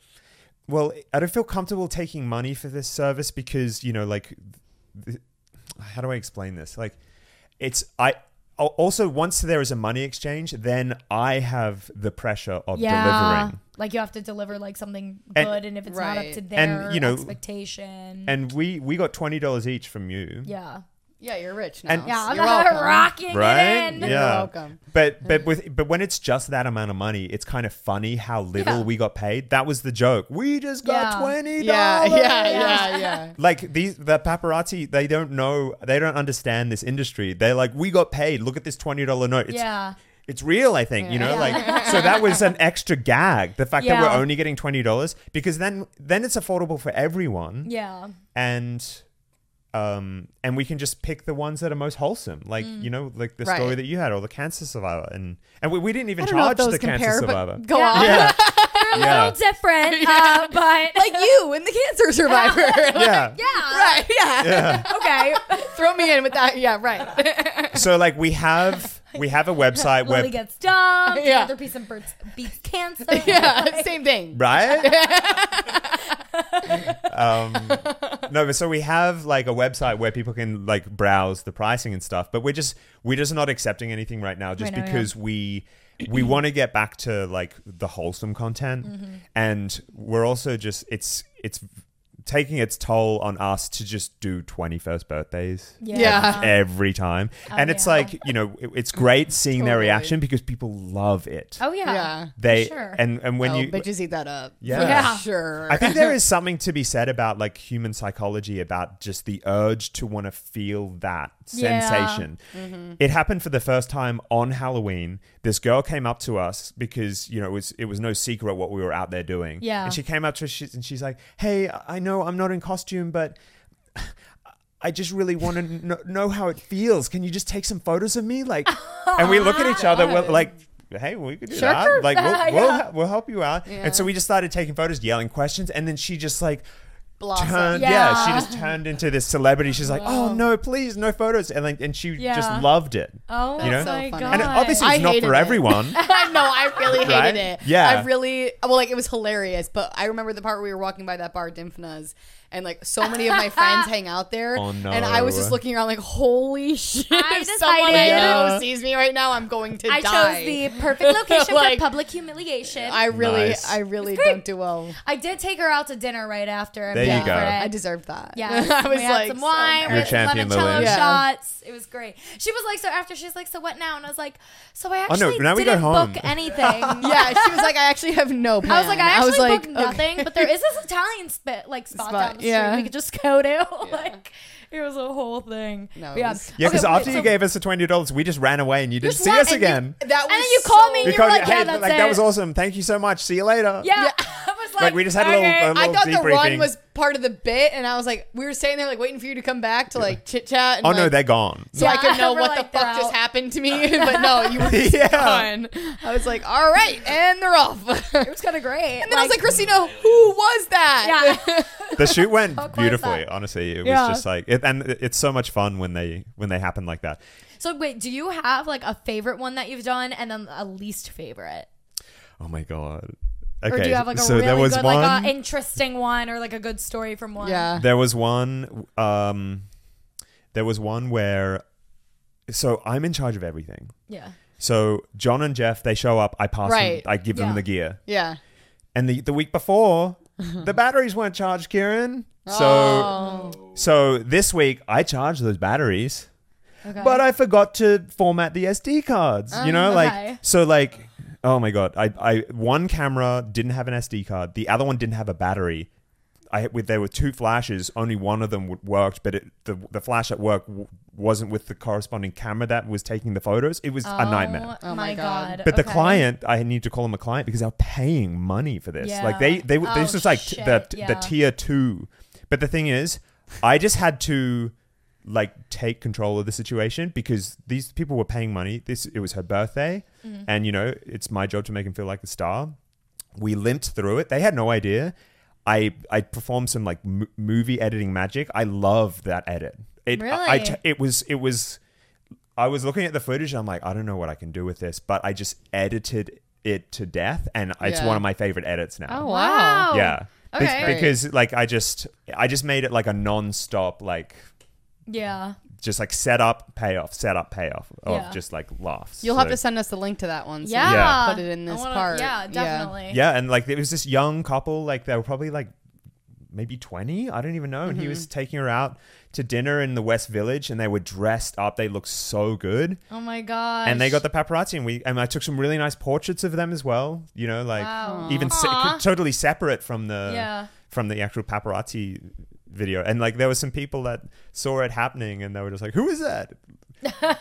Speaker 1: Well, I don't feel comfortable taking money for this service because you know, like, th- how do I explain this? Like, it's I. al- Also, once there is a money exchange, then I have the pressure of
Speaker 3: yeah.
Speaker 1: delivering.
Speaker 3: Like you have to deliver like something
Speaker 1: And-
Speaker 3: good, and if it's not up
Speaker 4: Right.
Speaker 3: to
Speaker 4: And,
Speaker 3: their
Speaker 1: you know-
Speaker 3: expectation,
Speaker 1: And we we got twenty dollars each from you.
Speaker 3: yeah,
Speaker 4: Yeah, you're rich now.
Speaker 1: And-
Speaker 3: yeah, I'm
Speaker 4: you're
Speaker 3: not
Speaker 4: welcome.
Speaker 3: rocking
Speaker 1: Right?
Speaker 3: it in.
Speaker 4: You're
Speaker 1: Yeah.
Speaker 4: welcome.
Speaker 1: But but with but when it's just that amount of money, it's kind of funny how little
Speaker 3: Yeah.
Speaker 1: we got paid. That was the joke. We just got
Speaker 3: Yeah.
Speaker 1: twenty dollars.
Speaker 4: Yeah, yeah,
Speaker 3: Yeah.
Speaker 4: yeah, yeah.
Speaker 1: Like these the paparazzi, they don't know they don't understand this industry. They're like, We got paid, look at this twenty dollar note. It's
Speaker 3: Yeah,
Speaker 1: it's real, I think, you know,
Speaker 3: Yeah.
Speaker 1: like so that was an extra gag. The fact that
Speaker 3: Yeah.
Speaker 1: we're only getting twenty dollars because then then it's affordable for everyone
Speaker 3: yeah,
Speaker 1: and um and we can just pick the ones that are most wholesome like you know like the
Speaker 4: Mm. Right.
Speaker 1: story that you had or the cancer survivor and and we, we didn't even
Speaker 4: I don't know
Speaker 1: charge
Speaker 4: if those
Speaker 1: the
Speaker 4: compare,
Speaker 1: cancer survivor
Speaker 4: but go
Speaker 3: Yeah.
Speaker 4: on.
Speaker 1: yeah
Speaker 3: a
Speaker 1: yeah
Speaker 3: little different, uh, but
Speaker 4: Like you and the cancer survivor.
Speaker 1: yeah
Speaker 3: yeah,
Speaker 4: right, yeah.
Speaker 1: yeah
Speaker 3: okay.
Speaker 4: Throw me in with that. Yeah, right.
Speaker 1: so like we have we have a website
Speaker 3: Lily
Speaker 1: where
Speaker 3: gets dumped.
Speaker 4: Yeah.
Speaker 3: Another piece of birds beats cancer.
Speaker 4: Yeah, same thing.
Speaker 1: right um no but so we have like a website where people can like browse the pricing and stuff but we're just we're just not accepting anything right now just
Speaker 3: Right now, yeah.
Speaker 1: because we we want to get back to like the wholesome content
Speaker 3: Mm-hmm.
Speaker 1: and we're also just it's it's taking its toll on us to just do 21st birthdays
Speaker 4: Yeah.
Speaker 1: every time and it's
Speaker 3: Oh, yeah.
Speaker 1: like you know it- it's great seeing their
Speaker 4: Totally.
Speaker 1: reaction because people love it
Speaker 3: Oh yeah.
Speaker 4: Yeah.
Speaker 1: they
Speaker 3: sure.
Speaker 1: and and when
Speaker 4: oh,
Speaker 1: you
Speaker 4: bitches eat that up.
Speaker 1: Yeah.
Speaker 4: For
Speaker 3: Yeah.
Speaker 4: Sure.
Speaker 1: I think there is something to be said about like human psychology about just the urge to want to feel that
Speaker 3: Yeah. Mm-hmm.
Speaker 1: sensation. It happened for the first time on Halloween. This girl came up to us because you know it was it was no secret what we were out there doing.
Speaker 3: Yeah.
Speaker 1: and she came up to us she- and she's like, "Hey, I know I'm not in costume, but." I just really want to kn- know how it feels. Can you just take some photos of me? Like, and we look at each other. We're like, "Hey, we could do
Speaker 3: Sure.
Speaker 1: that. Like, we'll,
Speaker 3: Yeah.
Speaker 1: we'll, he- we'll help you out."
Speaker 4: Yeah.
Speaker 1: And so we just started taking photos, yelling questions, and then she just like
Speaker 4: Blossom.
Speaker 1: turned. Yeah.
Speaker 3: Yeah.
Speaker 1: she just turned into this celebrity. She's like, "Oh no, please, no photos," and like, and she
Speaker 3: Yeah.
Speaker 1: just loved it.
Speaker 3: Oh
Speaker 1: You know?
Speaker 3: my
Speaker 4: So funny.
Speaker 3: god.
Speaker 1: And obviously, it's
Speaker 4: I
Speaker 1: not
Speaker 4: hated
Speaker 1: for
Speaker 4: it.
Speaker 1: everyone.
Speaker 4: no, I really hated
Speaker 1: Right?
Speaker 4: it.
Speaker 1: Yeah.
Speaker 4: I really well, like it was hilarious. But I remember the part where we were walking by that bar, Dimphna's, and like so many of my friends hang out there.
Speaker 1: Oh, no.
Speaker 4: And I was just looking around, like, holy shit!
Speaker 3: I
Speaker 4: If
Speaker 3: decided-
Speaker 4: someone I
Speaker 1: Yeah.
Speaker 4: know sees me right now, I'm going to
Speaker 3: I
Speaker 4: die.
Speaker 3: chose the perfect location
Speaker 4: Like-
Speaker 3: for public humiliation.
Speaker 4: I
Speaker 3: I,
Speaker 4: really,
Speaker 1: Nice.
Speaker 4: I really don't do well.
Speaker 3: did take her out to dinner right after. and
Speaker 1: There you
Speaker 3: we had
Speaker 1: go.
Speaker 3: bread.
Speaker 4: I deserved that.
Speaker 3: Yeah,
Speaker 4: I was
Speaker 3: we had
Speaker 4: like
Speaker 3: some
Speaker 4: so
Speaker 3: wine, we
Speaker 1: You're
Speaker 3: had some
Speaker 1: champion,
Speaker 3: limoncello
Speaker 1: Lily.
Speaker 4: Yeah.
Speaker 3: shots. It was great. She was like, so after she's like, so what now? And I was like, so I
Speaker 1: Oh, no,
Speaker 3: actually
Speaker 1: now we go
Speaker 3: didn't
Speaker 1: home.
Speaker 3: book anything.
Speaker 4: bad. yeah, she was like, I actually have no plan.
Speaker 3: I was like, I actually
Speaker 4: was like,
Speaker 3: booked
Speaker 4: okay.
Speaker 3: nothing, but there is this Italian spit like spot,
Speaker 4: Spot,
Speaker 3: down the street
Speaker 4: yeah.
Speaker 3: we could just go to. like it was a whole thing.
Speaker 4: No,
Speaker 3: But
Speaker 4: it
Speaker 3: yeah,
Speaker 4: was-
Speaker 1: Yeah,
Speaker 3: Okay,
Speaker 1: because
Speaker 3: wait,
Speaker 1: after you
Speaker 3: so-
Speaker 1: gave us the twenty dollars, we just ran away and you didn't
Speaker 3: Just
Speaker 1: see
Speaker 3: left
Speaker 1: us
Speaker 3: and you-
Speaker 1: again.
Speaker 4: That was
Speaker 3: then you called
Speaker 4: so-
Speaker 3: me,
Speaker 1: We
Speaker 3: you
Speaker 1: called
Speaker 3: were like, yeah, that's
Speaker 1: like that was
Speaker 3: it."
Speaker 1: awesome. Thank you so much. See you later.
Speaker 3: Yeah, I was like,
Speaker 1: Like, we just had a little- um,
Speaker 3: okay.
Speaker 1: a
Speaker 4: I
Speaker 1: little
Speaker 4: thought the
Speaker 1: debriefing.
Speaker 4: run was part of the bit, and I was like, we were sitting there like waiting for you to come back to like chit chat.
Speaker 1: Oh no, they're gone.
Speaker 4: so I could know
Speaker 3: We're
Speaker 4: what
Speaker 3: like,
Speaker 4: the
Speaker 3: they're
Speaker 4: fuck just
Speaker 3: out.
Speaker 4: happened to me. but no, you were just
Speaker 1: Yeah.
Speaker 4: gone. I was like, all right, and they're off. and
Speaker 3: it
Speaker 4: then
Speaker 3: was kind of great.
Speaker 4: I was like, Christina, who was that?
Speaker 3: yeah,
Speaker 1: the shoot went
Speaker 3: How cool is
Speaker 1: beautifully.
Speaker 3: that?
Speaker 1: Honestly, it
Speaker 3: Yeah.
Speaker 1: was just like, it, and it- it's so much fun when they when they happen like that.
Speaker 3: So wait, do you have like a favorite one that you've done and then a least favorite?
Speaker 1: Oh my god.
Speaker 3: Or
Speaker 1: Okay,
Speaker 3: do you have like a
Speaker 1: so
Speaker 3: really
Speaker 1: there was
Speaker 3: good,
Speaker 1: one.
Speaker 3: like a interesting one or like a good story from one?
Speaker 1: there was one. Um, there was one where. So I'm in charge of everything.
Speaker 3: Yeah.
Speaker 1: So John and Jeff, they show up. I pass
Speaker 4: Right.
Speaker 1: them. I give
Speaker 3: Yeah.
Speaker 1: them the gear.
Speaker 4: yeah.
Speaker 1: And the the week before, the batteries weren't charged, Kieran. So
Speaker 4: Oh.
Speaker 1: so this week I charged those batteries.
Speaker 3: Okay. Um,
Speaker 1: but I forgot to format the SD cards. you know,
Speaker 3: okay.
Speaker 1: like so, like oh my god, I, I one camera didn't have an SD card, the other one didn't have a battery. I with there were two flashes, only one of them w- worked, but it, the the flash at work w- wasn't with the corresponding camera that was taking the photos. It was a nightmare.
Speaker 3: Oh my
Speaker 4: my
Speaker 3: god.
Speaker 4: God.
Speaker 1: But the
Speaker 3: Okay.
Speaker 1: client, I need to call him a client because they're paying money for this. Like
Speaker 3: Yeah.
Speaker 1: they, they,
Speaker 3: Oh,
Speaker 1: this was like t- the
Speaker 3: shit,
Speaker 1: t-
Speaker 3: yeah.
Speaker 1: the tier two. But the thing is, I just had to like take control of the situation because these people were paying money. This it was her birthday,
Speaker 3: Mm.
Speaker 1: and you know it's my job to make him feel like a star. We limped through it. They had no idea. I I performed some like m- movie editing magic. I love that edit. It I, I
Speaker 3: Really?
Speaker 1: t- it was it was I was looking at the footage and I'm like, I don't know what I can do with this, but I just edited it to death, and it's
Speaker 4: Yeah.
Speaker 1: one of my favorite edits now.
Speaker 2: Oh wow.
Speaker 3: Wow.
Speaker 1: Yeah. Be-
Speaker 3: Okay.
Speaker 4: Great.
Speaker 1: Because like I just I just made it like a non-stop like
Speaker 3: Yeah.
Speaker 1: just like set up payoff set up payoff of
Speaker 3: Yeah.
Speaker 1: just like laughs.
Speaker 4: You'll have
Speaker 1: So-
Speaker 4: to send us the link to that one. So
Speaker 3: Yeah.
Speaker 1: Yeah.
Speaker 4: Put it in
Speaker 3: I
Speaker 4: this
Speaker 3: wanna-
Speaker 4: part.
Speaker 3: Yeah, definitely.
Speaker 1: Yeah, and like it was this young couple, like they were probably like maybe 20, I don't even know, and he was taking her out to dinner in the West Village and they were dressed up. They looked so good.
Speaker 3: Oh my gosh.
Speaker 1: And they got the paparazzi and we and I took some really nice portraits of them as well, you know, like
Speaker 3: Wow.
Speaker 1: even se-
Speaker 3: Aw.
Speaker 1: totally separate from the
Speaker 3: Yeah.
Speaker 1: from the actual paparazzi video. And like there were some people that saw it happening and they were just like, "Who is that?"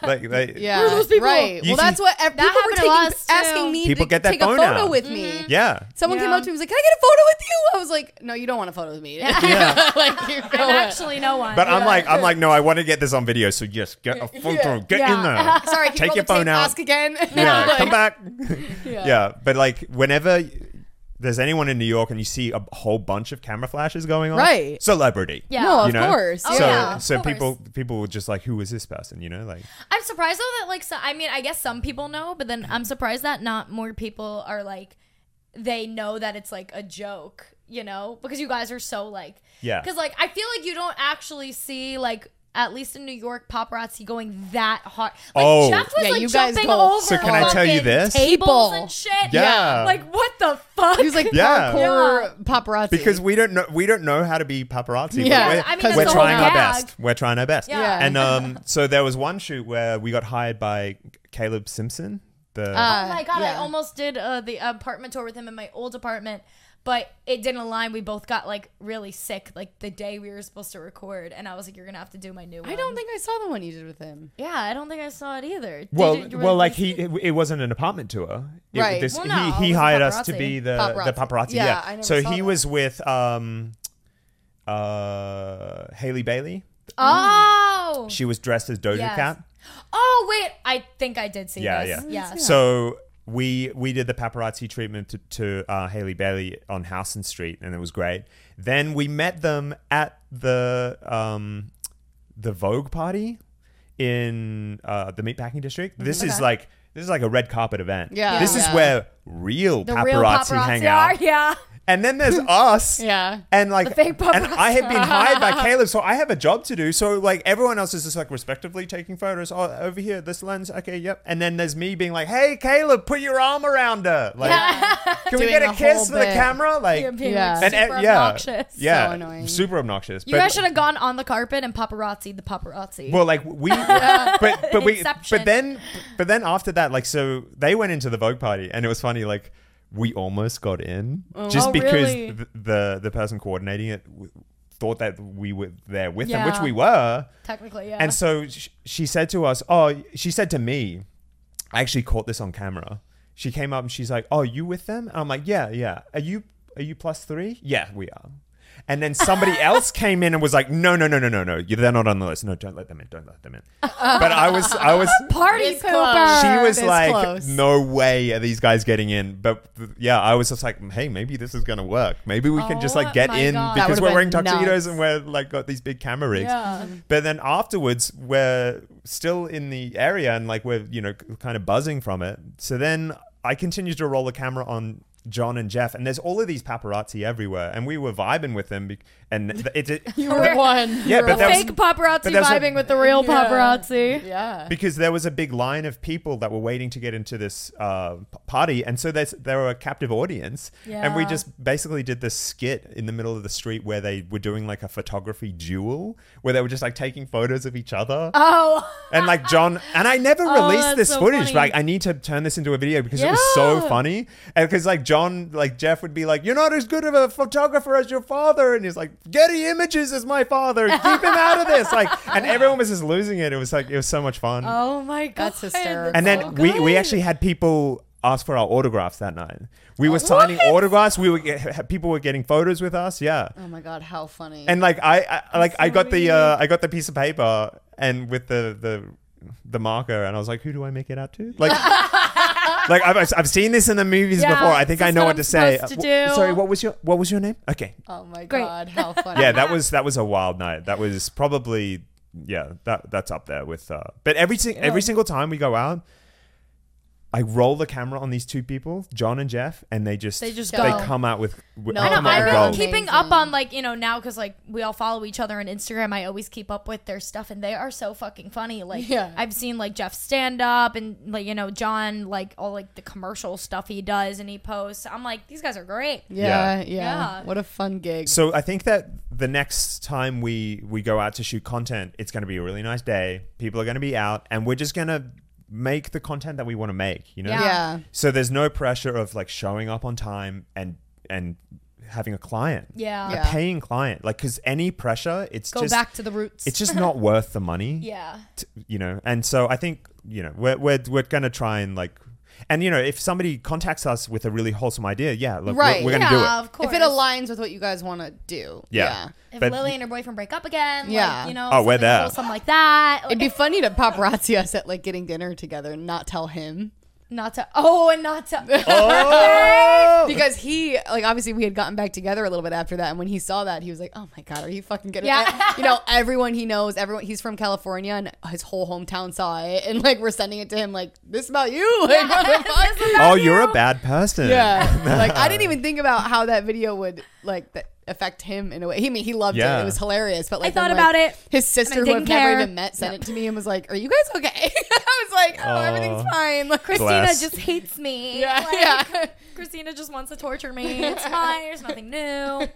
Speaker 1: like they
Speaker 4: Yeah.
Speaker 2: those people?
Speaker 4: Right.
Speaker 1: You
Speaker 4: well,
Speaker 1: see-
Speaker 4: that's what ev-
Speaker 3: That
Speaker 4: people were
Speaker 3: happened to
Speaker 4: taking,
Speaker 3: us, too. Mm-hmm.
Speaker 4: asking me
Speaker 1: People
Speaker 4: to
Speaker 1: get that
Speaker 4: take a
Speaker 1: phone
Speaker 4: photo
Speaker 1: out.
Speaker 4: with me.
Speaker 1: Yeah.
Speaker 4: Someone came
Speaker 3: Yeah.
Speaker 4: up to me and was like, "Can I get a photo with you?" I was like, "No, you don't want a photo with me."
Speaker 1: Yeah.
Speaker 4: like you
Speaker 3: And
Speaker 4: know what?
Speaker 3: actually, no one.
Speaker 1: But I'm like, I'm like, no, I want to get this on video. So yes, get a photo, get in
Speaker 3: Yeah.
Speaker 1: there.
Speaker 4: Sorry, can
Speaker 1: Take
Speaker 4: you
Speaker 1: your
Speaker 4: roll
Speaker 1: phone
Speaker 4: the tape,
Speaker 1: out.
Speaker 4: Ask again.
Speaker 1: yeah,
Speaker 4: Like,
Speaker 1: come back.
Speaker 4: Yeah.
Speaker 1: yeah. but like whenever there's anyone in New York and you see a whole bunch of camera flashes going on,
Speaker 4: Right.
Speaker 1: Celebrity.
Speaker 3: Yeah.
Speaker 4: No,
Speaker 1: You
Speaker 4: of
Speaker 1: know?
Speaker 4: course.
Speaker 3: Oh,
Speaker 1: so
Speaker 3: yeah, of
Speaker 1: so
Speaker 3: course.
Speaker 1: people people were just like, who is this person? You know, like
Speaker 3: I'm surprised though that like so, I mean I guess some people know, but then I'm surprised that not more people are like they know that it's like a joke, you know? Because you guys are so like
Speaker 1: Yeah.
Speaker 3: Cuz like I feel like you don't actually see like at least in New York paparazzi going that hard. Like
Speaker 1: Oh.
Speaker 3: Jeff was
Speaker 4: Yeah,
Speaker 3: like
Speaker 4: you guys
Speaker 3: jumping
Speaker 4: go-
Speaker 3: over
Speaker 1: So can I tell you
Speaker 3: fucking
Speaker 1: this?
Speaker 3: tables
Speaker 4: People.
Speaker 3: and shit.
Speaker 1: Yeah.
Speaker 3: Like what the fuck?
Speaker 4: He was like
Speaker 1: Yeah.
Speaker 4: hardcore paparazzi.
Speaker 1: because we don't know we don't know how to be paparazzi. but
Speaker 4: Yeah.
Speaker 1: we're,
Speaker 3: I mean,
Speaker 4: that's
Speaker 1: we're
Speaker 4: the whole
Speaker 1: trying our
Speaker 3: gag.
Speaker 1: best. We're trying our best.
Speaker 3: Yeah.
Speaker 4: Yeah.
Speaker 1: And um, so there was one shoot where we got hired by Caleb Simpson. The
Speaker 4: Uh,
Speaker 3: Oh my god, I
Speaker 4: Yeah.
Speaker 3: almost did uh, the apartment tour with him in my old apartment, but it didn't align. We both got like really sick like the day we were supposed to record, and I was like, "You're gonna have to do my new." One.
Speaker 4: I don't think I saw the one you did with him.
Speaker 3: Yeah, I don't think I saw it either. Did
Speaker 1: Well,
Speaker 3: you- you were-
Speaker 1: well, like he, it, it wasn't an apartment tour. It-
Speaker 4: Right.
Speaker 1: this-
Speaker 3: Well, no,
Speaker 1: he, he
Speaker 3: it was a
Speaker 1: hired us to
Speaker 3: paparazzi.
Speaker 1: be the
Speaker 4: Paparazzi.
Speaker 1: the paparazzi.
Speaker 4: Yeah,
Speaker 1: Yeah.
Speaker 4: I never
Speaker 1: so
Speaker 4: saw
Speaker 1: he
Speaker 4: that.
Speaker 1: was with um, uh, Haley Bailey.
Speaker 3: Oh,
Speaker 1: She was dressed as Doja
Speaker 3: Yes.
Speaker 1: Cat.
Speaker 3: oh wait, I think I did see
Speaker 1: Yeah,
Speaker 3: this.
Speaker 1: yeah.
Speaker 3: Yeah,
Speaker 1: So we we did the paparazzi treatment to, to uh, Haley Bailey on Houston Street, and it was great. Then we met them at the um, the Vogue party in uh, the meatpacking district. This
Speaker 3: Mm-hmm.
Speaker 1: is like this is like a red carpet event.
Speaker 4: Yeah.
Speaker 1: this is
Speaker 4: Yeah.
Speaker 1: where real
Speaker 3: the
Speaker 1: paparazzi,
Speaker 3: real paparazzi
Speaker 1: hang
Speaker 3: are.
Speaker 1: out.
Speaker 3: Yeah,
Speaker 1: And then there's us.
Speaker 4: Yeah.
Speaker 1: And like,
Speaker 3: fake
Speaker 1: and
Speaker 3: paparazzi.
Speaker 1: I have been hired by Caleb, so I have a job to do. So like, everyone else is just like respectively taking photos. Oh, over here, this lens. Okay, yep. And then there's me being like, "Hey, Caleb, put your arm around her. Like, can we
Speaker 4: Doing
Speaker 1: get a
Speaker 4: the
Speaker 1: kiss for
Speaker 4: whole
Speaker 1: the
Speaker 4: bit.
Speaker 1: camera? Like,
Speaker 3: You're being
Speaker 4: Yeah.
Speaker 3: like,
Speaker 1: and,
Speaker 3: super
Speaker 1: and- yeah,
Speaker 3: obnoxious.
Speaker 1: yeah,
Speaker 4: So annoying.
Speaker 1: super obnoxious.
Speaker 3: You guys should have gone on the carpet and paparazzi the paparazzi.
Speaker 1: Well, like we, but but we,
Speaker 3: Inception.
Speaker 1: but then, but then after that, like so they went into the Vogue party, and it was funny, like. We almost got in just
Speaker 3: Oh,
Speaker 1: because
Speaker 3: really?
Speaker 1: th- the the person coordinating it w- thought that we were there with them, which
Speaker 3: Yeah.
Speaker 1: we were.
Speaker 3: Technically, yeah.
Speaker 1: And so sh- she said to us, "Oh," she said to me, "I actually caught this on camera." She came up and she's like, "Oh, you with them?" And I'm like, "Yeah, yeah. Are you are you plus three? Yeah, we are." And then somebody else came in and was like, "No, no, no, no, no, no. You- They're not on the list. No, don't let them in. Don't let them in." But I was, I was.
Speaker 3: Party
Speaker 4: This
Speaker 3: pooper.
Speaker 1: She was
Speaker 4: This
Speaker 1: like,
Speaker 4: close.
Speaker 1: "No way are these guys getting in." But th- yeah, I was just like, "Hey, maybe this is gonna work. Maybe we can just
Speaker 3: Oh
Speaker 1: like get
Speaker 3: my
Speaker 1: in
Speaker 3: God. That
Speaker 1: because
Speaker 4: would've
Speaker 1: we're wearing
Speaker 4: been
Speaker 1: tuxedos
Speaker 4: nuts.
Speaker 1: and we're like got these big camera rigs."
Speaker 3: Yeah.
Speaker 1: But then afterwards, we're still in the area and like we're, you know, k- kind of buzzing from it. So then I continued to roll the camera on John and Jeff, and there's all of these paparazzi everywhere, and we were vibing with them. Be- and th- it, it
Speaker 4: You were one.
Speaker 1: yeah, but that was
Speaker 3: Fake paparazzi
Speaker 1: but that was a-
Speaker 3: vibing with the real
Speaker 4: Yeah.
Speaker 3: paparazzi.
Speaker 4: Yeah.
Speaker 1: because there was a big line of people that were waiting to get into this uh, p- party, and so there's, there were a captive audience, and we
Speaker 3: Yeah.
Speaker 1: just basically did this skit in the middle of the street where they were doing like a photography duel, where they were just like taking photos of each other.
Speaker 3: Oh,
Speaker 1: And like John, and I never released
Speaker 3: that's
Speaker 1: this
Speaker 3: so
Speaker 1: footage.
Speaker 3: funny.
Speaker 1: But like, I need to turn this into a video because it was so
Speaker 3: Yeah.
Speaker 1: funny. And because like John, like Jeff would be like, "You're not as good of a photographer as your father," and he's like, "Getty Images is my father. Keep him out of this." Like, and everyone was just losing it. It was like it was so much fun.
Speaker 3: oh my god,
Speaker 4: That's hysterical.
Speaker 1: and then
Speaker 3: so
Speaker 1: we we
Speaker 3: good.
Speaker 1: actually had people ask for our autographs that night. We were signing autographs. We were get- people were getting photos with us. Yeah.
Speaker 4: Oh my god, how funny.
Speaker 1: And like I, I like I got the uh, I got the piece of paper and with the the the marker and I was like, who do I make it out to? Like, like I've, I've seen this in the movies
Speaker 3: Yeah,
Speaker 1: before. I think
Speaker 3: this
Speaker 1: I
Speaker 3: is
Speaker 1: know
Speaker 3: what
Speaker 1: what
Speaker 3: I'm
Speaker 1: to say.
Speaker 3: supposed to
Speaker 1: Uh, wh-
Speaker 3: do.
Speaker 1: sorry, what was your what was your name? Okay,
Speaker 4: oh my
Speaker 3: Great.
Speaker 4: god, how funny.
Speaker 1: yeah, that was that was a wild night. That was probably yeah that that's up there with. Uh, but every si- every single time we go out, I roll the camera on these two people, John and Jeff, and they just
Speaker 2: They just
Speaker 1: they
Speaker 2: go.
Speaker 1: come out with no,
Speaker 3: I know.
Speaker 1: come out
Speaker 3: I've
Speaker 1: with
Speaker 3: been
Speaker 1: gold.
Speaker 4: keep-
Speaker 3: keeping
Speaker 4: Amazing.
Speaker 3: up on like you know now because like we all follow each other on Instagram. I always keep up with their stuff, and they are so fucking funny. Like
Speaker 4: Yeah.
Speaker 3: I've seen like Jeff stand up and like you know John like all like the commercial stuff he does and he posts. I'm like these guys are great.
Speaker 1: Yeah.
Speaker 4: Yeah, yeah.
Speaker 3: Yeah.
Speaker 4: What a fun gig.
Speaker 1: So I think that the next time we we go out to shoot content, it's going to be a really nice day. People are going to be out, and we're just going to make the content that we want to make. You know.
Speaker 3: Yeah.
Speaker 4: yeah.
Speaker 1: So there's no pressure of like showing up on time and and having a client,
Speaker 3: Yeah.
Speaker 1: a
Speaker 4: Yeah.
Speaker 1: paying client, like because any pressure, it's
Speaker 4: Go
Speaker 1: just
Speaker 4: back to the roots.
Speaker 1: it's just not worth the money.
Speaker 3: Yeah.
Speaker 1: t- you know and so i think you know we're we're, we're gonna try and like and you know if somebody contacts us with a really wholesome idea yeah look, we're-
Speaker 4: Right.
Speaker 1: we're, gonna
Speaker 3: yeah,
Speaker 1: do it
Speaker 3: of course.
Speaker 4: if it aligns with what you guys want to do.
Speaker 1: yeah,
Speaker 3: If
Speaker 1: but
Speaker 3: Lily and her boyfriend break up again,
Speaker 4: Yeah.
Speaker 3: like, you know,
Speaker 1: Oh, we're
Speaker 3: something
Speaker 1: there.
Speaker 3: wholesome like that.
Speaker 4: It'd be funny to paparazzi us at like getting dinner together and not tell him
Speaker 3: not to oh, and not to
Speaker 1: oh!
Speaker 4: because he like obviously we had gotten back together a little bit after that and when he saw that he was like oh my god are you fucking kidding me?"
Speaker 3: Yeah.
Speaker 4: you know everyone he knows everyone he's from California and his whole hometown saw it and like we're sending it to him like this about you like what the fuck?
Speaker 1: oh you're a bad person
Speaker 4: Yeah. like I didn't even think about how that video would like that affect him in a way. He I mean he loved
Speaker 1: Yeah.
Speaker 4: it. It was hilarious. But like
Speaker 3: thought
Speaker 4: when,
Speaker 3: about
Speaker 4: like,
Speaker 3: it,
Speaker 4: His sister
Speaker 3: and I
Speaker 4: who I've
Speaker 3: didn't care.
Speaker 4: never even met sent it to me and was like, Are you guys okay? I was like, Oh, everything's
Speaker 1: Aw.
Speaker 4: fine. Like
Speaker 3: Christina
Speaker 1: Bless.
Speaker 3: just hates me.
Speaker 4: Yeah.
Speaker 3: Like,
Speaker 4: yeah.
Speaker 3: Christina just wants to torture me. It's fine. There's nothing new.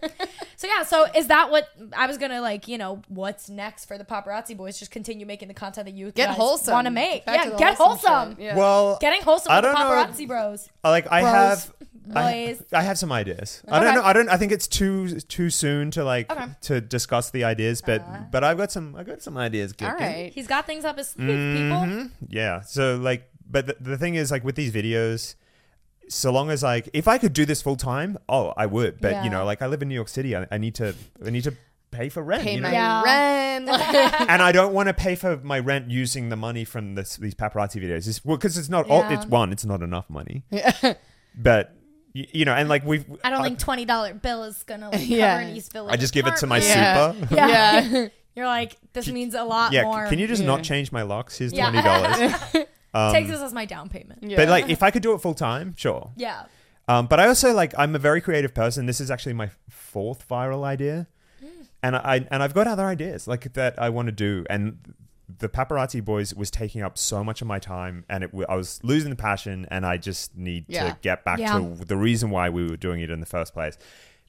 Speaker 3: So yeah. So is that what I was gonna like? You know, what's next for the paparazzi boys? Just continue making the content that you
Speaker 4: Get wholesome.
Speaker 3: want to make.
Speaker 4: Back to
Speaker 3: yeah,
Speaker 4: the
Speaker 3: get wholesome.
Speaker 4: shit. Yeah.
Speaker 1: well
Speaker 3: Getting wholesome.
Speaker 1: I
Speaker 3: with the
Speaker 1: don't know.
Speaker 3: paparazzi bros.
Speaker 1: like i
Speaker 3: Bros.
Speaker 1: have I,
Speaker 3: Boys.
Speaker 1: I have some ideas. I don't
Speaker 3: Okay.
Speaker 1: know. I don't. I think it's too too soon to like
Speaker 3: Okay.
Speaker 1: to discuss the ideas, but but I've got some. I got some ideas.
Speaker 4: All
Speaker 1: cooking.
Speaker 4: right.
Speaker 3: He's got things up his sleeve. People.
Speaker 1: Mhm. Yeah. So like, but the, the thing is, like, with these videos, so long as like, if I could do this full time, oh, I would. But
Speaker 3: Yeah.
Speaker 1: you know, like, I live in New York City. I, I need to. I need to pay for rent.
Speaker 4: Pay
Speaker 1: you know?
Speaker 4: my
Speaker 3: Yeah.
Speaker 4: rent. Like,
Speaker 1: and I don't want to pay for my rent using the money from this these paparazzi videos. It's, well, because it's not all.
Speaker 3: Yeah.
Speaker 1: It's one. It's not enough money. But y- you know, and like we've.
Speaker 3: I don't think twenty dollar bill is gonna like, cover
Speaker 4: Yeah.
Speaker 3: an East Village.
Speaker 1: Uh, I just give it to my
Speaker 4: Yeah.
Speaker 3: apartment.
Speaker 1: super.
Speaker 3: Yeah.
Speaker 4: yeah.
Speaker 3: You're like this means a lot
Speaker 1: Yeah.
Speaker 3: more.
Speaker 1: Can you just
Speaker 4: Yeah.
Speaker 1: not change my locks? Here's
Speaker 3: Yeah.
Speaker 1: twenty dollars. Um,
Speaker 3: Takes this as my down payment. Yeah.
Speaker 1: But like, if I could do it full time, sure. Um, but I also like I'm a very creative person. This is actually my fourth viral idea,
Speaker 3: Hmm.
Speaker 1: and I and I've got other ideas like that I want to do. And the paparazzi boys was taking up so much of my time, and it w- I was losing the passion. And I just need
Speaker 4: Yeah.
Speaker 1: to get back
Speaker 3: Yeah.
Speaker 1: to the reason why we were doing it in the first place.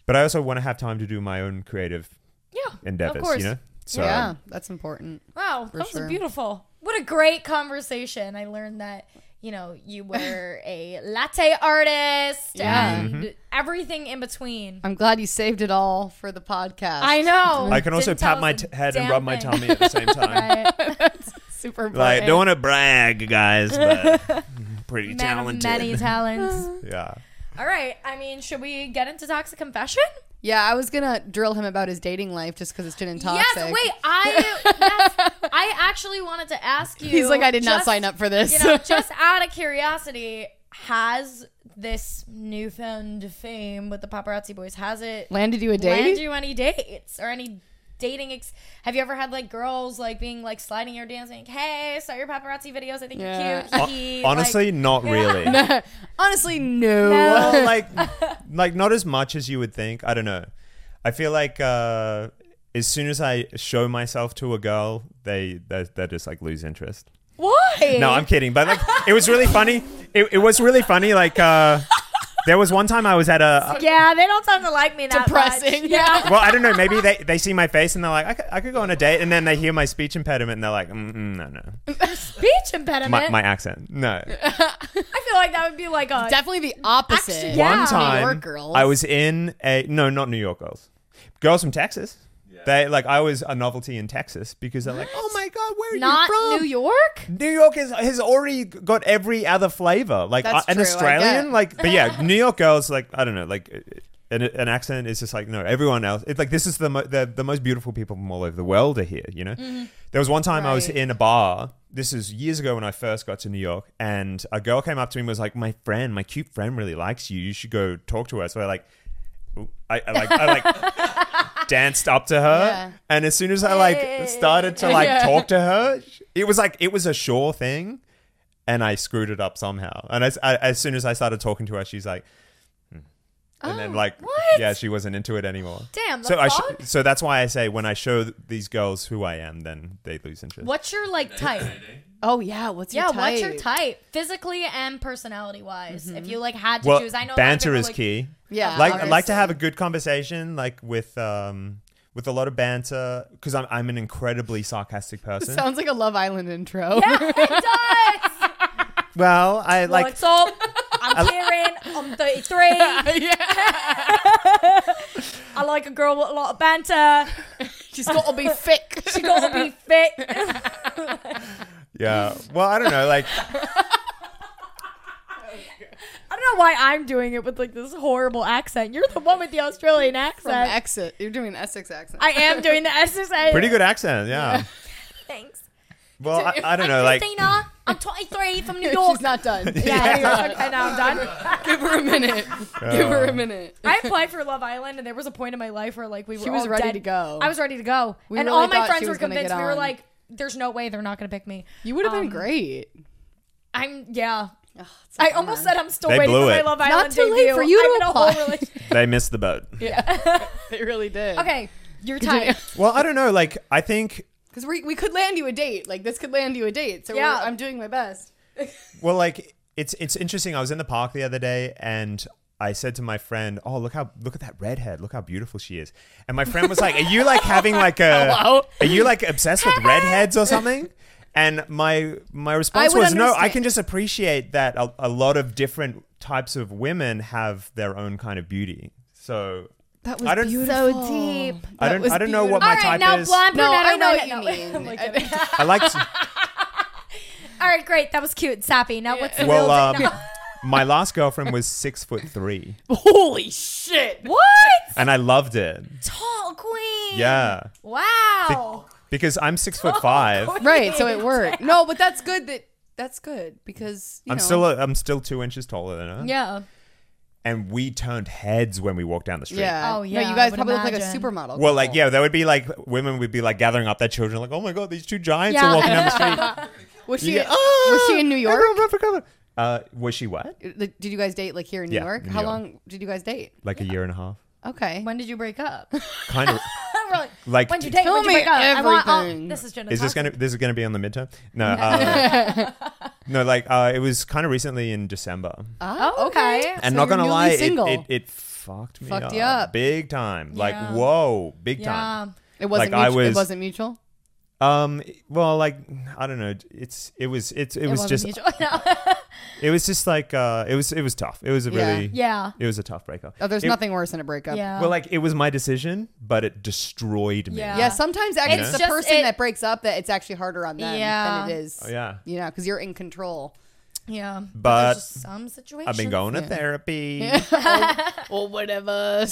Speaker 1: But I also want to have time to do my own creative
Speaker 3: Yeah.
Speaker 1: endeavors.
Speaker 3: Of course.
Speaker 1: You know, so
Speaker 4: yeah. That's important.
Speaker 3: Wow, that was
Speaker 4: sure.
Speaker 3: beautiful. What a great conversation. I learned that, you know, you were a latte artist
Speaker 4: Yeah.
Speaker 3: and
Speaker 1: Mm-hmm.
Speaker 3: everything in between.
Speaker 4: I'm glad you saved it all for the podcast.
Speaker 3: I know.
Speaker 1: I can also
Speaker 3: Didn't tell
Speaker 1: pat
Speaker 3: us
Speaker 1: my
Speaker 3: a
Speaker 1: t- head and
Speaker 3: damn
Speaker 1: rub my
Speaker 3: thing.
Speaker 1: tummy at the same time.
Speaker 3: Right.
Speaker 4: Super important.
Speaker 1: Like, don't want to brag, guys, but I'm pretty
Speaker 3: Man of
Speaker 1: talented.
Speaker 3: many talents.
Speaker 1: Yeah.
Speaker 3: All right. I mean, should we get into toxic confession?
Speaker 4: yeah, I was gonna drill him about his dating life just because it's been in toxic.
Speaker 3: Yes. Wait. I. Yes, I actually wanted to ask you.
Speaker 4: He's like, I did not
Speaker 3: just-
Speaker 4: sign up for this.
Speaker 3: You know, just out of curiosity, has this newfound fame with the paparazzi boys has it
Speaker 4: landed you a date?
Speaker 3: land you any dates or any dating ex- have you ever had like girls like being like sliding your DMs like hey saw your paparazzi videos I think
Speaker 4: Yeah.
Speaker 3: you're
Speaker 1: Hon-
Speaker 3: cute Hee hee,"
Speaker 1: Honestly,
Speaker 3: like,
Speaker 1: not really.
Speaker 4: Honestly, no.
Speaker 1: well, like, like not as much as you would think. I don't know. I feel like uh, as soon as I show myself to a girl, they they, they just like lose interest.
Speaker 3: why
Speaker 1: No, I'm kidding. But like, it was really funny. It, it was really funny. Like, uh, there was one time I was at a.
Speaker 3: yeah they don't tend to like me that
Speaker 4: Depressing.
Speaker 3: much. yeah
Speaker 1: Well, I don't know. Maybe they, they see my face and they're like, I could, I could go on a date. And then they hear my speech impediment and they're like, mm, mm, no, no.
Speaker 3: speech impediment
Speaker 1: My, my accent. No.
Speaker 3: I feel like that would be like a
Speaker 4: Definitely the opposite.
Speaker 3: Actually, yeah.
Speaker 1: one time
Speaker 4: New York girls.
Speaker 1: I was in a no, not New York girls, girls from Texas. They like I was a novelty in Texas because they're like, oh my god, where are
Speaker 3: not
Speaker 1: you from?
Speaker 3: New York
Speaker 1: New York is, has already got every other flavor. Like
Speaker 4: That's
Speaker 1: uh, an
Speaker 4: true, I
Speaker 1: Australian,
Speaker 4: get.
Speaker 1: like but yeah, New York girls like I don't know, like uh, an, an accent is just like no, everyone else. It's like this is the mo- the, the most beautiful people from all over the world are here. You know, there was one time I was
Speaker 4: Mm-hmm. Right.
Speaker 1: in a bar. This is years ago when I first got to New York, and a girl came up to me and was like, "My friend, my cute friend, really likes you. You should go talk to her." So I like. ooh, I, I like I like danced up to her,
Speaker 4: Yeah.
Speaker 1: and as soon as I like started to like
Speaker 4: Yeah.
Speaker 1: talk to her, it was like it was a sure thing and I screwed it up somehow. And as, I, as soon as I started talking to her, she's like, "Hmm." and then like,
Speaker 3: Oh, what?
Speaker 1: yeah, she wasn't into it anymore.
Speaker 3: Damn, the
Speaker 1: So I sh-
Speaker 3: fuck?
Speaker 1: so that's why I say when I show th- these girls who I am, then they lose interest.
Speaker 3: What's your like type?
Speaker 4: Oh yeah, what's
Speaker 3: Yeah,
Speaker 4: your type?
Speaker 3: what's your type, Mm-hmm. physically and personality wise? If you like had to
Speaker 1: Well,
Speaker 3: choose, I know
Speaker 1: banter is
Speaker 3: like,
Speaker 1: key.
Speaker 4: Yeah,
Speaker 1: like I like
Speaker 4: obviously.
Speaker 1: to have a good conversation, like with um with a lot of banter, because I'm I'm an incredibly sarcastic person.
Speaker 4: Sounds like a Love Island intro.
Speaker 3: Yeah, it does.
Speaker 1: well, I like
Speaker 3: What's up? I'm Karen. I'm 33. I like a girl with a lot of banter.
Speaker 4: she's gotta be thick.
Speaker 3: She gotta be fit.
Speaker 1: yeah. Well, I don't know, like
Speaker 3: I don't know why I'm doing it with like this horrible accent. You're the one with the Australian
Speaker 4: From
Speaker 3: accent.
Speaker 4: exit, you're doing an Essex accent.
Speaker 3: I am doing the SSA.
Speaker 1: pretty good accent, yeah.
Speaker 3: Thanks.
Speaker 1: Well, I, I don't know, like
Speaker 3: Christina. I'm 23 from New York.
Speaker 4: She's not done.
Speaker 3: yeah, New
Speaker 4: Yeah.
Speaker 3: York. Okay, now I'm done.
Speaker 4: give her a minute. Give her a minute.
Speaker 3: I applied for Love Island, and there was a point in my life where like we were
Speaker 4: She was
Speaker 3: all
Speaker 4: ready
Speaker 3: dead-
Speaker 4: to go.
Speaker 3: I was ready to go,
Speaker 4: We
Speaker 3: and
Speaker 4: really
Speaker 3: all my
Speaker 4: thought she
Speaker 3: friends were
Speaker 4: was gonna get
Speaker 3: convinced. We were
Speaker 4: on.
Speaker 3: like, "There's no way they're not gonna pick me."
Speaker 4: You would have
Speaker 3: Um,
Speaker 4: been great.
Speaker 3: I'm yeah.
Speaker 4: Ugh, it's a
Speaker 3: I
Speaker 4: bummer.
Speaker 3: almost said I'm still
Speaker 1: They
Speaker 3: waiting
Speaker 1: blew
Speaker 3: for my
Speaker 1: it.
Speaker 3: Love Island
Speaker 4: uh-huh. too late
Speaker 3: debut.
Speaker 4: for you to
Speaker 3: I'm in a whole
Speaker 4: apply.
Speaker 3: rela-
Speaker 1: they missed the boat.
Speaker 4: Yeah, they really did.
Speaker 3: okay, your time.
Speaker 1: Well, I don't know, like I think
Speaker 4: because we we could land you a date. Like this could land you a date. So
Speaker 3: Yeah.
Speaker 4: we're- I'm doing my best.
Speaker 1: Well, like it's it's interesting. I was in the park the other day and I said to my friend, "Oh, look how look at that redhead. Look how beautiful she is." And my friend was like, "Are you like having like a
Speaker 4: Hello?
Speaker 1: Are you like obsessed with redheads or something?" And my my response
Speaker 4: would
Speaker 1: was, "No, I
Speaker 4: understand.
Speaker 1: can just appreciate that a, a lot of different types of women have their own kind of beauty." So
Speaker 4: That
Speaker 1: I don't-
Speaker 3: So deep.
Speaker 1: I
Speaker 4: That
Speaker 1: don't
Speaker 4: was
Speaker 1: I don't know what
Speaker 4: beautiful.
Speaker 1: my
Speaker 3: All right,
Speaker 1: type
Speaker 3: now
Speaker 1: is.
Speaker 3: blonde
Speaker 4: No,
Speaker 3: brunette.
Speaker 4: I know
Speaker 3: redhead.
Speaker 4: what you
Speaker 3: No.
Speaker 4: mean.
Speaker 3: I'm like,
Speaker 1: I like to-
Speaker 3: All right, great. That was cute, sappy. Now what's the
Speaker 1: well.
Speaker 3: real thing?
Speaker 1: Um, my last girlfriend was six foot three,
Speaker 4: Holy shit!
Speaker 3: What?
Speaker 1: and I loved it.
Speaker 3: Tall queen.
Speaker 1: Yeah.
Speaker 3: Wow.
Speaker 1: Because I'm six foot five.
Speaker 4: Right, so it worked. No, but that's good. That that's good because you
Speaker 1: I'm
Speaker 4: know,
Speaker 1: still i I'm still two inches taller than her.
Speaker 3: Yeah.
Speaker 1: And we turned heads when we walked down the street.
Speaker 4: yeah.
Speaker 3: Oh, yeah,
Speaker 4: no,
Speaker 3: I
Speaker 4: you guys
Speaker 3: would
Speaker 4: probably look like a
Speaker 3: imagine.
Speaker 4: supermodel.
Speaker 1: Well, like
Speaker 4: couple.
Speaker 1: yeah, there would be like women would be like gathering up their children, like, oh my god, these two giants
Speaker 3: Yeah.
Speaker 1: are walking down the street.
Speaker 4: Was she?
Speaker 1: Yeah. Ah,
Speaker 4: Was she in New York?
Speaker 1: Everyone run for cover. Uh, was she what?
Speaker 4: Like, Did you guys date like here in New
Speaker 1: Yeah,
Speaker 4: York?
Speaker 1: in New
Speaker 4: How
Speaker 1: York.
Speaker 4: long did you guys date?
Speaker 1: Like a year and a half,
Speaker 4: Okay.
Speaker 3: When did you break up?
Speaker 1: kind of.
Speaker 3: Really?
Speaker 1: Like,
Speaker 3: When'd you date?
Speaker 4: Tell
Speaker 3: When'd you
Speaker 4: me
Speaker 3: break up? I want all-
Speaker 4: everything.
Speaker 3: This is Jenna.
Speaker 1: is this
Speaker 3: Thompson.
Speaker 1: gonna this is gonna be on the midterm? No, uh, no, like uh, it was kind of recently in December.
Speaker 4: Ah,
Speaker 3: Oh, okay.
Speaker 1: and
Speaker 4: So
Speaker 1: not
Speaker 4: you're
Speaker 1: gonna
Speaker 4: newly
Speaker 1: lie, it,
Speaker 4: single.
Speaker 1: it it fucked me
Speaker 4: Fucked
Speaker 1: up,
Speaker 4: you up.
Speaker 1: big time. Like
Speaker 3: Yeah.
Speaker 1: whoa, big
Speaker 3: Yeah.
Speaker 1: time.
Speaker 4: It wasn't.
Speaker 1: like, I
Speaker 4: mutual,
Speaker 1: was-
Speaker 4: It wasn't mutual.
Speaker 1: Um, well, like I don't know. It's it was it's it, was
Speaker 3: wasn't
Speaker 1: just
Speaker 3: mutual. No.
Speaker 1: It was just like uh, it was it was tough. It was a
Speaker 4: Yeah.
Speaker 1: really
Speaker 3: yeah.
Speaker 1: it was a tough breakup.
Speaker 4: Oh, there's
Speaker 1: It-
Speaker 4: nothing worse than a breakup.
Speaker 3: Yeah.
Speaker 1: Well, like it was my decision, but it destroyed me.
Speaker 3: Yeah.
Speaker 4: Yeah, sometimes actually
Speaker 1: It's
Speaker 4: it's the
Speaker 3: just-
Speaker 4: person
Speaker 3: it-
Speaker 4: that breaks up that it's actually harder on them
Speaker 3: Yeah.
Speaker 4: than it is.
Speaker 1: Oh, yeah.
Speaker 4: You know, because you're in control.
Speaker 3: yeah. But,
Speaker 1: But
Speaker 3: there's just some situations.
Speaker 1: I've been going to therapy,
Speaker 4: Or whatever.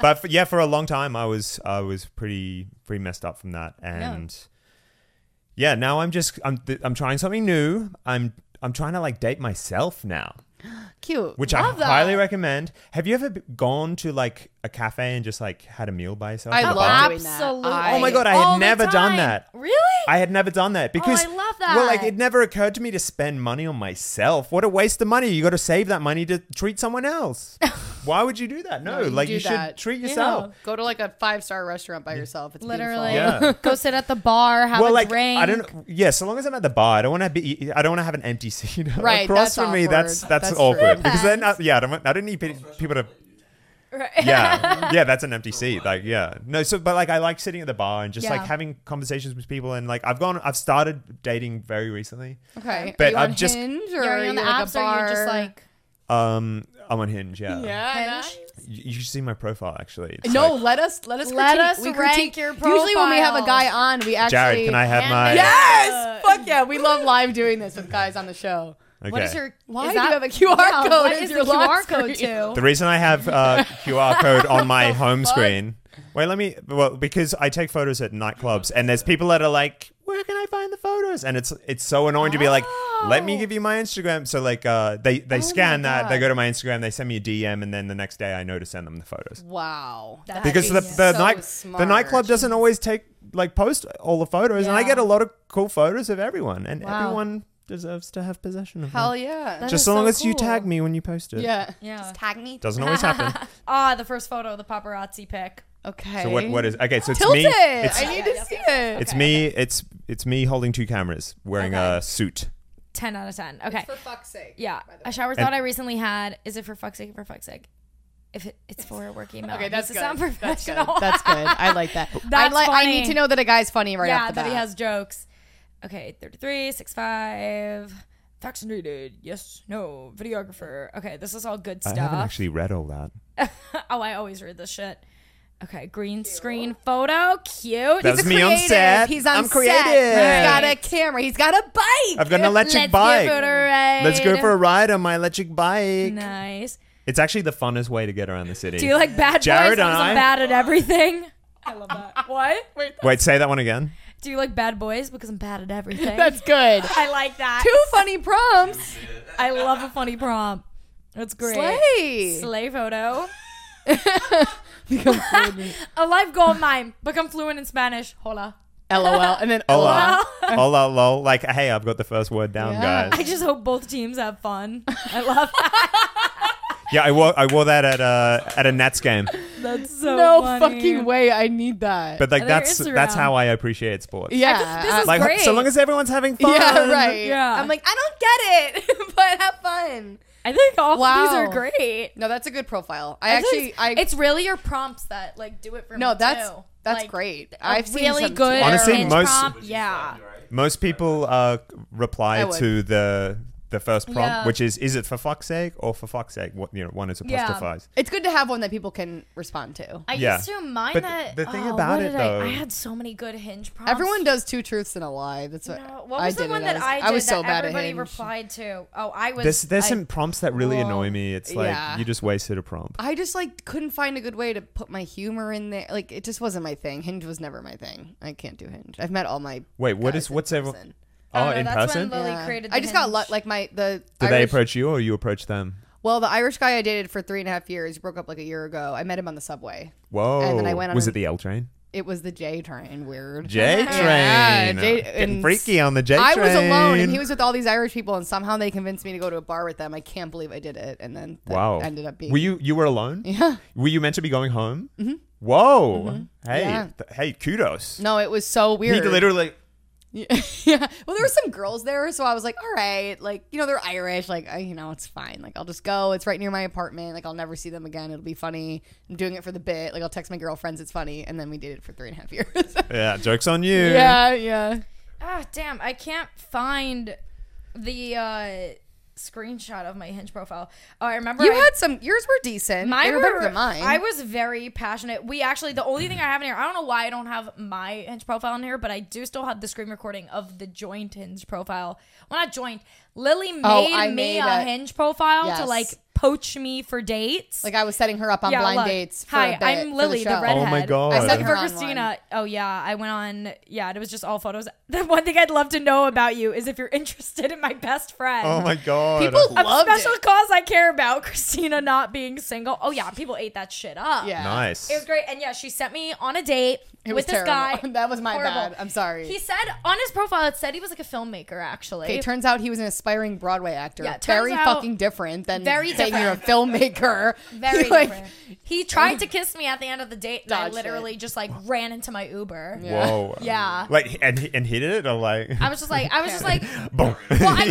Speaker 1: but for, yeah, for a long time I was I was pretty pretty messed up from that, and yeah, now I'm just I'm th- I'm trying something new. I'm I'm trying to like date myself now,
Speaker 4: Cute.
Speaker 1: which
Speaker 3: Love
Speaker 1: I
Speaker 3: that.
Speaker 1: highly recommend. Have you ever b- gone to like a cafe and just like had a meal by yourself?
Speaker 4: I
Speaker 1: at a
Speaker 4: love
Speaker 1: bar?
Speaker 4: that.
Speaker 3: Absolutely.
Speaker 4: I- Oh my
Speaker 1: God, I had
Speaker 3: All the
Speaker 1: never done
Speaker 3: time.
Speaker 1: that.
Speaker 3: Really?
Speaker 1: I had never done that because
Speaker 3: I love
Speaker 1: Well, like
Speaker 3: that.
Speaker 1: it never occurred to me to spend money on myself. What a waste of money! You got to save that money to treat someone else. Why would you do that? No,
Speaker 4: No, you
Speaker 1: like
Speaker 4: do
Speaker 1: you should
Speaker 4: that.
Speaker 1: treat yourself.
Speaker 4: Go to like a five star restaurant by yourself. It's
Speaker 3: Literally.
Speaker 4: Beautiful.
Speaker 1: Yeah.
Speaker 3: Go sit at the bar, have
Speaker 1: well,
Speaker 3: a
Speaker 1: like
Speaker 3: drink.
Speaker 1: I don't. Yeah, so long as I'm at the bar, I don't want to be. I don't want to have an empty seat
Speaker 4: Right,
Speaker 1: across
Speaker 4: that's
Speaker 1: from me. That's
Speaker 4: awkward.
Speaker 1: that's,
Speaker 4: That's true.
Speaker 1: awkward because then I, yeah, I don't. want- I don't need pe- people to.
Speaker 3: Right.
Speaker 1: Yeah, yeah, that's an empty seat. Like yeah, no. So, but like I like sitting at the bar and just like
Speaker 3: Yeah.
Speaker 1: having conversations with people and like I've gone. I've started dating very recently.
Speaker 4: Okay.
Speaker 1: But
Speaker 4: Are you on
Speaker 1: I'm just-
Speaker 4: Hinge or
Speaker 3: You're
Speaker 4: are you
Speaker 3: on the
Speaker 4: like
Speaker 3: apps
Speaker 4: a
Speaker 3: or
Speaker 4: bar?
Speaker 3: you're just like
Speaker 1: Um, I'm on Hinge. Yeah.
Speaker 4: yeah.
Speaker 3: Hinge?
Speaker 1: You, you should see my profile actually. It's
Speaker 4: No,
Speaker 1: like-
Speaker 4: let us let us
Speaker 3: Let
Speaker 4: critique.
Speaker 3: us
Speaker 4: we
Speaker 3: rank
Speaker 4: critique.
Speaker 3: your
Speaker 4: Usually when we have a
Speaker 3: profiles.
Speaker 4: guy on, we actually
Speaker 1: Jared, can I have my?
Speaker 4: Yes! Fuck yeah, we love live doing this with guys on the show.
Speaker 1: Okay.
Speaker 3: What is your
Speaker 4: Why
Speaker 3: is
Speaker 4: do
Speaker 3: that-
Speaker 4: you have a QR
Speaker 3: Yeah,
Speaker 4: code
Speaker 3: What
Speaker 4: as
Speaker 3: is the
Speaker 4: your lock
Speaker 3: QR code
Speaker 4: screen?
Speaker 3: to?
Speaker 1: The reason I have uh, QR code on my home
Speaker 4: fuck?
Speaker 1: screen. Wait, let me. Well, because I take photos at nightclubs, and there's people that are like, "Where can I find the photos?" And it's it's so annoying to be like, "Let me give you my Instagram." So like, uh, they they scan that, they go to my Instagram, they send me a DM, and then the next day I know to send them the photos
Speaker 4: Wow.
Speaker 3: That's
Speaker 1: because the
Speaker 3: genius.
Speaker 1: the
Speaker 4: so
Speaker 1: night the
Speaker 4: smart.
Speaker 1: nightclub doesn't always take like post all the photos, and I
Speaker 3: Yeah.
Speaker 1: get a lot of cool photos of everyone, and
Speaker 3: Wow.
Speaker 1: everyone deserves to have possession of
Speaker 4: Hell
Speaker 1: that.
Speaker 4: yeah.
Speaker 3: That
Speaker 1: Just
Speaker 3: is
Speaker 1: so long
Speaker 3: so
Speaker 1: as you
Speaker 3: cool.
Speaker 1: tag me when you post it.
Speaker 4: yeah.
Speaker 3: Yeah.
Speaker 4: Tag me.
Speaker 1: Doesn't always happen.
Speaker 3: Ah, the first photo, the paparazzi pic.
Speaker 4: Okay.
Speaker 1: so what? What is? Okay, so it's
Speaker 4: Tilt
Speaker 1: me.
Speaker 4: it.
Speaker 1: It's,
Speaker 4: I need to see it.
Speaker 1: it's me. It's it's me holding two cameras, wearing
Speaker 3: Okay.
Speaker 1: a suit.
Speaker 3: Ten out of ten. Okay.
Speaker 4: For fuck's sake.
Speaker 3: Yeah. A shower thought I recently had. Is it for fuck's sake? For fuck's sake. If it, it's for a working male.
Speaker 4: Okay,
Speaker 3: it
Speaker 4: that's
Speaker 3: needs to sound
Speaker 4: good. That's good.
Speaker 3: professional.
Speaker 4: That's good. I like that. I
Speaker 3: That's
Speaker 4: like. I
Speaker 3: funny.
Speaker 4: need to know that a guy's funny right
Speaker 3: yeah,
Speaker 4: off the
Speaker 3: that
Speaker 4: bat.
Speaker 3: he has jokes. Okay, 33, 65, vaccinated, yes, no, videographer. Okay, this is all good
Speaker 1: I haven't
Speaker 3: stuff.
Speaker 1: actually read all that.
Speaker 3: oh, I always read this shit. Okay, green screen photo, cute.
Speaker 1: That was me on
Speaker 4: creative.
Speaker 1: set.
Speaker 4: He's on
Speaker 1: I'm
Speaker 4: set.
Speaker 1: creative.
Speaker 4: He's got a camera. He's got a bike.
Speaker 1: I've got an
Speaker 3: Let's
Speaker 1: electric
Speaker 3: give
Speaker 1: bike.
Speaker 3: it a ride.
Speaker 1: Let's go for a ride on my electric bike.
Speaker 3: Nice.
Speaker 1: It's actually the funnest way to get around the city.
Speaker 3: Do you like bad
Speaker 1: Jared
Speaker 3: boys?
Speaker 1: and
Speaker 3: Because I'm
Speaker 1: I-
Speaker 3: bad at everything. I love that. What? Wait.
Speaker 1: Wait, say that one again.
Speaker 3: Do you like bad boys? Because I'm bad at everything.
Speaker 4: That's good.
Speaker 3: I like that.
Speaker 4: Two funny prompts.
Speaker 3: I love a funny prompt. That's great.
Speaker 4: Slay.
Speaker 3: Slay photo.
Speaker 4: Become fluent.
Speaker 3: A life gold mine. Become fluent in Spanish. Hola.
Speaker 4: LOL. And then
Speaker 1: Hola. Hola, lol. Like, hey, I've got the first word down,
Speaker 4: Yeah.
Speaker 1: guys.
Speaker 3: I just hope both teams have fun. I love that.
Speaker 1: Yeah, I wore, I wore that at a, at a Nats game.
Speaker 3: That's so
Speaker 4: No
Speaker 3: funny.
Speaker 4: fucking way. I need that.
Speaker 1: But like
Speaker 3: Their
Speaker 1: that's that's
Speaker 3: Instagram.
Speaker 1: how I appreciate sports.
Speaker 4: yeah.
Speaker 3: this is
Speaker 1: Like
Speaker 3: great.
Speaker 1: so long as everyone's having fun.
Speaker 4: yeah. Right.
Speaker 3: Yeah.
Speaker 4: I'm like, I don't get it, but have fun.
Speaker 3: I think all of these
Speaker 4: Wow.
Speaker 3: are great.
Speaker 4: No, that's a good profile. I actually,
Speaker 3: it's,
Speaker 4: I
Speaker 3: it's really your prompts that like do it for me.
Speaker 4: no, that's
Speaker 3: too.
Speaker 4: that's
Speaker 3: Like,
Speaker 4: great.
Speaker 3: a
Speaker 4: I've seen
Speaker 3: really
Speaker 4: some
Speaker 3: good
Speaker 1: Honestly,
Speaker 3: pitch
Speaker 4: terrible-
Speaker 1: most-
Speaker 3: prompt.
Speaker 5: Would you
Speaker 3: Yeah.
Speaker 5: find you alright?
Speaker 1: Most people uh, reply
Speaker 4: I would.
Speaker 1: to the the first prompt,
Speaker 3: Yeah.
Speaker 1: which is is it for fuck's sake or for fuck's sake? What you know, one is
Speaker 3: Yeah.
Speaker 1: apostrophized.
Speaker 4: it's good to have one that people can respond to.
Speaker 3: I
Speaker 1: Yeah.
Speaker 3: used to mind
Speaker 1: But
Speaker 3: that.
Speaker 1: the thing
Speaker 3: oh,
Speaker 1: about
Speaker 3: what
Speaker 1: it,
Speaker 3: did I-
Speaker 1: though-
Speaker 3: I, had so many good hinge prompts.
Speaker 4: Everyone does two truths and a lie. That's what,
Speaker 3: No, what
Speaker 4: I
Speaker 3: was
Speaker 4: did.
Speaker 3: the one
Speaker 4: it
Speaker 3: that
Speaker 4: as.
Speaker 3: I did
Speaker 4: I was so
Speaker 3: that
Speaker 4: bad at
Speaker 3: everybody
Speaker 4: Hinge.
Speaker 3: replied to? Oh, I was.
Speaker 1: There's there's
Speaker 3: I-
Speaker 1: some prompts that really
Speaker 3: Well,
Speaker 1: annoy me. It's like
Speaker 4: yeah.
Speaker 1: you just wasted a prompt.
Speaker 4: I just like couldn't find a good way to put my humor in there. Like it just wasn't my thing. Hinge was never my thing. I can't do Hinge. I've met all my
Speaker 1: Wait, what is
Speaker 4: guys in
Speaker 1: what's everyone?
Speaker 4: person. Uh,
Speaker 1: Oh,
Speaker 3: don't know,
Speaker 1: in
Speaker 3: that's when
Speaker 1: person?
Speaker 3: the- Lily created the
Speaker 4: I just got
Speaker 3: Hinge.
Speaker 4: lu- like my the.
Speaker 1: Did they
Speaker 4: Irish-
Speaker 1: approach you or you approach them?
Speaker 4: Well, the Irish guy I dated for three and a half years broke up like a year ago. I met him on the subway.
Speaker 1: Whoa.
Speaker 4: And then I went on
Speaker 1: was
Speaker 4: an-
Speaker 1: it the L train?
Speaker 4: It was the J train. Weird.
Speaker 1: J train.
Speaker 4: Yeah, J-
Speaker 1: Getting
Speaker 4: and-
Speaker 1: freaky on the J train.
Speaker 4: I was alone, and he was with all these Irish people, and somehow they convinced me to go to a bar with them. I can't believe I did it, and then that
Speaker 1: Wow.
Speaker 4: ended up being
Speaker 1: Were you you were alone?
Speaker 4: yeah.
Speaker 1: Were you meant to be going home? Mm-hmm. Whoa. Hey.
Speaker 4: Mm-hmm. Yeah.
Speaker 1: th- hey, kudos.
Speaker 4: No, it was so
Speaker 1: he
Speaker 4: weird.
Speaker 1: literally
Speaker 4: yeah. Well, there were some girls there, so I was like, all right, like you know, they're Irish, like I, you know, it's fine. Like I'll just go. It's right near my apartment. Like I'll never see them again. It'll be funny. I'm doing it for the bit. Like I'll text my girlfriends. It's funny, and then we did it for three and a half years.
Speaker 1: Yeah, joke's on you.
Speaker 4: yeah, yeah.
Speaker 3: Ah, damn! I can't find the uh, screenshot of my hinge profile. Oh, I remember
Speaker 4: You
Speaker 3: I-
Speaker 4: had some. Yours were decent.
Speaker 3: Mine
Speaker 4: they were better than mine.
Speaker 3: I was very passionate. We actually the only thing I have in here, I don't know why I don't have my hinge profile in here, but I do still have the screen recording of the joint hinge profile. Well not joint. Lily made
Speaker 4: Oh, I
Speaker 3: me
Speaker 4: made
Speaker 3: a,
Speaker 4: a-
Speaker 3: hinge profile to
Speaker 4: Yes.
Speaker 3: like poach me for dates.
Speaker 4: like I was setting her up on
Speaker 3: Yeah,
Speaker 4: blind
Speaker 3: look.
Speaker 4: dates. For
Speaker 3: Hi,
Speaker 4: a bit
Speaker 3: I'm
Speaker 4: for
Speaker 3: Lily,
Speaker 4: the,
Speaker 3: the,
Speaker 4: show.
Speaker 3: redhead.
Speaker 1: Oh my God. I
Speaker 4: set
Speaker 3: Except
Speaker 4: her on
Speaker 3: for
Speaker 4: one.
Speaker 3: Christina. Oh yeah, I went on. Yeah, and it was just all photos. The one thing I'd love to know about you is if you're interested in my best friend.
Speaker 1: Oh my god.
Speaker 4: People
Speaker 3: A
Speaker 4: loved
Speaker 3: special
Speaker 4: it.
Speaker 3: cause I care about, Christina not being single. Oh yeah, people ate that shit up.
Speaker 4: Yeah.
Speaker 1: Oh, Nice.
Speaker 3: It was great. And yeah, she sent me on a date
Speaker 4: It
Speaker 3: with
Speaker 4: was
Speaker 3: this
Speaker 4: terrible.
Speaker 3: guy.
Speaker 4: That was my
Speaker 3: Horrible.
Speaker 4: bad. I'm sorry.
Speaker 3: He said on his profile, it said he was like a filmmaker, actually.
Speaker 4: Okay, turns out he was an aspiring Broadway actor.
Speaker 3: Yeah, turns
Speaker 4: very
Speaker 3: out-
Speaker 4: fucking different than
Speaker 3: Very
Speaker 4: saying
Speaker 3: different.
Speaker 4: you're a filmmaker.
Speaker 3: Very
Speaker 4: Like,
Speaker 3: different. He tried to kiss me at the end of the date, and I
Speaker 4: Dodged
Speaker 3: literally just like ran into my Uber. Yeah.
Speaker 1: Whoa.
Speaker 3: Yeah.
Speaker 1: Like and and hit it or like
Speaker 3: I was just like, I was just like,
Speaker 1: boom.
Speaker 3: I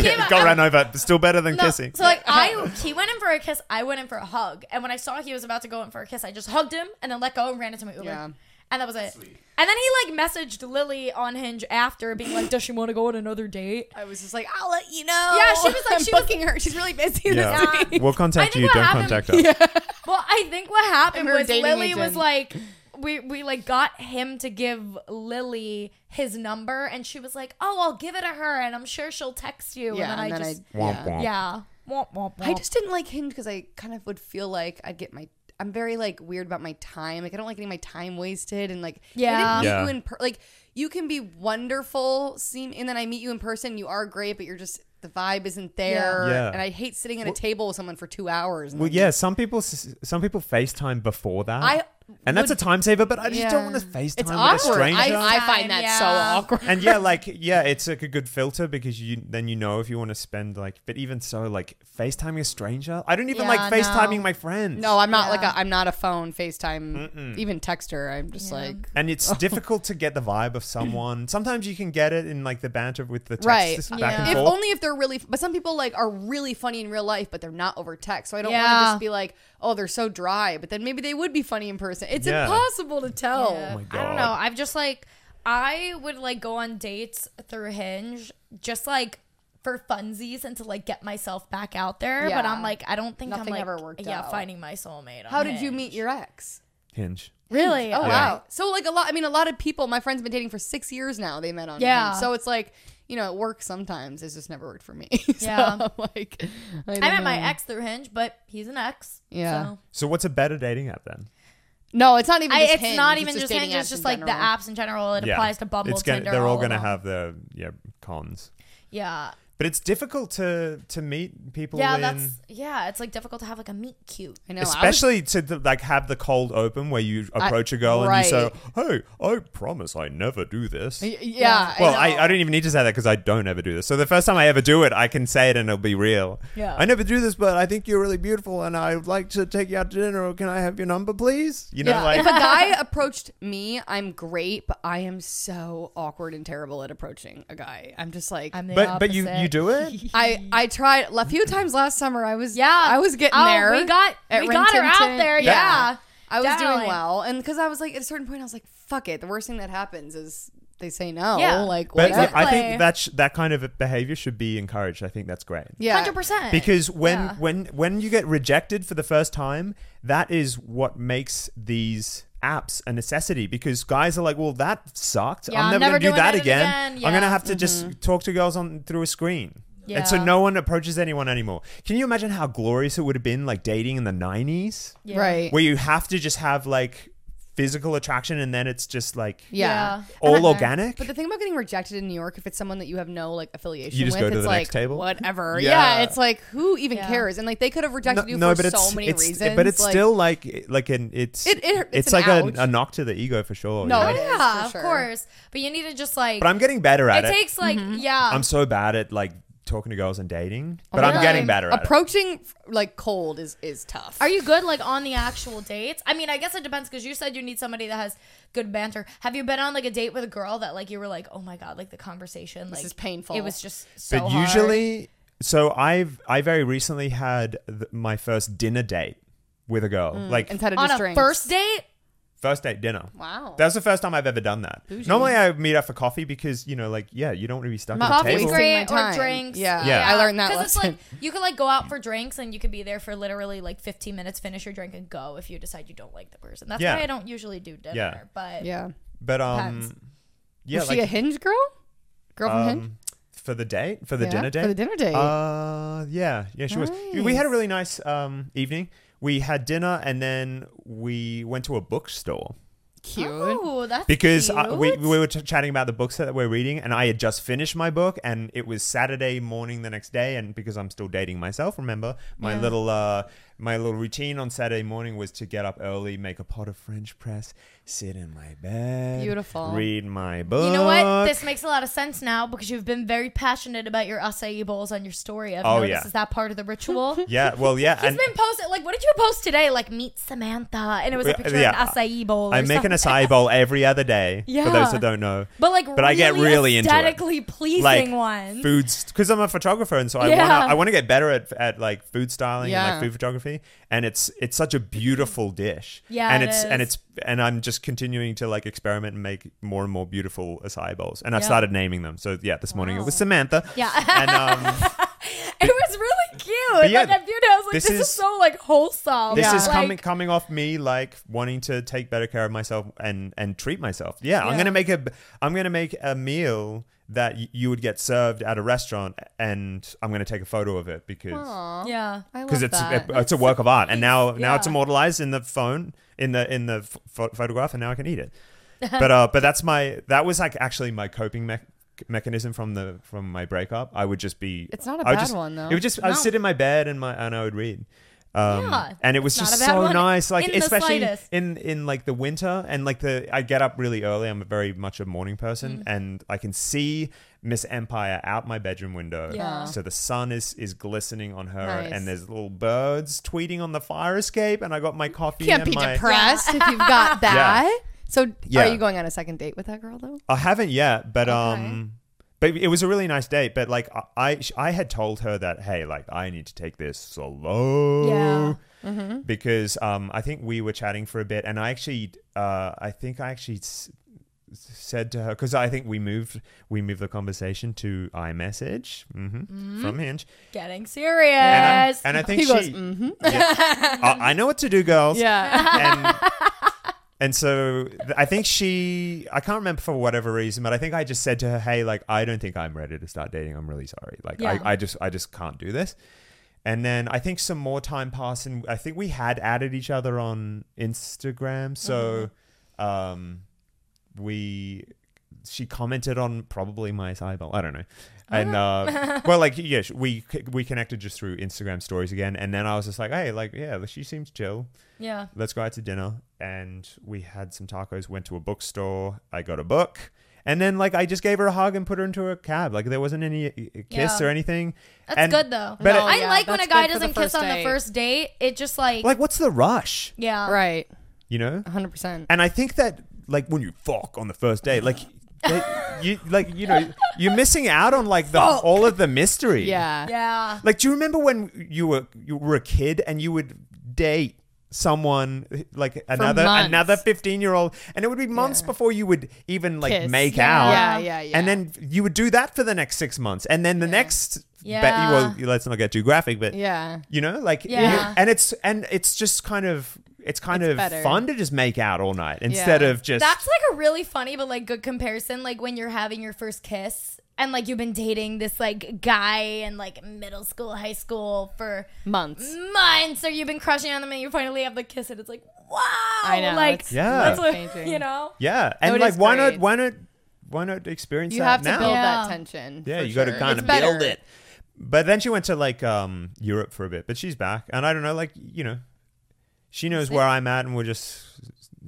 Speaker 3: gave a-
Speaker 1: Got ran over. Still better than
Speaker 3: no.
Speaker 1: kissing.
Speaker 3: So like, I he went in for a kiss, I went in for a hug, and when I saw he was about to go in for a kiss, I just hugged him and then let go and ran into my Uber.
Speaker 4: Yeah.
Speaker 3: And that was it.
Speaker 5: Sweet.
Speaker 3: And then he like messaged Lily on Hinge after being like, "Does she want to go on another date?"
Speaker 4: I was just like, I'll let you know.
Speaker 3: Yeah, she was like-
Speaker 4: I'm
Speaker 3: she was-
Speaker 4: booking her. She's really busy.
Speaker 1: yeah.
Speaker 4: This week.
Speaker 1: We'll
Speaker 3: I
Speaker 1: contact
Speaker 3: think
Speaker 1: you,
Speaker 3: what
Speaker 1: don't
Speaker 3: happened-
Speaker 1: contact us.
Speaker 3: Well, I think what happened
Speaker 4: And her
Speaker 3: was
Speaker 4: dating
Speaker 3: Lily was
Speaker 4: agent.
Speaker 3: like, we we like got him to give Lily his number, and she was like, "Oh, I'll give it to her, and I'm sure she'll text you."
Speaker 4: Yeah,
Speaker 3: and then I just,
Speaker 4: I,
Speaker 1: Womp womp.
Speaker 3: yeah, womp, womp, womp.
Speaker 4: I just didn't like Hinge because I kind of would feel like I'd get my. I'm very like weird about my time. Like I don't like getting my time wasted, and like
Speaker 3: Yeah.
Speaker 4: I didn't meet
Speaker 1: Yeah.
Speaker 4: you in per- like you can be wonderful, seem, and then I meet you in person. You are great, but you're just the vibe isn't there,
Speaker 1: Yeah. Yeah.
Speaker 4: and I hate sitting at a table with someone for two hours. and
Speaker 1: Well,
Speaker 4: then
Speaker 1: yeah, some people s- some people FaceTime before that.
Speaker 4: I
Speaker 1: And that's a time saver, but I just don't
Speaker 4: Yeah.
Speaker 1: want to FaceTime
Speaker 2: It's
Speaker 1: with a
Speaker 2: awkward.
Speaker 1: stranger.
Speaker 2: I, I find that so
Speaker 3: Yeah.
Speaker 2: awkward.
Speaker 1: and yeah, like yeah, it's like a good filter because you then you know if you want to spend like. But even so, like FaceTiming a stranger, I don't even
Speaker 3: Yeah,
Speaker 1: like
Speaker 3: no.
Speaker 1: FaceTiming my friends.
Speaker 4: No, I'm not like
Speaker 3: Yeah.
Speaker 4: a, I'm not a phone FaceTime, even texter. I'm just like
Speaker 1: And it's difficult to get the vibe of someone. Sometimes you can get it in like the banter with the text
Speaker 4: Right.
Speaker 1: back
Speaker 3: Yeah.
Speaker 1: and
Speaker 4: if
Speaker 1: forth.
Speaker 4: only if they're really. But some people like are really funny in real life, but they're not over text. So I don't want
Speaker 3: Yeah.
Speaker 4: to just be like, oh, they're so dry. But then maybe they would be funny in person. It's
Speaker 1: Yeah.
Speaker 4: impossible to tell.
Speaker 3: Yeah.
Speaker 1: Oh my
Speaker 3: I
Speaker 1: God.
Speaker 3: don't know. I've just like I would like go on dates through Hinge just like for funsies and to like get myself back out there. But
Speaker 4: Yeah.
Speaker 3: I'm like I don't think I'm
Speaker 4: Nothing
Speaker 3: like
Speaker 4: ever worked
Speaker 3: yeah,
Speaker 4: out.
Speaker 3: finding my soulmate. On
Speaker 4: How did you
Speaker 3: Hinge.
Speaker 4: meet your ex?
Speaker 1: Hinge.
Speaker 3: Really?
Speaker 4: Oh
Speaker 3: Okay.
Speaker 4: wow! So like a lot. I mean, a lot of people. My friend's been dating for six years now. They met on
Speaker 3: Yeah.
Speaker 4: Hinge. So it's like you know, it works sometimes. It's just never worked for me. so,
Speaker 3: Yeah.
Speaker 4: Like I,
Speaker 3: I met my ex through Hinge, but he's an ex.
Speaker 4: Mm. Yeah.
Speaker 3: So.
Speaker 1: So what's a better dating app then?
Speaker 4: No, it's not even.
Speaker 3: I,
Speaker 4: Just
Speaker 3: it's
Speaker 4: Hinge.
Speaker 3: not even just
Speaker 4: dating
Speaker 3: Hinge.
Speaker 4: apps
Speaker 3: It's just
Speaker 4: in
Speaker 3: like
Speaker 4: general.
Speaker 3: the apps in general. It
Speaker 1: Yeah.
Speaker 3: applies to Bumble,
Speaker 1: It's gonna,
Speaker 3: Tinder.
Speaker 1: They're all,
Speaker 3: of
Speaker 1: gonna
Speaker 3: them.
Speaker 1: have the yeah cons.
Speaker 3: Yeah.
Speaker 1: But it's difficult to to meet people.
Speaker 3: Yeah.
Speaker 1: in,
Speaker 3: That's yeah. It's like difficult to have like a meet cute.
Speaker 4: I know. I was-
Speaker 1: Especially to the, like have the cold open where you approach a girl and you say,
Speaker 4: right.
Speaker 1: "Hey, I promise I never do this."
Speaker 4: Y- yeah.
Speaker 1: Well, I,
Speaker 4: know.
Speaker 1: I don't even need to say that because I don't ever do this. So the first time I ever do it, I can say it and it'll be real.
Speaker 4: Yeah.
Speaker 1: I never do this, but I think you're really beautiful and I would like to take you out to dinner. Or can I have your number, please? You know,
Speaker 4: Yeah.
Speaker 1: like
Speaker 4: if a guy approached me, I'm great, but I am so awkward and terrible at approaching a guy. I'm just like
Speaker 3: I'm the
Speaker 1: but but you
Speaker 3: opposite.
Speaker 1: you do it.
Speaker 4: I I tried a few
Speaker 1: Mm-hmm.
Speaker 4: times last summer. I was
Speaker 3: Yeah,
Speaker 4: I was getting
Speaker 3: Oh,
Speaker 4: there.
Speaker 3: We got
Speaker 4: at
Speaker 3: we got her out
Speaker 4: Rintintin.
Speaker 3: there.
Speaker 1: Yeah.
Speaker 3: Yeah,
Speaker 4: I was
Speaker 3: Definitely.
Speaker 4: doing well, and because I was like at a certain point, I was like, "Fuck it." The worst thing that happens is they say no.
Speaker 3: Yeah.
Speaker 4: like
Speaker 1: But
Speaker 4: whatever.
Speaker 1: yeah, I
Speaker 3: Exactly.
Speaker 1: think that sh- that kind of behavior should be encouraged. I think that's great.
Speaker 4: yeah,
Speaker 3: hundred percent.
Speaker 1: Because when
Speaker 3: Yeah.
Speaker 1: when when you get rejected for the first time, that is what makes these apps a necessity because guys are like, well, that sucked.
Speaker 3: Yeah,
Speaker 1: I'm
Speaker 3: I'm
Speaker 1: never,
Speaker 3: never
Speaker 1: gonna do
Speaker 3: doing
Speaker 1: that
Speaker 3: it
Speaker 1: again.
Speaker 3: again.
Speaker 1: I'm gonna
Speaker 3: Yeah. Mm-hmm.
Speaker 1: have to just talk to girls on through a screen. And so
Speaker 3: Yeah.
Speaker 1: no one approaches anyone anymore. Can you imagine how glorious it would have been like dating in the 90s
Speaker 3: Yeah.
Speaker 4: right.
Speaker 1: where you have to just have like physical attraction and then it's just like
Speaker 4: yeah.
Speaker 1: all
Speaker 3: And I-
Speaker 1: organic?
Speaker 4: But the thing about getting rejected in New York, if it's someone that you have no like affiliation
Speaker 1: You just
Speaker 4: with,
Speaker 1: go to
Speaker 4: it's
Speaker 1: the
Speaker 4: like
Speaker 1: next table?
Speaker 4: whatever.
Speaker 1: Yeah.
Speaker 4: Yeah. it's like who even
Speaker 3: Yeah.
Speaker 4: cares? And like they could have rejected you for so many
Speaker 1: it's,
Speaker 4: reasons.
Speaker 1: But it's
Speaker 4: like,
Speaker 1: still like like an it's
Speaker 4: It- it-
Speaker 1: it's,
Speaker 4: it's
Speaker 1: like
Speaker 4: an
Speaker 1: a,
Speaker 4: ouch.
Speaker 1: a knock to the ego for sure.
Speaker 4: No,
Speaker 1: you know?
Speaker 4: it is,
Speaker 3: Oh, yeah,
Speaker 4: for
Speaker 3: of
Speaker 4: sure.
Speaker 3: course. But you need to just like
Speaker 1: but I'm getting better
Speaker 3: it
Speaker 1: at it.
Speaker 3: takes like
Speaker 4: Mm-hmm.
Speaker 3: yeah.
Speaker 1: I'm so bad at like talking to girls and dating,
Speaker 4: Oh
Speaker 1: but I'm
Speaker 3: really?
Speaker 1: getting better at it.
Speaker 4: approaching like cold is is tough.
Speaker 3: Are you good like on the actual dates? I mean, I guess it depends because you said you need somebody that has good banter. Have you been on like a date with a girl that like you were like, oh my god, like the conversation like
Speaker 4: is painful.
Speaker 3: It was just so.
Speaker 1: But
Speaker 3: hard.
Speaker 1: usually, so I've I very recently had th- my first dinner date with a girl, like
Speaker 4: instead of
Speaker 3: on
Speaker 4: just
Speaker 3: a
Speaker 4: drinks.
Speaker 3: first date,
Speaker 1: first date dinner.
Speaker 4: Mm, Wow.
Speaker 1: That was the first time I've ever done that. Normally, I meet up for coffee because you know, like, yeah, you don't want to be stuck at a
Speaker 4: Coffee's
Speaker 1: table.
Speaker 3: coffee's great
Speaker 4: Wasting my
Speaker 3: or
Speaker 4: time.
Speaker 3: drinks.
Speaker 4: Yeah. Yeah. I learned that
Speaker 3: 'Cause it's
Speaker 4: lesson.
Speaker 3: like you could like go out for drinks and you could be there for literally like 15 minutes, finish your drink, and go if you decide you don't like the person. That's
Speaker 1: Yeah.
Speaker 3: why I don't usually do dinner.
Speaker 1: Yeah.
Speaker 3: But
Speaker 4: yeah.
Speaker 1: But um,
Speaker 3: Depends.
Speaker 1: yeah,
Speaker 4: was
Speaker 1: like
Speaker 4: she a hinge girl? Girl from Hinge?
Speaker 1: um, for the date, for the
Speaker 4: Yeah,
Speaker 1: dinner date,
Speaker 4: for the dinner date.
Speaker 1: Uh, yeah, yeah, she was. We had a really nice um, evening. We had dinner and then we went to a bookstore
Speaker 4: Cute.
Speaker 3: Ooh, Oh, that's
Speaker 1: because
Speaker 3: cute.
Speaker 1: uh we, we were ch- chatting about the books that we're reading and I had just finished my book and it was Saturday morning the next day and because I'm still dating myself, remember my little uh, my little routine on Saturday morning was to get up early, make a pot of French press, sit in my bed,
Speaker 4: Beautiful.
Speaker 1: read my book.
Speaker 3: you know what? This makes a lot of sense now because you've been very passionate about your acai bowls on your story. I've
Speaker 1: Oh,
Speaker 3: noticed
Speaker 1: yeah.
Speaker 3: is that part of the ritual? He's
Speaker 1: yeah, well, yeah, and
Speaker 3: been posted like, what did you post today? Like meet Samantha, and it was a
Speaker 1: Yeah,
Speaker 3: picture
Speaker 1: yeah.
Speaker 3: of an acai bowl. Or
Speaker 1: I make an
Speaker 3: something.
Speaker 1: acai bowl every other day. For those
Speaker 3: Yeah.
Speaker 1: that don't know,
Speaker 3: but like,
Speaker 1: but I get really into it.
Speaker 3: aesthetically pleasing
Speaker 1: like
Speaker 3: ones.
Speaker 1: foods, because I'm a photographer, and so I
Speaker 3: Yeah.
Speaker 1: wanna I want to get better at, at like food styling and
Speaker 4: Yeah.
Speaker 1: like food photography. And it's it's such a beautiful dish.
Speaker 3: Yeah,
Speaker 1: and
Speaker 3: it
Speaker 1: it's and it's
Speaker 3: is.
Speaker 1: and I'm just continuing to like experiment and make more and more beautiful acai bowls. And I
Speaker 3: Yeah.
Speaker 1: started naming them. So yeah, this morning it was Samantha.
Speaker 3: Yeah.
Speaker 1: and um,
Speaker 3: It was really
Speaker 1: But
Speaker 3: cute.
Speaker 1: yeah,
Speaker 3: like I viewed it, I was like,
Speaker 1: this
Speaker 3: this, is,
Speaker 1: is-
Speaker 3: so like wholesome.
Speaker 1: this
Speaker 4: Yeah.
Speaker 1: is
Speaker 3: Like,
Speaker 1: coming coming off me like wanting to take better care of myself and and treat myself yeah, i'm
Speaker 3: Yeah.
Speaker 1: gonna make a i'm gonna make a meal that y- you would get served at a restaurant and i'm gonna take a photo of it because
Speaker 4: Aw.
Speaker 3: Yeah.
Speaker 4: I love
Speaker 1: because it's uh,
Speaker 4: that.
Speaker 1: it's a work of art and now now
Speaker 3: yeah.
Speaker 1: it's immortalized in the phone in the in the ph- pho- photograph and now i can eat it but uh but that's my that was like actually my coping mech mechanism from the from my breakup i would just be
Speaker 4: It's not a
Speaker 1: I would
Speaker 4: bad
Speaker 1: just-
Speaker 4: one, though.
Speaker 1: it would just i would
Speaker 4: No.
Speaker 1: sit in my bed and my and i would read Um,
Speaker 3: Yeah,
Speaker 1: and it was
Speaker 3: that's
Speaker 1: just
Speaker 3: not a bad
Speaker 1: so
Speaker 3: one
Speaker 1: nice, like
Speaker 3: in the
Speaker 1: especially
Speaker 3: slightest.
Speaker 1: in in like the winter and like the I get up really early. I'm a very much a morning person, and I can see Miss Empire out my bedroom window.
Speaker 3: Yeah.
Speaker 1: So the sun is is glistening on her,
Speaker 4: Nice.
Speaker 1: and there's little birds tweeting on the fire escape, and I got my coffee.
Speaker 4: Can't
Speaker 1: and
Speaker 4: be
Speaker 1: my,
Speaker 4: depressed if you've got that. So
Speaker 1: Yeah.
Speaker 4: are you going on a second date with that girl though?
Speaker 1: I haven't yet, but um, but it was a really nice date. But like I- I, sh- I had told her that hey, like I need to take this slow,
Speaker 3: Yeah.
Speaker 4: Mm-hmm.
Speaker 1: because um, I think we were chatting for a bit, and I actually, uh, I think I actually s- s- said to her because I think we moved, we moved the conversation to iMessage hmm from Hinge,
Speaker 3: Getting serious.
Speaker 1: and, I, and I think
Speaker 4: Mm-hmm. He
Speaker 1: she,
Speaker 4: goes, mm-hmm.
Speaker 1: yeah, I, I know what to do, girls,
Speaker 4: Yeah.
Speaker 1: and and so th- I think she I can't remember for whatever reason, but I think I just said to her, "Hey, like I don't think I'm ready to start dating. I'm really sorry. Like
Speaker 3: Yeah.
Speaker 1: I, I just I just can't do this." And then I think some more time passed, and I think we had added each other on Instagram, so um, we she commented on probably my eyeball. I don't know. And uh, well, like yeah, sh- we we connected just through Instagram stories again, and then I was just like, hey, like yeah, she seems chill
Speaker 3: yeah.
Speaker 1: let's go out to dinner and we had some tacos went to a bookstore i got a book and then like i just gave her a hug and put her into a cab like there wasn't any uh, kiss
Speaker 3: Yeah.
Speaker 1: or anything
Speaker 3: That's
Speaker 1: And-
Speaker 3: good though.
Speaker 1: but
Speaker 4: No,
Speaker 1: it-
Speaker 3: I
Speaker 4: Oh, yeah,
Speaker 3: like when
Speaker 4: that's
Speaker 3: a guy
Speaker 4: good for the
Speaker 3: doesn't kiss
Speaker 4: first
Speaker 3: on the
Speaker 4: date.
Speaker 3: first date. It just like,
Speaker 1: like what's the rush
Speaker 3: yeah.
Speaker 4: Right.
Speaker 1: you know
Speaker 4: hundred percent.
Speaker 1: and i think that like when you fuck on the first date like that- you like you know you're missing out on like the all of the mystery
Speaker 4: Yeah.
Speaker 3: Yeah.
Speaker 1: Like, do you remember when you were you were a kid and you would date someone like another
Speaker 4: months.
Speaker 1: another 15 year old and it would be months before you would even like
Speaker 4: Kiss.
Speaker 1: make
Speaker 4: Yeah.
Speaker 1: out
Speaker 4: Yeah, yeah, yeah.
Speaker 1: and then you would do that for the next six months and then the next
Speaker 3: Yeah.
Speaker 1: bet well let's not get too graphic but
Speaker 4: Yeah.
Speaker 1: you know like
Speaker 3: Yeah.
Speaker 1: you- and it's and it's just kind of it's kind
Speaker 4: It's
Speaker 1: of
Speaker 4: better.
Speaker 1: fun to just make out all night instead
Speaker 4: Yeah.
Speaker 1: of just
Speaker 3: That's like a really funny but like good comparison. Like when you're having your first kiss and like you've been dating this like guy in like middle school, high school for
Speaker 4: Months.
Speaker 3: months, or you've been crushing on them and you finally have the kiss and it's like, wow.
Speaker 4: I know,
Speaker 3: Like,
Speaker 4: it's
Speaker 1: Yeah.
Speaker 3: that's what,
Speaker 4: life-changing.
Speaker 3: you know?
Speaker 1: yeah and
Speaker 4: it
Speaker 1: like
Speaker 4: is
Speaker 1: why not
Speaker 4: great.
Speaker 1: why not why not experience
Speaker 4: You
Speaker 1: that
Speaker 4: have to
Speaker 1: now
Speaker 4: build
Speaker 3: Yeah.
Speaker 4: that tension.
Speaker 1: Yeah,
Speaker 4: for
Speaker 1: you got to
Speaker 4: sure.
Speaker 1: kind
Speaker 4: It's
Speaker 1: of
Speaker 4: better.
Speaker 1: build it. But then she went to like um Europe for a bit, but she's back, and I don't know, like you know, she knows where I'm at, and we're just,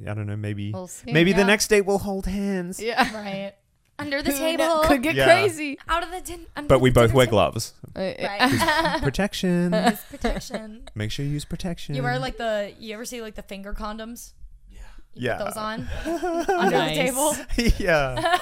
Speaker 1: I don't know, maybe
Speaker 4: We'll see,
Speaker 1: maybe the
Speaker 4: yeah.
Speaker 1: next date we'll hold hands.
Speaker 4: Yeah.
Speaker 3: Right. Under the
Speaker 4: Who kn-
Speaker 3: table.
Speaker 4: Could get
Speaker 1: Yeah.
Speaker 4: crazy. Uh,
Speaker 3: out of the din- under
Speaker 1: But we
Speaker 3: the
Speaker 1: both
Speaker 3: dinner
Speaker 1: wear
Speaker 3: table.
Speaker 1: gloves.
Speaker 3: Right.
Speaker 1: protection.
Speaker 3: Protection.
Speaker 1: Make sure you use protection.
Speaker 3: You wear like the you ever see like the finger condoms?
Speaker 5: Yeah.
Speaker 3: You
Speaker 1: Yeah.
Speaker 3: put those on under
Speaker 4: Nice.
Speaker 3: the table.
Speaker 1: yeah.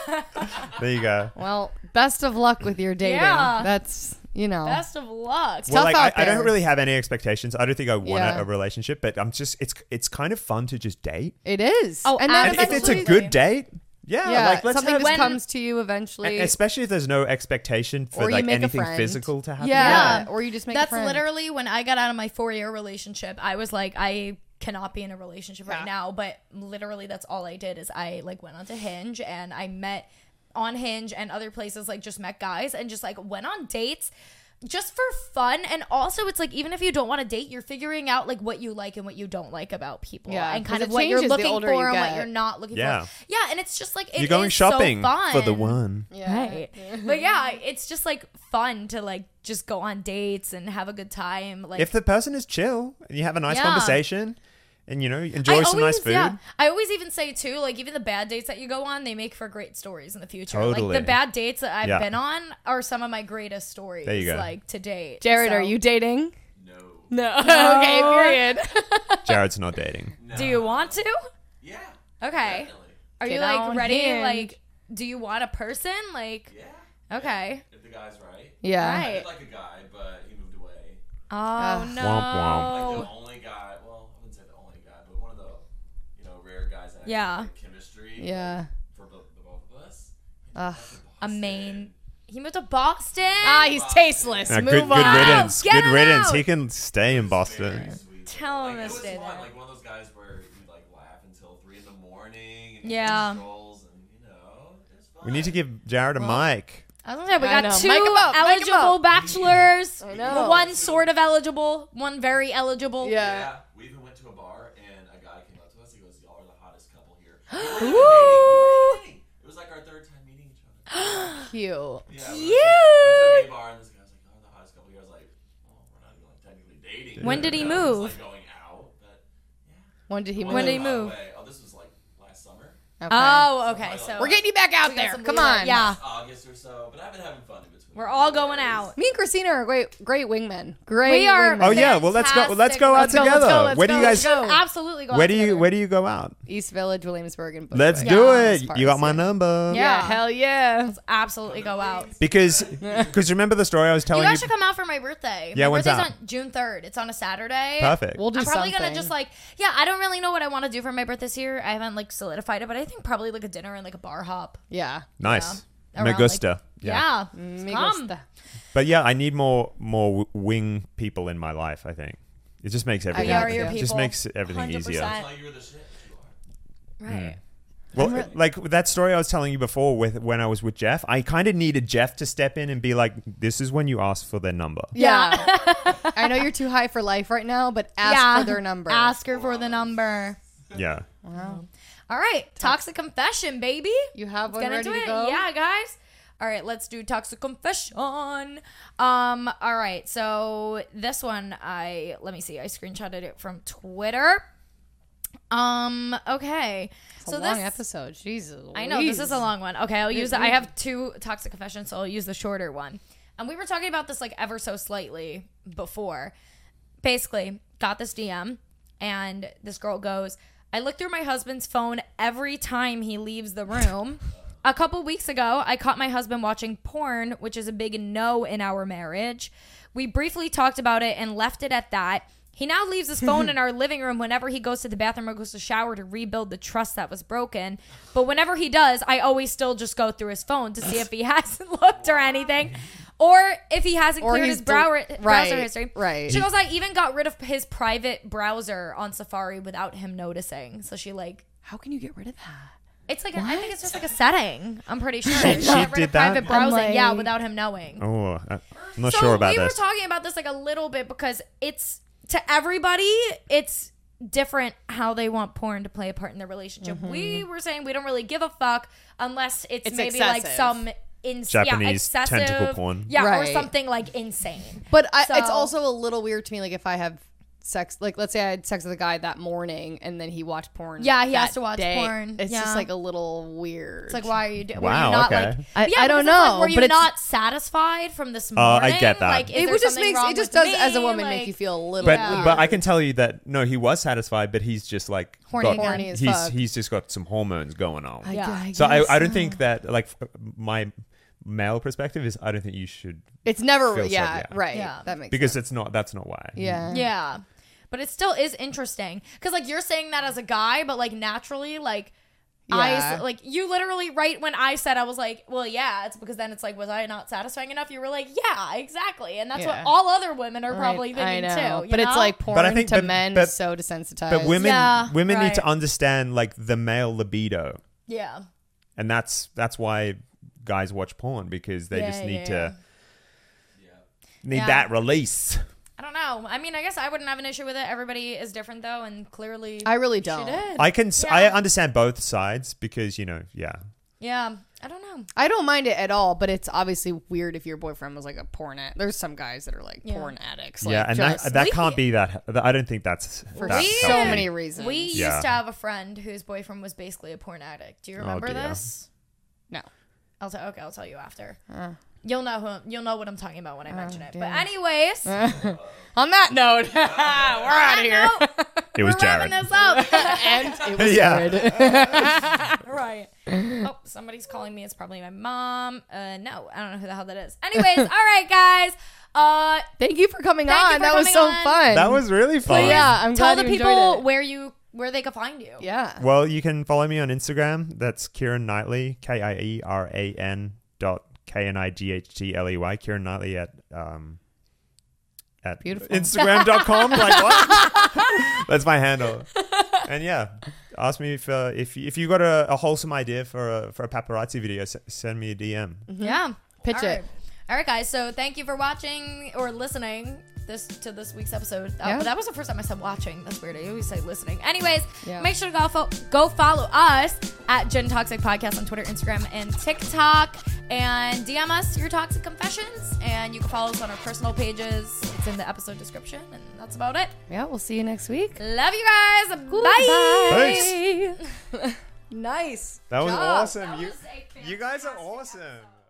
Speaker 1: There you go.
Speaker 4: Well, best of luck with your dating.
Speaker 3: Yeah.
Speaker 4: That's you know.
Speaker 3: Best of luck.
Speaker 4: tough
Speaker 1: like
Speaker 4: out
Speaker 1: I, I don't
Speaker 4: there.
Speaker 1: really have any expectations. I don't think I want
Speaker 4: Yeah.
Speaker 1: a, a relationship, but I'm just it's it's kind of fun to just date.
Speaker 4: it is.
Speaker 3: Oh,
Speaker 4: then
Speaker 1: And
Speaker 3: That's
Speaker 1: if it's a
Speaker 3: absolutely-
Speaker 1: good date, yeah,
Speaker 4: yeah,
Speaker 1: like let's
Speaker 4: something
Speaker 1: have
Speaker 4: just
Speaker 3: When-
Speaker 4: comes to you
Speaker 1: And
Speaker 4: eventually.
Speaker 1: especially if there's no expectation for
Speaker 4: Or you
Speaker 1: like
Speaker 4: make a
Speaker 1: anything
Speaker 4: friend.
Speaker 1: physical to
Speaker 4: yeah.
Speaker 1: happen.
Speaker 3: Yeah.
Speaker 4: Or you just make a
Speaker 3: That's
Speaker 4: friend.
Speaker 3: literally when I got out of my four year relationship. I was like, I cannot be in a relationship right
Speaker 4: Yeah.
Speaker 3: now. But literally, that's all I did is I like went onto Hinge and I met on Hinge and other places like just met guys and just like went on dates just for fun and also it's like even if you don't want to date you're figuring out like what you like and what you don't like about people
Speaker 4: Yeah,
Speaker 3: and
Speaker 4: 'cause
Speaker 3: kind
Speaker 4: it
Speaker 3: of what you're
Speaker 4: changes the
Speaker 3: looking
Speaker 4: older
Speaker 3: for
Speaker 4: you
Speaker 3: and what
Speaker 4: get.
Speaker 3: you're not looking
Speaker 1: Yeah.
Speaker 3: for yeah and it's just like it
Speaker 1: You're going
Speaker 3: is so
Speaker 1: shopping for the
Speaker 3: fun
Speaker 1: one.
Speaker 4: Yeah.
Speaker 3: right but yeah it's just like fun to like just go on dates and have a good time like
Speaker 1: If the person is chill and you have a nice
Speaker 3: Yeah.
Speaker 1: conversation and you know, you enjoy some nice food.
Speaker 3: yeah, I always even say too, like even the bad dates that you go on, they make for great stories in the future.
Speaker 1: Totally.
Speaker 3: Like the bad dates that I've
Speaker 1: Yeah.
Speaker 3: been on are some of my greatest stories.
Speaker 1: There you go.
Speaker 3: Like to date.
Speaker 4: Jared,
Speaker 3: So-
Speaker 4: are you dating?
Speaker 5: No.
Speaker 4: No. okay. Period.
Speaker 1: Jared's not dating.
Speaker 5: no.
Speaker 3: Do you want to?
Speaker 5: Yeah.
Speaker 3: Okay.
Speaker 5: Definitely.
Speaker 3: Are you
Speaker 4: Get
Speaker 3: like
Speaker 4: on
Speaker 3: ready?
Speaker 4: Hinge.
Speaker 3: Like, do you want a person? Like,
Speaker 5: Yeah.
Speaker 3: okay.
Speaker 5: If the guy's right.
Speaker 4: yeah.
Speaker 5: I
Speaker 3: Right.
Speaker 5: did like a guy, but he moved away.
Speaker 3: Oh no.
Speaker 1: womp.
Speaker 3: Oh.
Speaker 5: Like the only guy. Well, I wouldn't say the only guy, but one of the you know rare guys that
Speaker 3: Yeah.
Speaker 5: had chemistry. like,
Speaker 4: Yeah.
Speaker 5: for both, the both of us.
Speaker 4: Ugh.
Speaker 3: A main. He moved to Boston.
Speaker 4: Ah, he's tasteless.
Speaker 1: Yeah,
Speaker 4: Move
Speaker 1: good, good
Speaker 4: on.
Speaker 1: riddance.
Speaker 3: Get
Speaker 1: Good
Speaker 3: him
Speaker 1: riddance.
Speaker 3: out.
Speaker 1: He can stay in
Speaker 5: Very
Speaker 1: Boston.
Speaker 5: sweet.
Speaker 3: Tell him
Speaker 5: like, it
Speaker 3: to
Speaker 5: was
Speaker 3: stay
Speaker 5: fun,
Speaker 3: there.
Speaker 5: Like one of those guys where you like laugh until three in the morning. And
Speaker 3: Yeah.
Speaker 5: yeah. Strolls and you know. it's
Speaker 1: We need to
Speaker 5: fun.
Speaker 1: give Jared a mic.
Speaker 3: I was gonna say we
Speaker 4: I
Speaker 3: got
Speaker 4: know.
Speaker 3: two
Speaker 4: Mic 'em up, mic 'em
Speaker 3: eligible
Speaker 4: up.
Speaker 3: bachelors.
Speaker 4: I
Speaker 3: The
Speaker 4: know.
Speaker 3: one sort of eligible, one very eligible.
Speaker 4: Yeah.
Speaker 5: Yeah, we even went to a bar and a guy came up to us. He goes, "Y'all are the hottest couple here." We weren't even dating, we weren't dating. It was like our third time meeting each other.
Speaker 4: Cute.
Speaker 5: Yeah, we went to- we went to a gay bar and this guy was like, "Y'all are the hottest couple here." I was like, "Well, we're not even like technically dating."
Speaker 3: When did he
Speaker 5: No, it was,
Speaker 3: move?
Speaker 5: Like going out, but yeah.
Speaker 4: When did he move?
Speaker 3: When did he
Speaker 5: By the
Speaker 3: move?
Speaker 5: way- Oh, this was like last summer.
Speaker 4: Okay.
Speaker 3: Oh, okay.
Speaker 5: So-
Speaker 3: So
Speaker 4: We're getting you back out
Speaker 3: we got
Speaker 4: there.
Speaker 3: some
Speaker 4: Come
Speaker 3: leeway.
Speaker 4: on.
Speaker 3: Yeah.
Speaker 5: August or so, but I've been having fun in between.
Speaker 3: We're all going out.
Speaker 4: Me and Christina are great, great wingmen. Great.
Speaker 3: We are-
Speaker 4: wingmen.
Speaker 1: Oh yeah, well let's go. Let's go out
Speaker 4: Fantastic. Let's go, let's
Speaker 1: together.
Speaker 4: go, let's
Speaker 1: where do
Speaker 4: go,
Speaker 1: you guys?
Speaker 4: let's
Speaker 3: Absolutely going.
Speaker 1: Where do you
Speaker 3: together.
Speaker 1: Where do you go out?
Speaker 4: East Village, Williamsburg, and Bushwick.
Speaker 1: Let's
Speaker 3: Yeah,
Speaker 1: do
Speaker 4: that's
Speaker 1: it.
Speaker 4: far
Speaker 1: You
Speaker 4: as
Speaker 1: got my
Speaker 4: it-
Speaker 1: number.
Speaker 4: Yeah, hell yeah.
Speaker 3: Absolutely go out.
Speaker 1: Because because remember the story I was
Speaker 3: You
Speaker 1: telling you.
Speaker 3: guys should come out for my birthday.
Speaker 1: Yeah,
Speaker 3: my
Speaker 1: when's
Speaker 3: birthday's
Speaker 1: that?
Speaker 3: on June third. It's on a Saturday.
Speaker 1: Perfect.
Speaker 4: We'll do
Speaker 3: I'm probably
Speaker 4: something.
Speaker 3: gonna just like yeah. I don't really know what I want to do for my birthday this year. I haven't like solidified it, but I think probably like a dinner and like a bar hop.
Speaker 4: yeah.
Speaker 1: nice.
Speaker 3: Yeah.
Speaker 1: Me
Speaker 3: Around,
Speaker 1: gusta.
Speaker 3: like- Yeah, yeah.
Speaker 4: Mm, Me
Speaker 3: come.
Speaker 4: gusta.
Speaker 1: But yeah, I need more more w- wing people in my life. I think it just makes everything.
Speaker 4: are your
Speaker 1: it just
Speaker 3: people.
Speaker 1: makes everything easier.
Speaker 3: 100%.
Speaker 5: Tell you you're the shit. but You are.
Speaker 1: Mm.
Speaker 3: Right.
Speaker 1: Well, like that story I was telling you before with when I was with Jeff, I kind of needed Jeff to step in and be like, "This is when you ask for their number."
Speaker 4: Yeah. I know you're too high for life right now, but ask
Speaker 3: yeah.
Speaker 4: for their number.
Speaker 3: Ask her for the number.
Speaker 1: Yeah.
Speaker 3: All right, toxic confession, baby.
Speaker 4: You have one
Speaker 3: Let's get
Speaker 4: ready
Speaker 3: into
Speaker 4: to
Speaker 3: it.
Speaker 4: go?
Speaker 3: Yeah, guys. All right, let's do toxic confession. Um, all right, so this one I let me see, I screenshotted it from Twitter. Um, okay.
Speaker 4: It's a
Speaker 3: so
Speaker 4: long
Speaker 3: this
Speaker 4: episode. Mm-hmm. Jesus.
Speaker 3: I know this is a
Speaker 4: Louise.
Speaker 3: long one. Okay, I'll use the, I have two toxic confessions, so I'll use the shorter one. And we were talking about this like ever so slightly before. Basically, got this DM and this girl goes, "I look through my husband's phone every time he leaves the room." A couple weeks ago, I caught my husband watching porn, which is a big no in our marriage. We briefly talked about it and left it at that. He now leaves his phone in our living room whenever he goes to the bathroom or goes to shower to rebuild the trust that was broken. But whenever he does, I always still just go through his phone to see if he hasn't looked or anything. Or if he hasn't
Speaker 4: Or
Speaker 3: cleared
Speaker 4: he's
Speaker 3: his brow-
Speaker 4: del-
Speaker 3: browser
Speaker 4: right,
Speaker 3: history.
Speaker 4: right.
Speaker 3: She goes, I even got rid of his private browser on Safari without him noticing. So she like
Speaker 4: How can you get rid of that?
Speaker 3: it's like I think it's just like a setting. I'm pretty sure.
Speaker 1: She- she
Speaker 3: got rid
Speaker 1: did
Speaker 3: of private
Speaker 1: that?
Speaker 3: browsing,
Speaker 4: I'm like-
Speaker 3: yeah, without him knowing.
Speaker 1: Oh, I- I'm not
Speaker 3: so
Speaker 1: sure about
Speaker 3: we
Speaker 1: this.
Speaker 3: were talking about this like a little bit because it's to everybody, it's different how they want porn to play a part in their relationship.
Speaker 1: Mm-hmm.
Speaker 3: We were saying we don't really give a fuck unless it's,
Speaker 6: It's
Speaker 3: maybe like
Speaker 6: excessive.
Speaker 3: some ins- yeah,
Speaker 1: Japanese
Speaker 3: excessive,
Speaker 1: tentacle porn.
Speaker 3: yeah, or
Speaker 4: Right.
Speaker 3: something like insane.
Speaker 4: But I, it's
Speaker 3: So-
Speaker 4: also a little weird to me. Like if I have sex, like let's say I had sex with a guy that morning, and then he watched porn.
Speaker 3: Yeah, he
Speaker 4: that
Speaker 3: has to watch
Speaker 4: day,
Speaker 3: porn.
Speaker 4: It's
Speaker 3: Yeah.
Speaker 4: just like a little weird.
Speaker 3: It's like why are you doing?
Speaker 1: Wow,
Speaker 3: Were you not
Speaker 1: okay.
Speaker 3: like?
Speaker 4: I-
Speaker 3: yeah,
Speaker 4: I don't
Speaker 3: because it's like,
Speaker 4: know,
Speaker 3: were you
Speaker 4: but it's-
Speaker 3: not satisfied from this
Speaker 1: Uh, I
Speaker 3: morning?
Speaker 1: get that.
Speaker 3: Like, is
Speaker 4: it
Speaker 3: there
Speaker 4: just
Speaker 3: something
Speaker 4: makes
Speaker 3: wrong
Speaker 4: it just
Speaker 3: with
Speaker 4: does as a
Speaker 3: me?
Speaker 4: woman make
Speaker 3: Like-
Speaker 4: you feel a little.
Speaker 1: But
Speaker 4: weird.
Speaker 1: but I can tell you that no, he was satisfied, but he's just like
Speaker 3: Horny
Speaker 1: got-
Speaker 3: again.
Speaker 4: Horny as
Speaker 1: he's
Speaker 4: fuck.
Speaker 1: he's just got some hormones going on.
Speaker 4: I,
Speaker 3: Yeah.
Speaker 4: I
Speaker 1: so
Speaker 4: guess.
Speaker 1: I I don't think that like f- my male perspective is I don't think you should
Speaker 4: it's never.
Speaker 1: feels so,
Speaker 4: Yeah,
Speaker 1: yeah.
Speaker 4: right.
Speaker 3: Yeah.
Speaker 4: That makes
Speaker 1: because
Speaker 4: sense.
Speaker 1: it's not that's not why.
Speaker 4: yeah.
Speaker 3: Yeah. But it still is interesting cuz like you're saying that as a guy but like naturally like I
Speaker 4: Yeah.
Speaker 3: s- like you literally right when I said I was like, well, yeah, it's because then it's like, was I not satisfying enough? You were like, yeah, exactly, and that's
Speaker 4: Yeah.
Speaker 3: what all other women are
Speaker 4: Right.
Speaker 3: probably
Speaker 4: I
Speaker 3: thinking
Speaker 4: know.
Speaker 3: too. you
Speaker 4: But it's
Speaker 3: know?
Speaker 4: like porn
Speaker 1: But I think-
Speaker 4: to
Speaker 1: but-
Speaker 4: men
Speaker 1: but-
Speaker 4: is so desensitized.
Speaker 1: But women
Speaker 3: Yeah,
Speaker 1: women need to
Speaker 3: right.
Speaker 1: understand like the male libido.
Speaker 3: yeah,
Speaker 1: And that's that's why guys watch porn because they
Speaker 3: Yeah,
Speaker 1: just
Speaker 3: yeah,
Speaker 1: need to
Speaker 5: Yeah.
Speaker 1: need
Speaker 3: Yeah.
Speaker 1: that release.
Speaker 3: I don't know. I mean, I guess I wouldn't have an issue with it. Everybody is different though, and clearly,
Speaker 4: I really don't.
Speaker 3: she did.
Speaker 1: I can s I I
Speaker 3: Yeah.
Speaker 1: understand both sides because you know, yeah.
Speaker 3: yeah, I don't know.
Speaker 4: I don't mind it at all, but it's obviously weird if your boyfriend was like a porn addict. There's some guys that are like
Speaker 3: Yeah.
Speaker 4: porn addicts.
Speaker 1: yeah,
Speaker 4: like,
Speaker 1: and
Speaker 4: just
Speaker 1: that that
Speaker 3: We-
Speaker 1: can't be that I don't think that's
Speaker 4: for
Speaker 1: that's
Speaker 3: We-
Speaker 4: so
Speaker 1: healthy.
Speaker 4: many reasons.
Speaker 3: We
Speaker 1: Yeah. Oh,
Speaker 3: used to have a friend whose boyfriend was basically a porn addict. Do you remember
Speaker 1: dear.
Speaker 3: this?
Speaker 4: no.
Speaker 3: I'll tell. Okay, I'll tell you after. you'll know who. You'll know what I'm talking about when
Speaker 4: Oh,
Speaker 3: I mention it. But
Speaker 4: damn.
Speaker 3: anyways,
Speaker 4: On that note, we're out of here.
Speaker 3: no,
Speaker 1: It was
Speaker 3: we're wrapping
Speaker 1: Jared.
Speaker 3: this up.
Speaker 4: And it was
Speaker 1: Yeah.
Speaker 4: good.
Speaker 3: right. Oh, somebody's calling me. It's probably my mom. Uh, no, I don't know who the hell that is. Anyways, all right, guys. Uh,
Speaker 4: Thank you for coming
Speaker 3: Thank you
Speaker 4: on.
Speaker 3: for
Speaker 4: that was
Speaker 3: coming
Speaker 4: so
Speaker 3: on.
Speaker 4: fun.
Speaker 1: That was really fun.
Speaker 4: yeah. I'm
Speaker 3: tell
Speaker 4: glad
Speaker 3: the
Speaker 4: you enjoyed
Speaker 3: people
Speaker 4: it.
Speaker 3: where you where they can find you.
Speaker 4: yeah.
Speaker 1: Well, you can follow me on Instagram. That's Kieran Knightley, K I E R A N dot K N I G H T L E Y. Kieran Knightley at um at
Speaker 4: Beautiful.
Speaker 1: Instagram.com. like what? That's my handle. And yeah, ask me if uh, if if you got a, a wholesome idea for a for a paparazzi video, s- send me a DM.
Speaker 3: Yeah.
Speaker 4: Mm-hmm. Pitch
Speaker 3: All
Speaker 4: it.
Speaker 3: right. All right, guys. So thank you for watching or listening this to this week's episode. Uh,
Speaker 4: Yeah.
Speaker 3: But that was the first time I said watching. That's weird. I always say listening. Anyways,
Speaker 4: Yeah.
Speaker 3: make sure to go, fo- go follow us at Gen Toxic Podcast on Twitter, Instagram, and TikTok. And DM us your toxic confessions. And you can follow us on our personal pages. It's in the episode description. And that's about it.
Speaker 4: Yeah, we'll see you next week.
Speaker 3: Love you guys.
Speaker 1: Thanks.
Speaker 4: Nice.
Speaker 1: That was awesome.
Speaker 3: That
Speaker 1: you,
Speaker 3: was a
Speaker 1: you guys are
Speaker 3: fantastic
Speaker 1: awesome.
Speaker 3: episode.